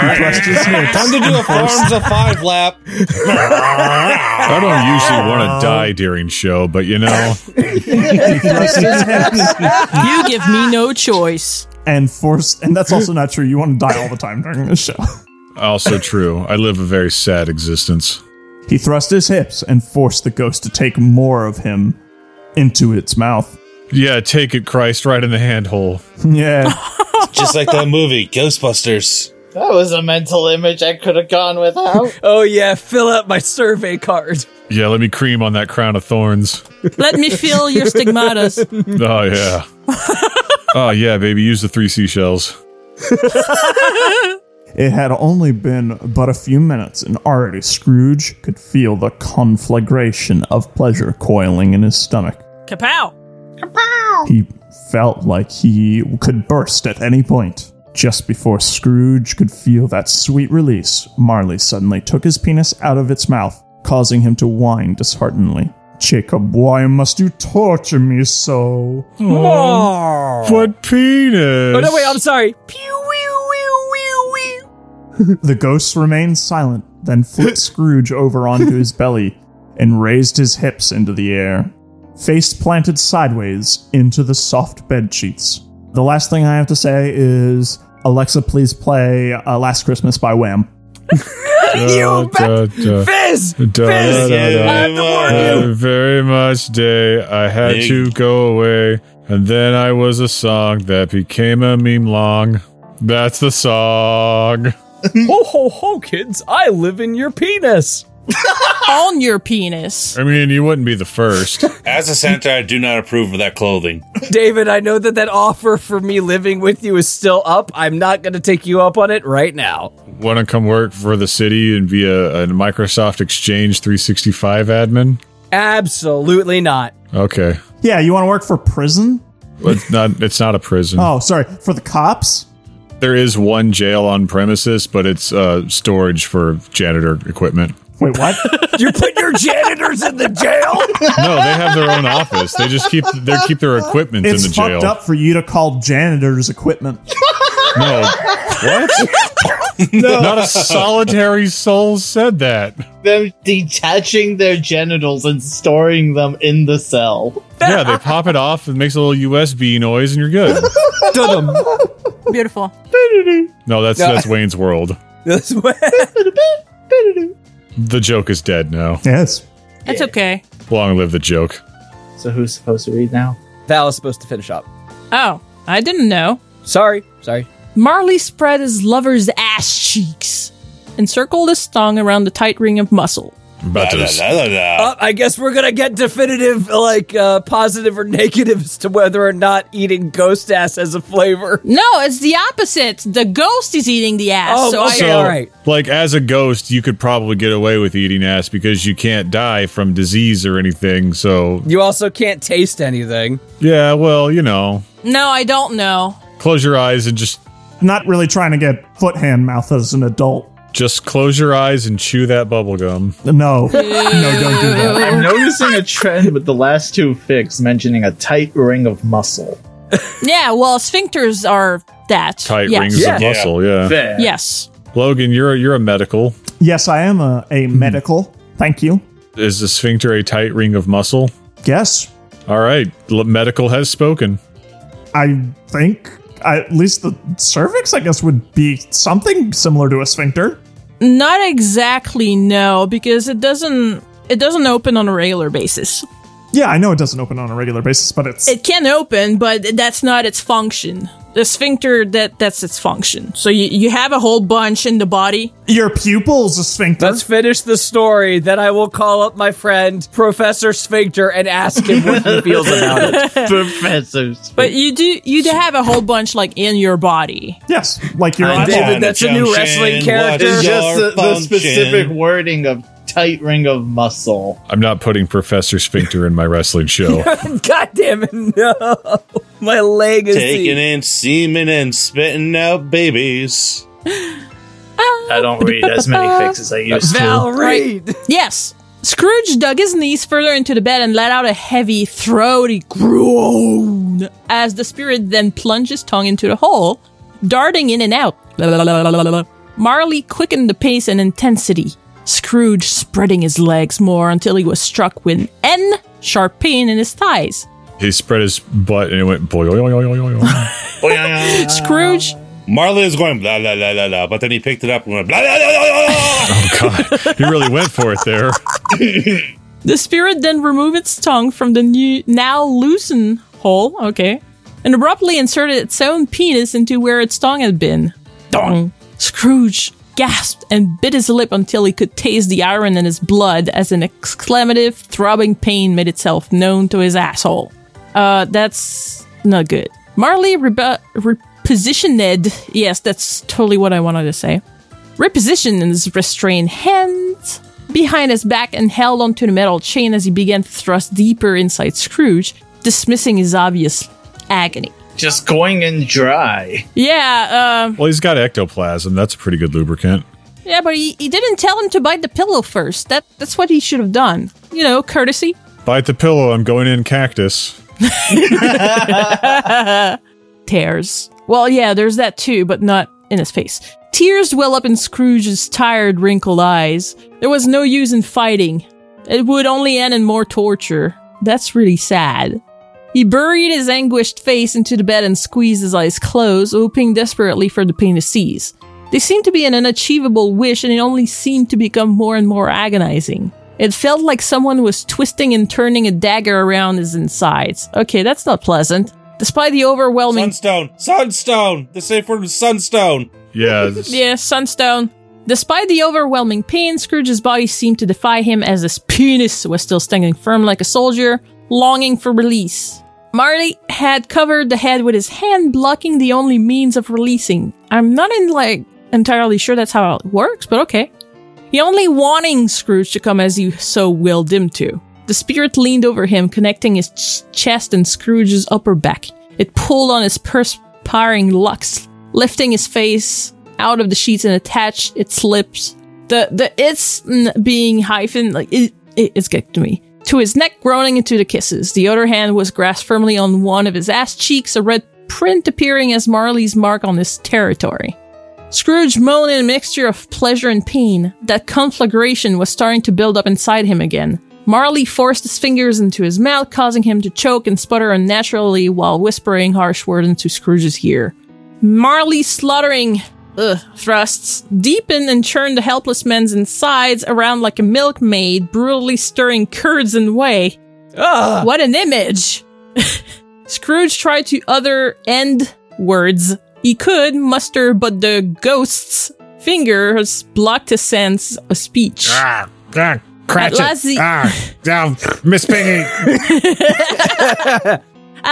J: He pressed his hips.
E: Time to do a Farms of Five lap.
B: I don't usually want to die during show, but you know.
G: you give me no choice.
J: And forced, and that's also not true. You want to die all the time during this show.
B: Also true. I live a very sad existence.
J: He thrust his hips and forced the ghost to take more of him into its mouth.
B: Yeah, take it, Christ, right in the handhole.
J: Yeah.
E: Just like that movie, Ghostbusters.
K: That was a mental image I could have gone without.
C: oh, yeah, fill out my survey card.
B: Yeah, let me cream on that crown of thorns.
G: let me feel your stigmatas.
C: Mm.
B: Oh, yeah. oh, yeah, baby, use the three seashells.
J: It had only been but a few minutes, and already Scrooge could feel the conflagration of pleasure coiling in his stomach.
G: Kapow!
J: He felt like he could burst at any point. Just before Scrooge could feel that sweet release, Marley suddenly took his penis out of its mouth, causing him to whine disheartenedly. Jacob, why must you torture me so?
B: Oh, what penis?
C: Oh, no, wait, I'm sorry.
J: the ghost remained silent, then flipped Scrooge over onto his belly and raised his hips into the air face planted sideways into the soft bed sheets. The last thing I have to say is Alexa, please play uh, Last Christmas by Wham.
C: you bet. Fizz! Fizz!
B: Oh,
E: Uh,
B: Very much day. I had Big. to go away. And then I was a song that became a meme long. That's the song.
C: ho, ho, ho, kids. I live in your penis.
G: on your penis.
B: I mean, you wouldn't be the first.
E: As a Santa, I do not approve of that clothing.
C: David, I know that that offer for me living with you is still up. I'm not going to take you up on it right now.
B: Want to come work for the city and be a, a Microsoft Exchange 365 admin?
C: Absolutely not.
B: Okay.
J: Yeah, you want to work for prison?
B: Well, it's not. It's not a prison.
J: oh, sorry, for the cops.
B: There is one jail on premises, but it's uh, storage for janitor equipment.
J: Wait, what?
C: you put your janitors in the jail?
B: No, they have their own office. They just keep they keep their equipment
J: it's
B: in the jail.
J: It's fucked up for you to call janitors equipment.
B: No, what? no. Not a solitary soul said that.
K: Them detaching their genitals and storing them in the cell.
B: Yeah, they pop it off. It makes a little USB noise, and you're good.
C: Dum.
G: Beautiful.
B: No, that's no, that's I, Wayne's World.
C: That's Wayne.
B: The joke is dead now.
J: Yes.
G: That's okay.
B: Long live the joke.
K: So who's supposed to read now?
C: Val is supposed to finish up.
G: Oh, I didn't know.
C: Sorry. Sorry.
G: Marley spread his lover's ass cheeks and circled his tongue around the tight ring of muscle.
E: Da, da, da,
C: uh, I guess we're gonna get definitive, like uh, positive or negative, as to whether or not eating ghost ass as a flavor.
G: No, it's the opposite. The ghost is eating the ass.
C: Oh, so okay, so, all right.
B: Like as a ghost, you could probably get away with eating ass because you can't die from disease or anything. So
C: you also can't taste anything.
B: Yeah, well, you know.
G: No, I don't know.
B: Close your eyes and just.
J: Not really trying to get foot hand mouth as an adult.
B: Just close your eyes and chew that bubble gum.
J: No. no, don't do that.
K: I'm noticing a trend with the last two fics mentioning a tight ring of muscle.
M: Yeah, well, sphincters are that.
B: Tight
M: yes.
B: rings of muscle, yeah.
K: Fair.
M: Yes.
B: Logan, you're a, you're a medical.
J: Yes, I am a, a
E: Hmm.
J: medical. Thank you.
B: Is the sphincter a tight ring of muscle?
J: Yes.
B: All right, l- medical has spoken.
J: I think I, at least the cervix, I guess, would be something similar to a sphincter.
G: Not exactly, no, because it doesn't it doesn't open on a regular basis.
J: Yeah, I know it doesn't open on a regular basis, but it's
G: It can open, but that's not its function. The sphincter that that's its function. So you, you have a whole bunch in the body.
J: your pupils a sphincter.
C: Let's finish the story, then I will call up my friend, Professor Sphincter, and ask him what he feels about it.
K: Professor.
G: But you do you do have a whole bunch like in your body.
J: yes, like your
C: And
J: eyeball.
C: David, that's a new
E: Junction,
C: wrestling
E: what
C: character.
E: is
K: It's just the, the
E: function.
K: specific wording of tight ring of muscle.
B: I'm not putting Professor Sphincter in my wrestling show.
C: God damn it, no. My legacy.
E: Taking in semen and spitting out babies.
K: I don't read as many fics as I used
C: Val Reed.
G: Yes. Scrooge dug his knees further into the bed and let out a heavy, throaty groan as the spirit then plunged his tongue into the hole, darting in and out. Marley quickened the pace and intensity, Scrooge spreading his legs more until he was struck with an sharp pain in his thighs.
B: he spread his butt and it went boy. oy, oy, oy, oy, oy, oy.
G: Scrooge
E: Marley was going blah blah blah blah blah, but then he picked it up and went blah blah blah blah. blah, blah.
B: Oh god. He really went for it there.
G: The spirit then removed its tongue from the new, now loosened hole, okay, and abruptly inserted its own penis into where its tongue had been. Dong! Scrooge gasped and bit his lip until he could taste the iron in his blood as an exclamative, throbbing pain made itself known to his asshole. Uh, that's not good. Marley reba- repositioned. Yes, that's totally what I wanted to say repositioned his restrained hands behind his back and held onto the metal chain as he began to thrust deeper inside Scrooge, dismissing his obvious agony.
K: Just going in dry.
G: Yeah, um,
B: Well, he's got ectoplasm. That's a pretty good lubricant.
G: yeah, but he, he didn't tell him to bite the pillow first. That that's what he should have done. You know, courtesy.
B: Bite the pillow. I'm going in cactus.
G: Tears. Well, yeah, there's that too, but not in his face. Tears well up in Scrooge's tired, wrinkled eyes. There was no use in fighting. It would only end in more torture. That's really sad. He buried his anguished face into the bed and squeezed his eyes closed, hoping desperately for the pain to cease. They seemed to be an unachievable wish, and it only seemed to become more and more agonizing. It felt like someone was twisting and turning a dagger around his insides. Okay, that's not pleasant. Despite the overwhelming
E: Sunstone, sunstone. The safe word is sunstone.
B: Yeah. this-
G: yeah, Sunstone. Despite the overwhelming pain, Scrooge's body seemed to defy him as his penis was still standing firm like a soldier, longing for release. Marley had covered the head with his hand, blocking the only means of releasing. I'm not in like entirely sure that's how it works, but okay. He only wanting Scrooge to come as he so willed him to. The spirit leaned over him, connecting his ch- chest and Scrooge's upper back. It pulled on his perspiring locks, lifting his face out of the sheets and attached its lips. The the it's mm, being hyphen like it, it it's getting to me. To his neck, groaning into the kisses. The other hand was grasped firmly on one of his ass cheeks, a red print appearing as Marley's mark on his territory. Scrooge moaned in a mixture of pleasure and pain. That conflagration was starting to build up inside him again. Marley forced his fingers into his mouth, causing him to choke and sputter unnaturally while whispering harsh words into Scrooge's ear. Marley slaughtering ugh, thrusts deepened and churned the helpless man's insides around like a milkmaid, brutally stirring curds and whey.
C: Ah,
G: What an image! Scrooge tried to other end words he could muster, but the ghost's fingers blocked his sense of speech.
B: ah, ah,
G: At last, the,
B: ah, down, Miss Piggy.
G: at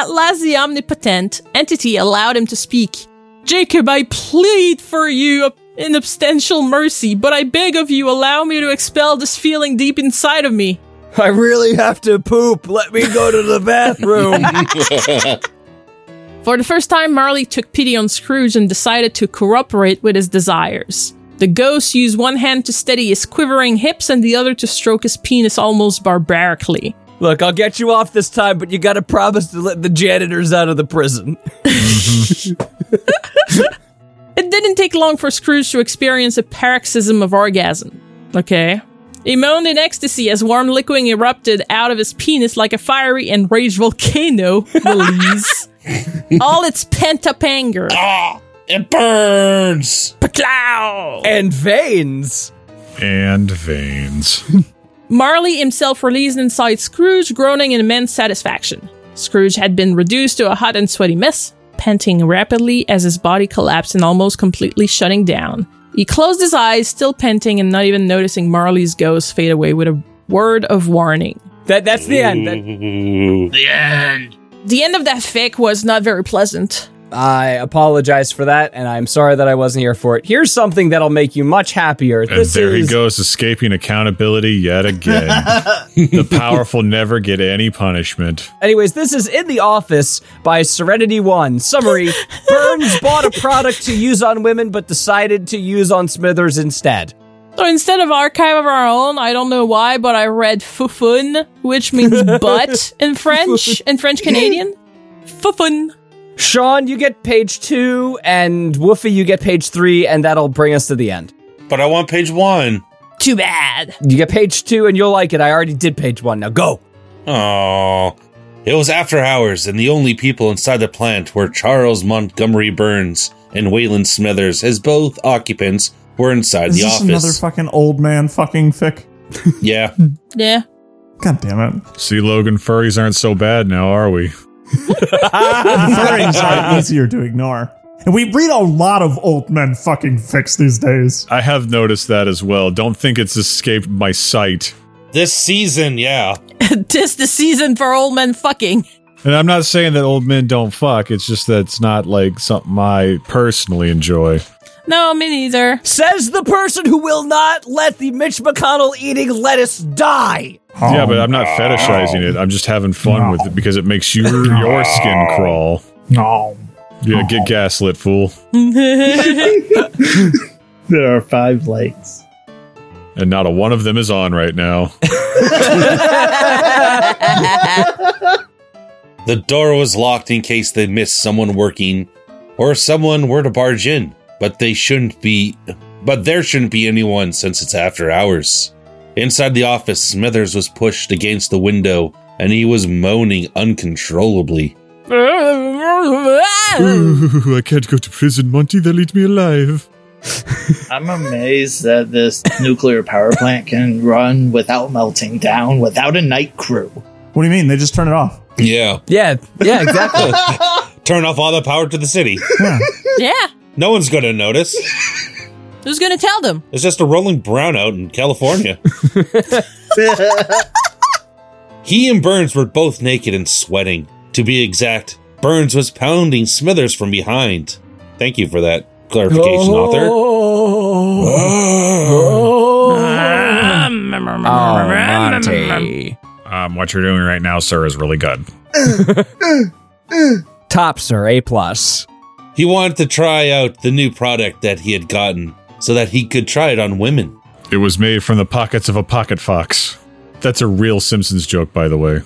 G: last, the omnipotent entity allowed him to speak. Jacob, I plead for you in substantial mercy, but I beg of you, allow me to expel this feeling deep inside of me.
C: I really have to poop. Let me go to the bathroom.
G: For the first time, Marley took pity on Scrooge and decided to cooperate with his desires. The ghost used one hand to steady his quivering hips and the other to stroke his penis almost barbarically.
C: Look, I'll get you off this time, but you gotta promise to let the janitors out of the prison.
G: It didn't take long for Scrooge to experience a paroxysm of orgasm. Okay. He moaned in ecstasy as warm liquid erupted out of his penis like a fiery and enraged volcano release all its pent up anger.
E: Ah, it burns!
G: Paclow!
C: And veins!
B: And veins.
G: Marley himself released inside Scrooge, groaning in immense satisfaction. Scrooge had been reduced to a hot and sweaty mess, panting rapidly as his body collapsed and almost completely shutting down. He closed his eyes, still panting and not even noticing Marley's ghost fade away with a word of warning.
C: That that's the end. That-
B: Mm-hmm.
K: The end.
G: the end of that fic was not very pleasant.
C: I apologize for that, and I'm sorry that I wasn't here for it. Here's something that'll make you much happier.
B: And there he goes, escaping accountability yet again. the powerful never get any punishment.
C: Anyways, this is In the Office by Serenity One. Summary Burns bought a product to use on women, but decided to use on Smithers instead.
G: So instead of archive of our own, I don't know why, but I read fufun, which means butt in French, in French Canadian. Fufun.
C: Sean, you get page two, and Woofy, you get page three, and that'll bring us to the end.
E: But I want page one.
G: Too bad.
C: You get page two, and you'll like it. I already did page one. Now go.
E: Oh. It was after hours, and the only people inside the plant were Charles Montgomery Burns and Wayland Smithers, as both occupants were inside
J: Is
E: the
J: this another
E: office.
J: fucking old man fucking Hmm. fic?
E: yeah.
G: Yeah.
J: God damn it.
B: See, Logan, furries aren't so bad now, are we?
J: Furries are easier to ignore. And we read a lot of old men fucking fics these days.
B: I have noticed that as well. Don't think it's escaped my sight.
E: This season, yeah.
G: Tis the season for old men fucking.
B: And I'm not saying that old men don't fuck. It's just that it's not like something I personally enjoy.
G: No, me neither.
C: Says the person who will not let the Mitch McConnell eating lettuce die.
K: Oh,
B: yeah, but I'm not fetishizing it. I'm just having fun with it because it makes your your skin crawl.
K: No.
B: Yeah, get gaslit, fool,
K: There are five lights.
B: and not a one of them is on right now.
E: The door was locked in case they missed someone working or someone were to barge in, but they shouldn't be but there shouldn't be anyone since it's after hours. Inside the office, Smithers was pushed against the window and he was moaning uncontrollably.
B: Ooh, I can't go to prison, Monty. They'll eat me alive.
K: I'm amazed that this nuclear power plant can run without melting down, without a night crew.
J: What do you mean? They just turn it off.
E: Yeah.
C: Yeah, yeah, exactly.
E: Turn off all the power to the city.
G: Yeah.
E: No one's gonna notice.
G: Who's gonna tell them?
E: It's just a rolling brownout in California. he and Burns were both naked and sweating. To be exact, Burns was pounding Smithers from behind. Thank you for that
C: Oh.
E: clarification, author.
C: Oh,
B: Um, what you're doing right now, sir, is really good.
C: Top sir, A plus.
E: He wanted to try out the new product that he had gotten so that he could try it on women.
B: It was made from the pockets of a pocket fox. That's a real Simpsons joke, by the way.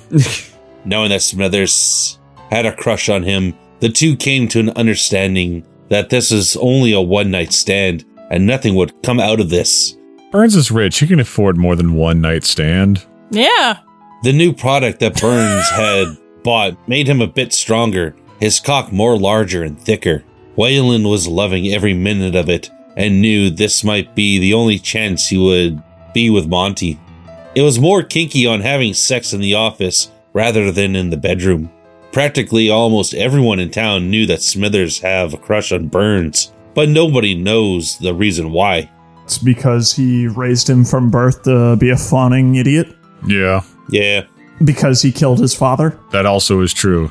E: Knowing that Smithers had a crush on him, the two came to an understanding that this is only a one night stand and nothing would come out of this.
B: Burns is rich. He can afford more than one night stand.
G: Yeah.
E: The new product that Burns had bought made him a bit stronger, his cock more larger and thicker. Wayland was loving every minute of it and knew this might be the only chance he would be with Monty. It was more kinky on having sex in the office rather than in the bedroom. Practically almost everyone in town knew that Smithers have a crush on Burns, but nobody knows the reason why.
J: It's because he raised him from birth to be a fawning idiot.
B: Yeah,
E: Yeah,
J: Because he killed his father.
B: that also is true.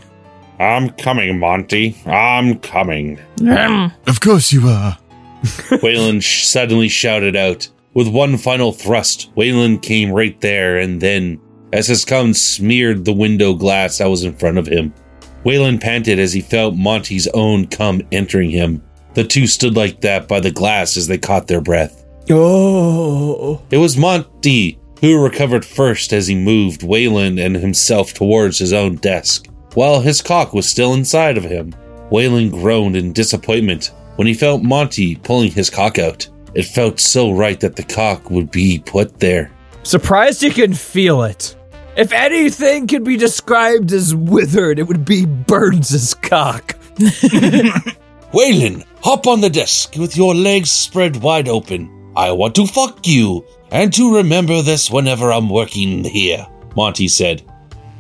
E: I'm coming, Monty. I'm coming.
B: Of course you are.
E: Wayland sh- suddenly shouted out. With one final thrust, Wayland came right there, and then, as his cum smeared the window glass that was in front of him, Wayland panted as he felt Monty's own cum entering him. The two stood like that by the glass as they caught their breath.
C: Oh.
E: It was Monty who recovered first as he moved Wayland and himself towards his own desk. While his cock was still inside of him, Wayland groaned in disappointment when he felt Monty pulling his cock out. It felt so right that the cock would be put there.
C: Surprised you can feel it. If anything could be described as withered, it would be Burns's cock.
E: Waylon, hop on the desk with your legs spread wide open. I want to fuck you, and to remember this whenever I'm working here, Monty said.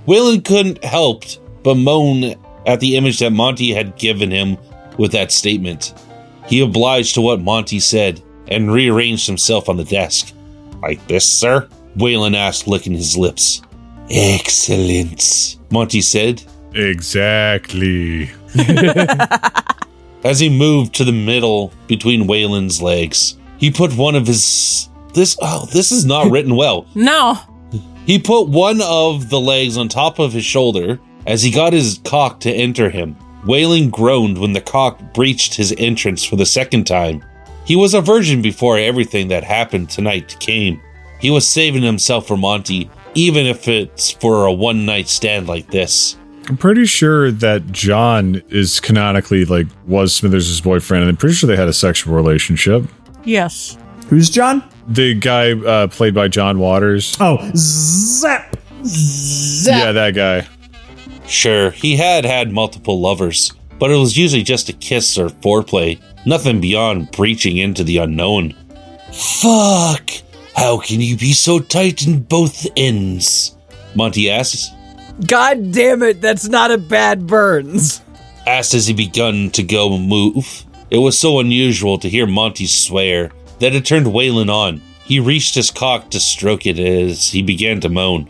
E: Waylon couldn't help but moan at the image that Monty had given him with that statement. He obliged to what Monty said and rearranged himself on the desk. Like this, sir? Waylon asked, licking his lips. Excellent, Monty said.
B: Exactly.
E: As he moved to the middle between Waylon's legs, he put one of his. This. Oh, this is not written well.
F: no.
E: He put one of the legs on top of his shoulder as he got his cock to enter him. Waylon groaned when the cock breached his entrance for the second time. He was a virgin before everything that happened tonight came. He was saving himself for Monty, even if it's for a one night stand like this.
B: I'm pretty sure that John is canonically like was Smithers' boyfriend, and I'm pretty sure they had a sexual relationship.
F: Yes.
J: Who's John?
B: The guy uh, played by John Waters.
J: Oh, zap, zap.
B: Yeah, that guy.
E: Sure, he had had multiple lovers, but it was usually just a kiss or foreplay, nothing beyond breaching into the unknown. Fuck! How can you be so tight in both ends? Monty asks.
C: God damn it, that's not a bad Burns.
E: Asked as he begun to go move. It was so unusual to hear Monty swear that it turned Waylon on. He reached his cock to stroke it as he began to moan.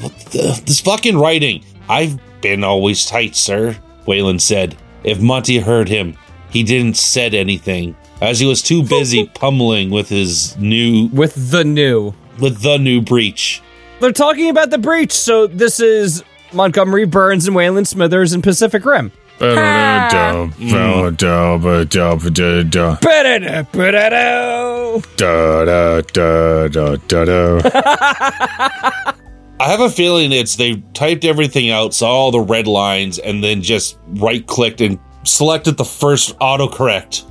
E: What the, this fucking writing. I've been always tight, sir, Wayland said. If Monty heard him, he didn't said anything, as he was too busy pummeling with his new
C: With the new.
E: with the new breach.
C: They're talking about the breach, so this is Montgomery Burns and Waylon Smithers and Pacific Rim.
B: Oh, Da-da-da-da-da-da-da-da-da.
C: Ba-da-da-ba-da-da.
B: Da-da-da-da-da-da.
E: I have a feeling it's they typed everything out, saw all the red lines, and then just right clicked and selected the first autocorrect.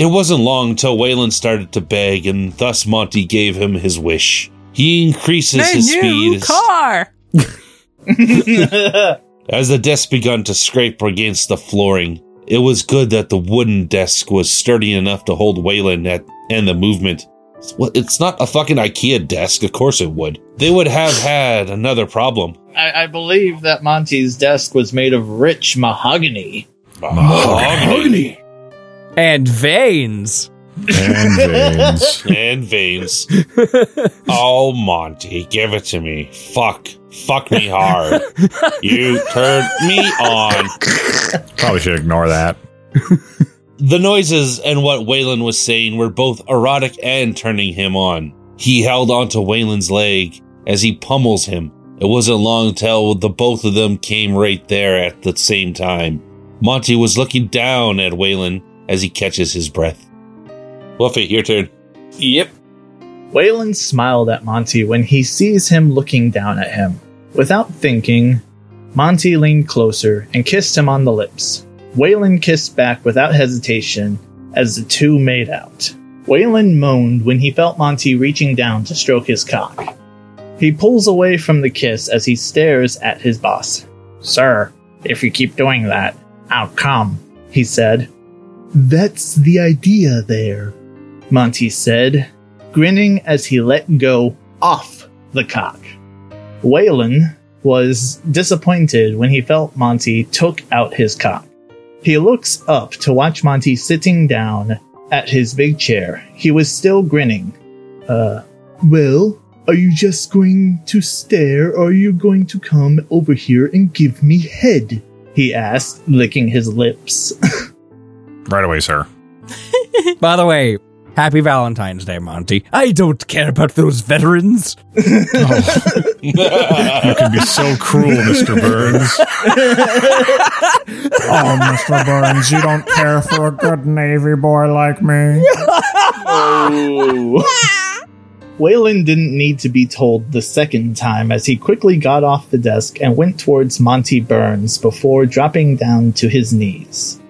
E: It wasn't long till Waylon started to beg, and thus Monty gave him his wish. He increases his speed. as-
F: car.
E: As the desk began to scrape against the flooring, it was good that the wooden desk was sturdy enough to hold Wayland at, and the movement. Well, it's not a fucking IKEA desk, of course it would. They would have had another problem.
K: I, I believe that Monty's desk was made of rich mahogany.
E: Mahogany.
C: And veins.
B: And veins.
E: and veins. oh, Monty, give it to me. Fuck. Fuck me hard. you turned me on.
B: Probably should ignore that.
E: The noises and what Waylon was saying were both erotic and turning him on. He held onto Waylon's leg as he pummels him. It wasn't long till the both of them came right there at the same time. Monty was looking down at Waylon as he catches his breath. Wolfie, your turn.
K: Yep. Waylon smiled at Monty when he sees him looking down at him. Without thinking, Monty leaned closer and kissed him on the lips. Waylon kissed back without hesitation as the two made out. Waylon moaned when he felt Monty reaching down to stroke his cock. He pulls away from the kiss as he stares at his boss. Sir, if you keep doing that, I'll come, he said. That's the idea there, Monty said, grinning as he let go off the cock. Waylon was disappointed when he felt Monty took out his cock. He looks up to watch Monty sitting down at his big chair. He was still grinning. Uh, well, are you just going to stare or are you going to come over here and give me head? He asked, licking his lips.
B: Right away, sir.
C: By the way,
N: Happy Valentine's Day, Monty. I don't care about those veterans.
B: You can be so cruel, Mr. Burns.
J: Oh, Mr. Burns, you don't care for a good Navy boy like me.
K: Waylon didn't need to be told the second time as he quickly got off the desk and went towards Monty Burns before dropping down to his knees.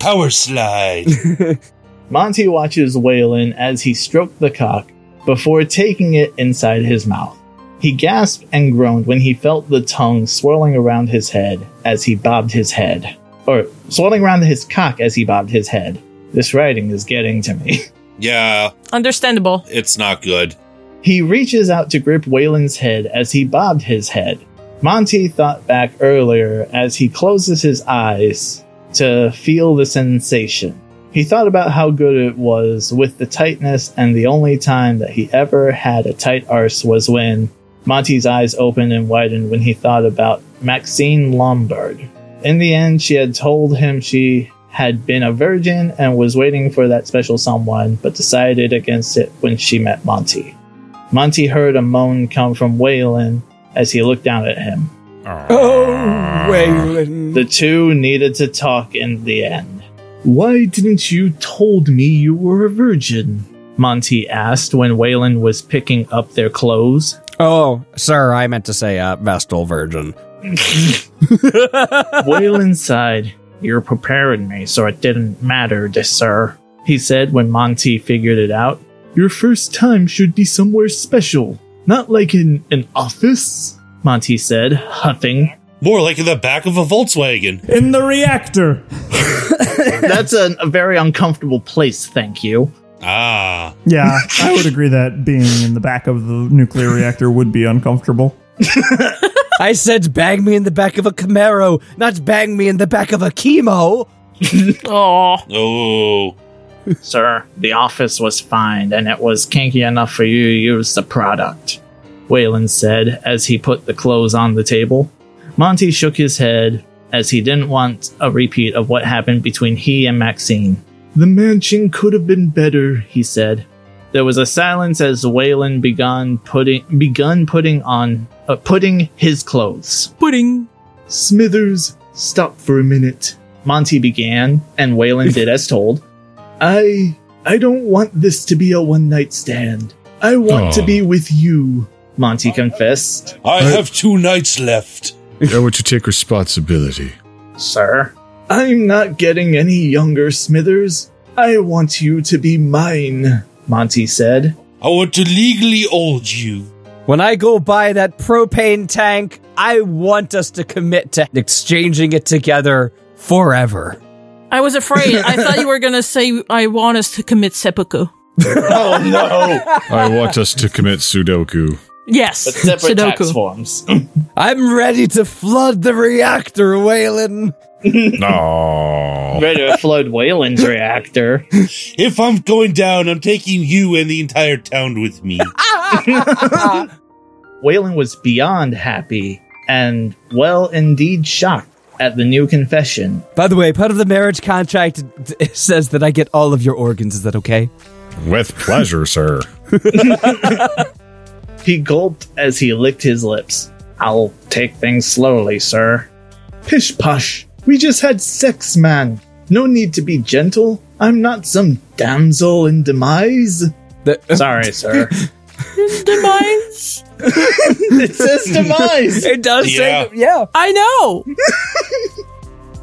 E: Power slide.
K: Monty watches Waylon as he stroked the cock before taking it inside his mouth. He gasped and groaned when he felt the tongue swirling around his head as he bobbed his head. Or swirling around his cock as he bobbed his head. This writing is getting to me.
E: Yeah,
G: Understandable.
E: it's not good.
K: He reaches out to grip Waylon's head as he bobbed his head. Monty thought back earlier as he closes his eyes to feel the sensation. He thought about how good it was with the tightness, and the only time that he ever had a tight arse was when Monty's eyes opened and widened when he thought about Maxine Lombard. In the end, she had told him she had been a virgin and was waiting for that special someone, but decided against it when she met Monty. Monty heard a moan come from Waylon as he looked down at him.
N: Oh, Waylon.
K: The two needed to talk in the end. Why didn't you told me you were a virgin? Monty asked when Waylon was picking up their clothes.
N: Oh, sir, I meant to say uh, Vestal Virgin.
K: Waylon sighed. You're preparing me, so it didn't matter, to sir. He said when Monty figured it out. Your first time should be somewhere special, not like in an office, Monty said, huffing.
E: More like in the back of a Volkswagen.
J: In the reactor.
K: That's a, a very uncomfortable place, thank you.
E: Ah.
J: Yeah, I would agree that being in the back of the nuclear reactor would be uncomfortable.
N: I said bang me in the back of a Camaro, not bang me in the back of a chemo.
G: Oh,
E: Oh.
K: Sir, the office was fine, and it was kinky enough for you to use the product, Waylon said as he put the clothes on the table. Monty shook his head as he didn't want a repeat of what happened between he and Maxine. The mansion could have been better, he said. There was a silence as Waylon began putting begun putting on uh, putting his clothes.
G: pudding.
K: Smithers, stop for a minute. Monty began, and Waylon did as told. I I don't want this to be a one night stand. I want to
B: Aw.
K: be with you, Monty confessed.
E: I have two nights left.
B: I want to take responsibility.
K: Sir. I'm not getting any younger, Smithers. I want you to be mine, Monty said.
E: I want to legally old you.
C: When I go buy that propane tank, I want us to commit to exchanging it together forever.
G: I was afraid. I thought you were gonna say I want us to commit seppuku.
K: Oh no!
B: I want us to commit Sudoku.
G: Yes,
K: But separate tax
G: Sudoku.
K: forms.
C: I'm ready to flood the reactor, Waylon.
B: No.
K: Ready to flood Wayland's reactor.
E: If I'm going down, I'm taking you and the entire town with me.
K: Waylon was beyond happy and, well, indeed shocked at the new confession.
C: By the way, part of the marriage contract d- says that I get all of your organs. Is that okay?
B: With pleasure, sir.
K: He gulped as he licked his lips. I'll take things slowly, sir. Pish posh. We just had sex, man. No need to be gentle. I'm not some damsel in demise. Sorry, sir.
G: Demise.
K: it says demise.
C: It does say,
E: Yeah.
C: yeah.
G: I know.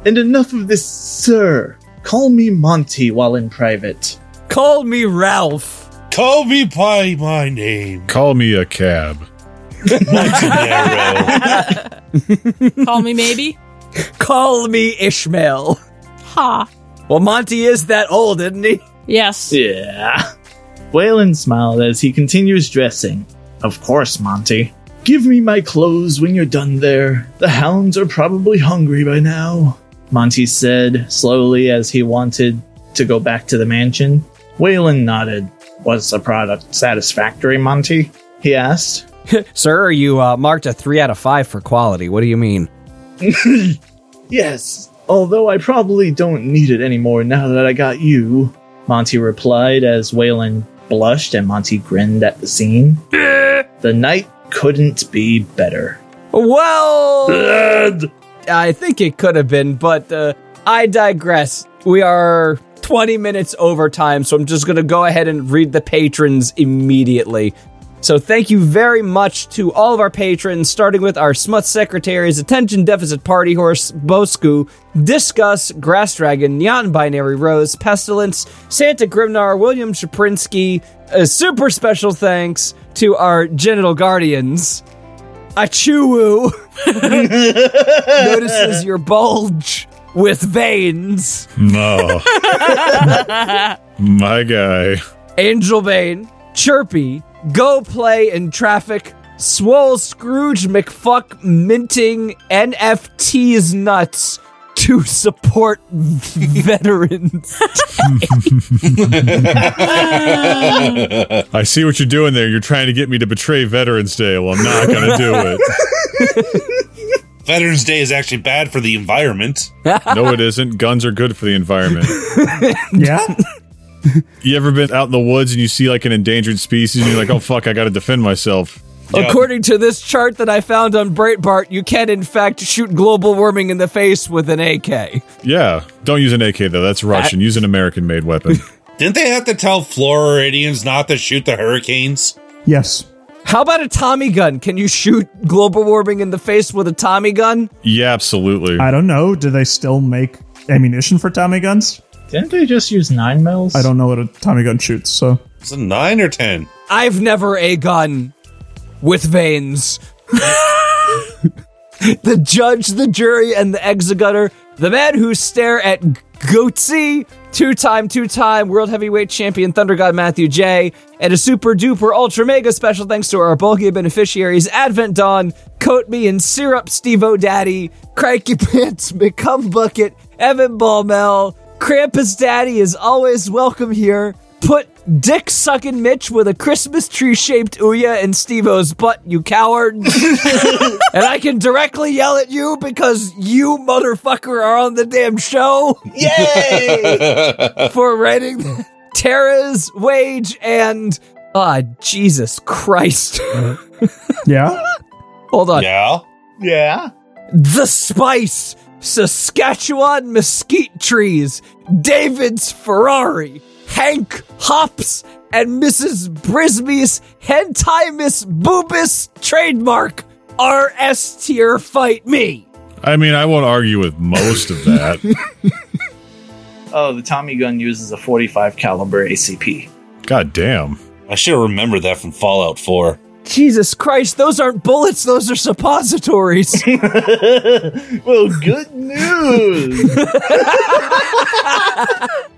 K: And enough of this, sir. Call me Monty while in private.
C: Call me Ralph.
E: Call me by my name.
B: Call me a cab.
E: Montanero.
G: Call me maybe.
C: Call me Ishmael.
G: Ha.
C: Well, Monty is that old, isn't he?
G: Yes.
K: Yeah. Waylon smiled as he continues dressing. Of course, Monty. Give me my clothes when you're done there. The hounds are probably hungry by now, Monty said slowly as he wanted to go back to the mansion. Waylon nodded. Was the product satisfactory, Monty? He asked.
C: Sir, you uh, marked a three out of five for quality. What do you mean?
K: Yes, although I probably don't need it anymore now that I got you, Monty replied as Waylon blushed and Monty grinned at the scene. the night couldn't be better.
C: Well, I think it could have been, but uh, I digress. We are 20 minutes over time, so I'm just going to go ahead and read the patrons immediately. So thank you very much to all of our patrons, starting with our Smut Secretaries, Attention Deficit Party Horse, Bosku, Discuss, Grass Dragon, Neon Binary Rose, Pestilence, Santa Grimnar, William Shaprinsky. A super special thanks to our Genital Guardians. Achuwu notices your bulge with veins.
B: No. My guy.
C: Angel Bane, Chirpy, Go Play in Traffic, Swole Scrooge McFuck minting NFT's nuts to support veterans.
B: I see what you're doing there. You're trying to get me to betray Veterans Day. Well, I'm not going to do it.
E: Veterans Day is actually bad for the environment.
B: No, it isn't. Guns are good for the environment.
J: yeah?
B: You ever been out in the woods and you see like an endangered species and you're like, oh fuck, I got to defend myself?
C: According to this chart that I found on Breitbart, you can in fact shoot global warming in the face with an AK.
B: Yeah. Don't use an AK though. That's Russian. Use an American made weapon.
E: Didn't they have to tell Floridians not to shoot the hurricanes?
J: Yes.
C: How about a Tommy gun? Can you shoot global warming in the face with a Tommy gun?
B: Yeah, absolutely.
J: I don't know. Do they still make ammunition for Tommy guns?
K: Didn't they just use nine mils?
J: I don't know what a Tommy gun shoots, so.
E: It's a nine or ten.
C: I've never a gun with veins. the judge, the jury, and the executor, the man who stare at Goatsy, two time, two time world heavyweight champion Thunder God Matthew J, and a super duper ultra mega special thanks to our bulky beneficiaries Advent Dawn, Coat Me and Syrup Steve O Daddy, Cranky Pants, McCum Bucket, Evan Balmel, Krampus Daddy is always welcome here. Put Dick sucking Mitch with a Christmas tree shaped Ouya in Steve O's butt, you coward. and I can directly yell at you because you motherfucker are on the damn show. Yay! for writing Tara's wage and. Ah, Jesus Christ.
J: Yeah?
C: Hold on.
E: Yeah.
K: Yeah.
C: The Spice, Saskatchewan Mesquite Trees, David's Ferrari, Hank Hops, and Mrs. Brisby's Hentai Miss Boobus trademark are S tier fight me.
B: I mean, I won't argue with most of that.
K: Oh, the Tommy gun uses a 45 caliber ACP.
B: God damn.
E: I should have remembered that from Fallout 4.
C: Jesus Christ, those aren't bullets, those are suppositories.
K: well, good news.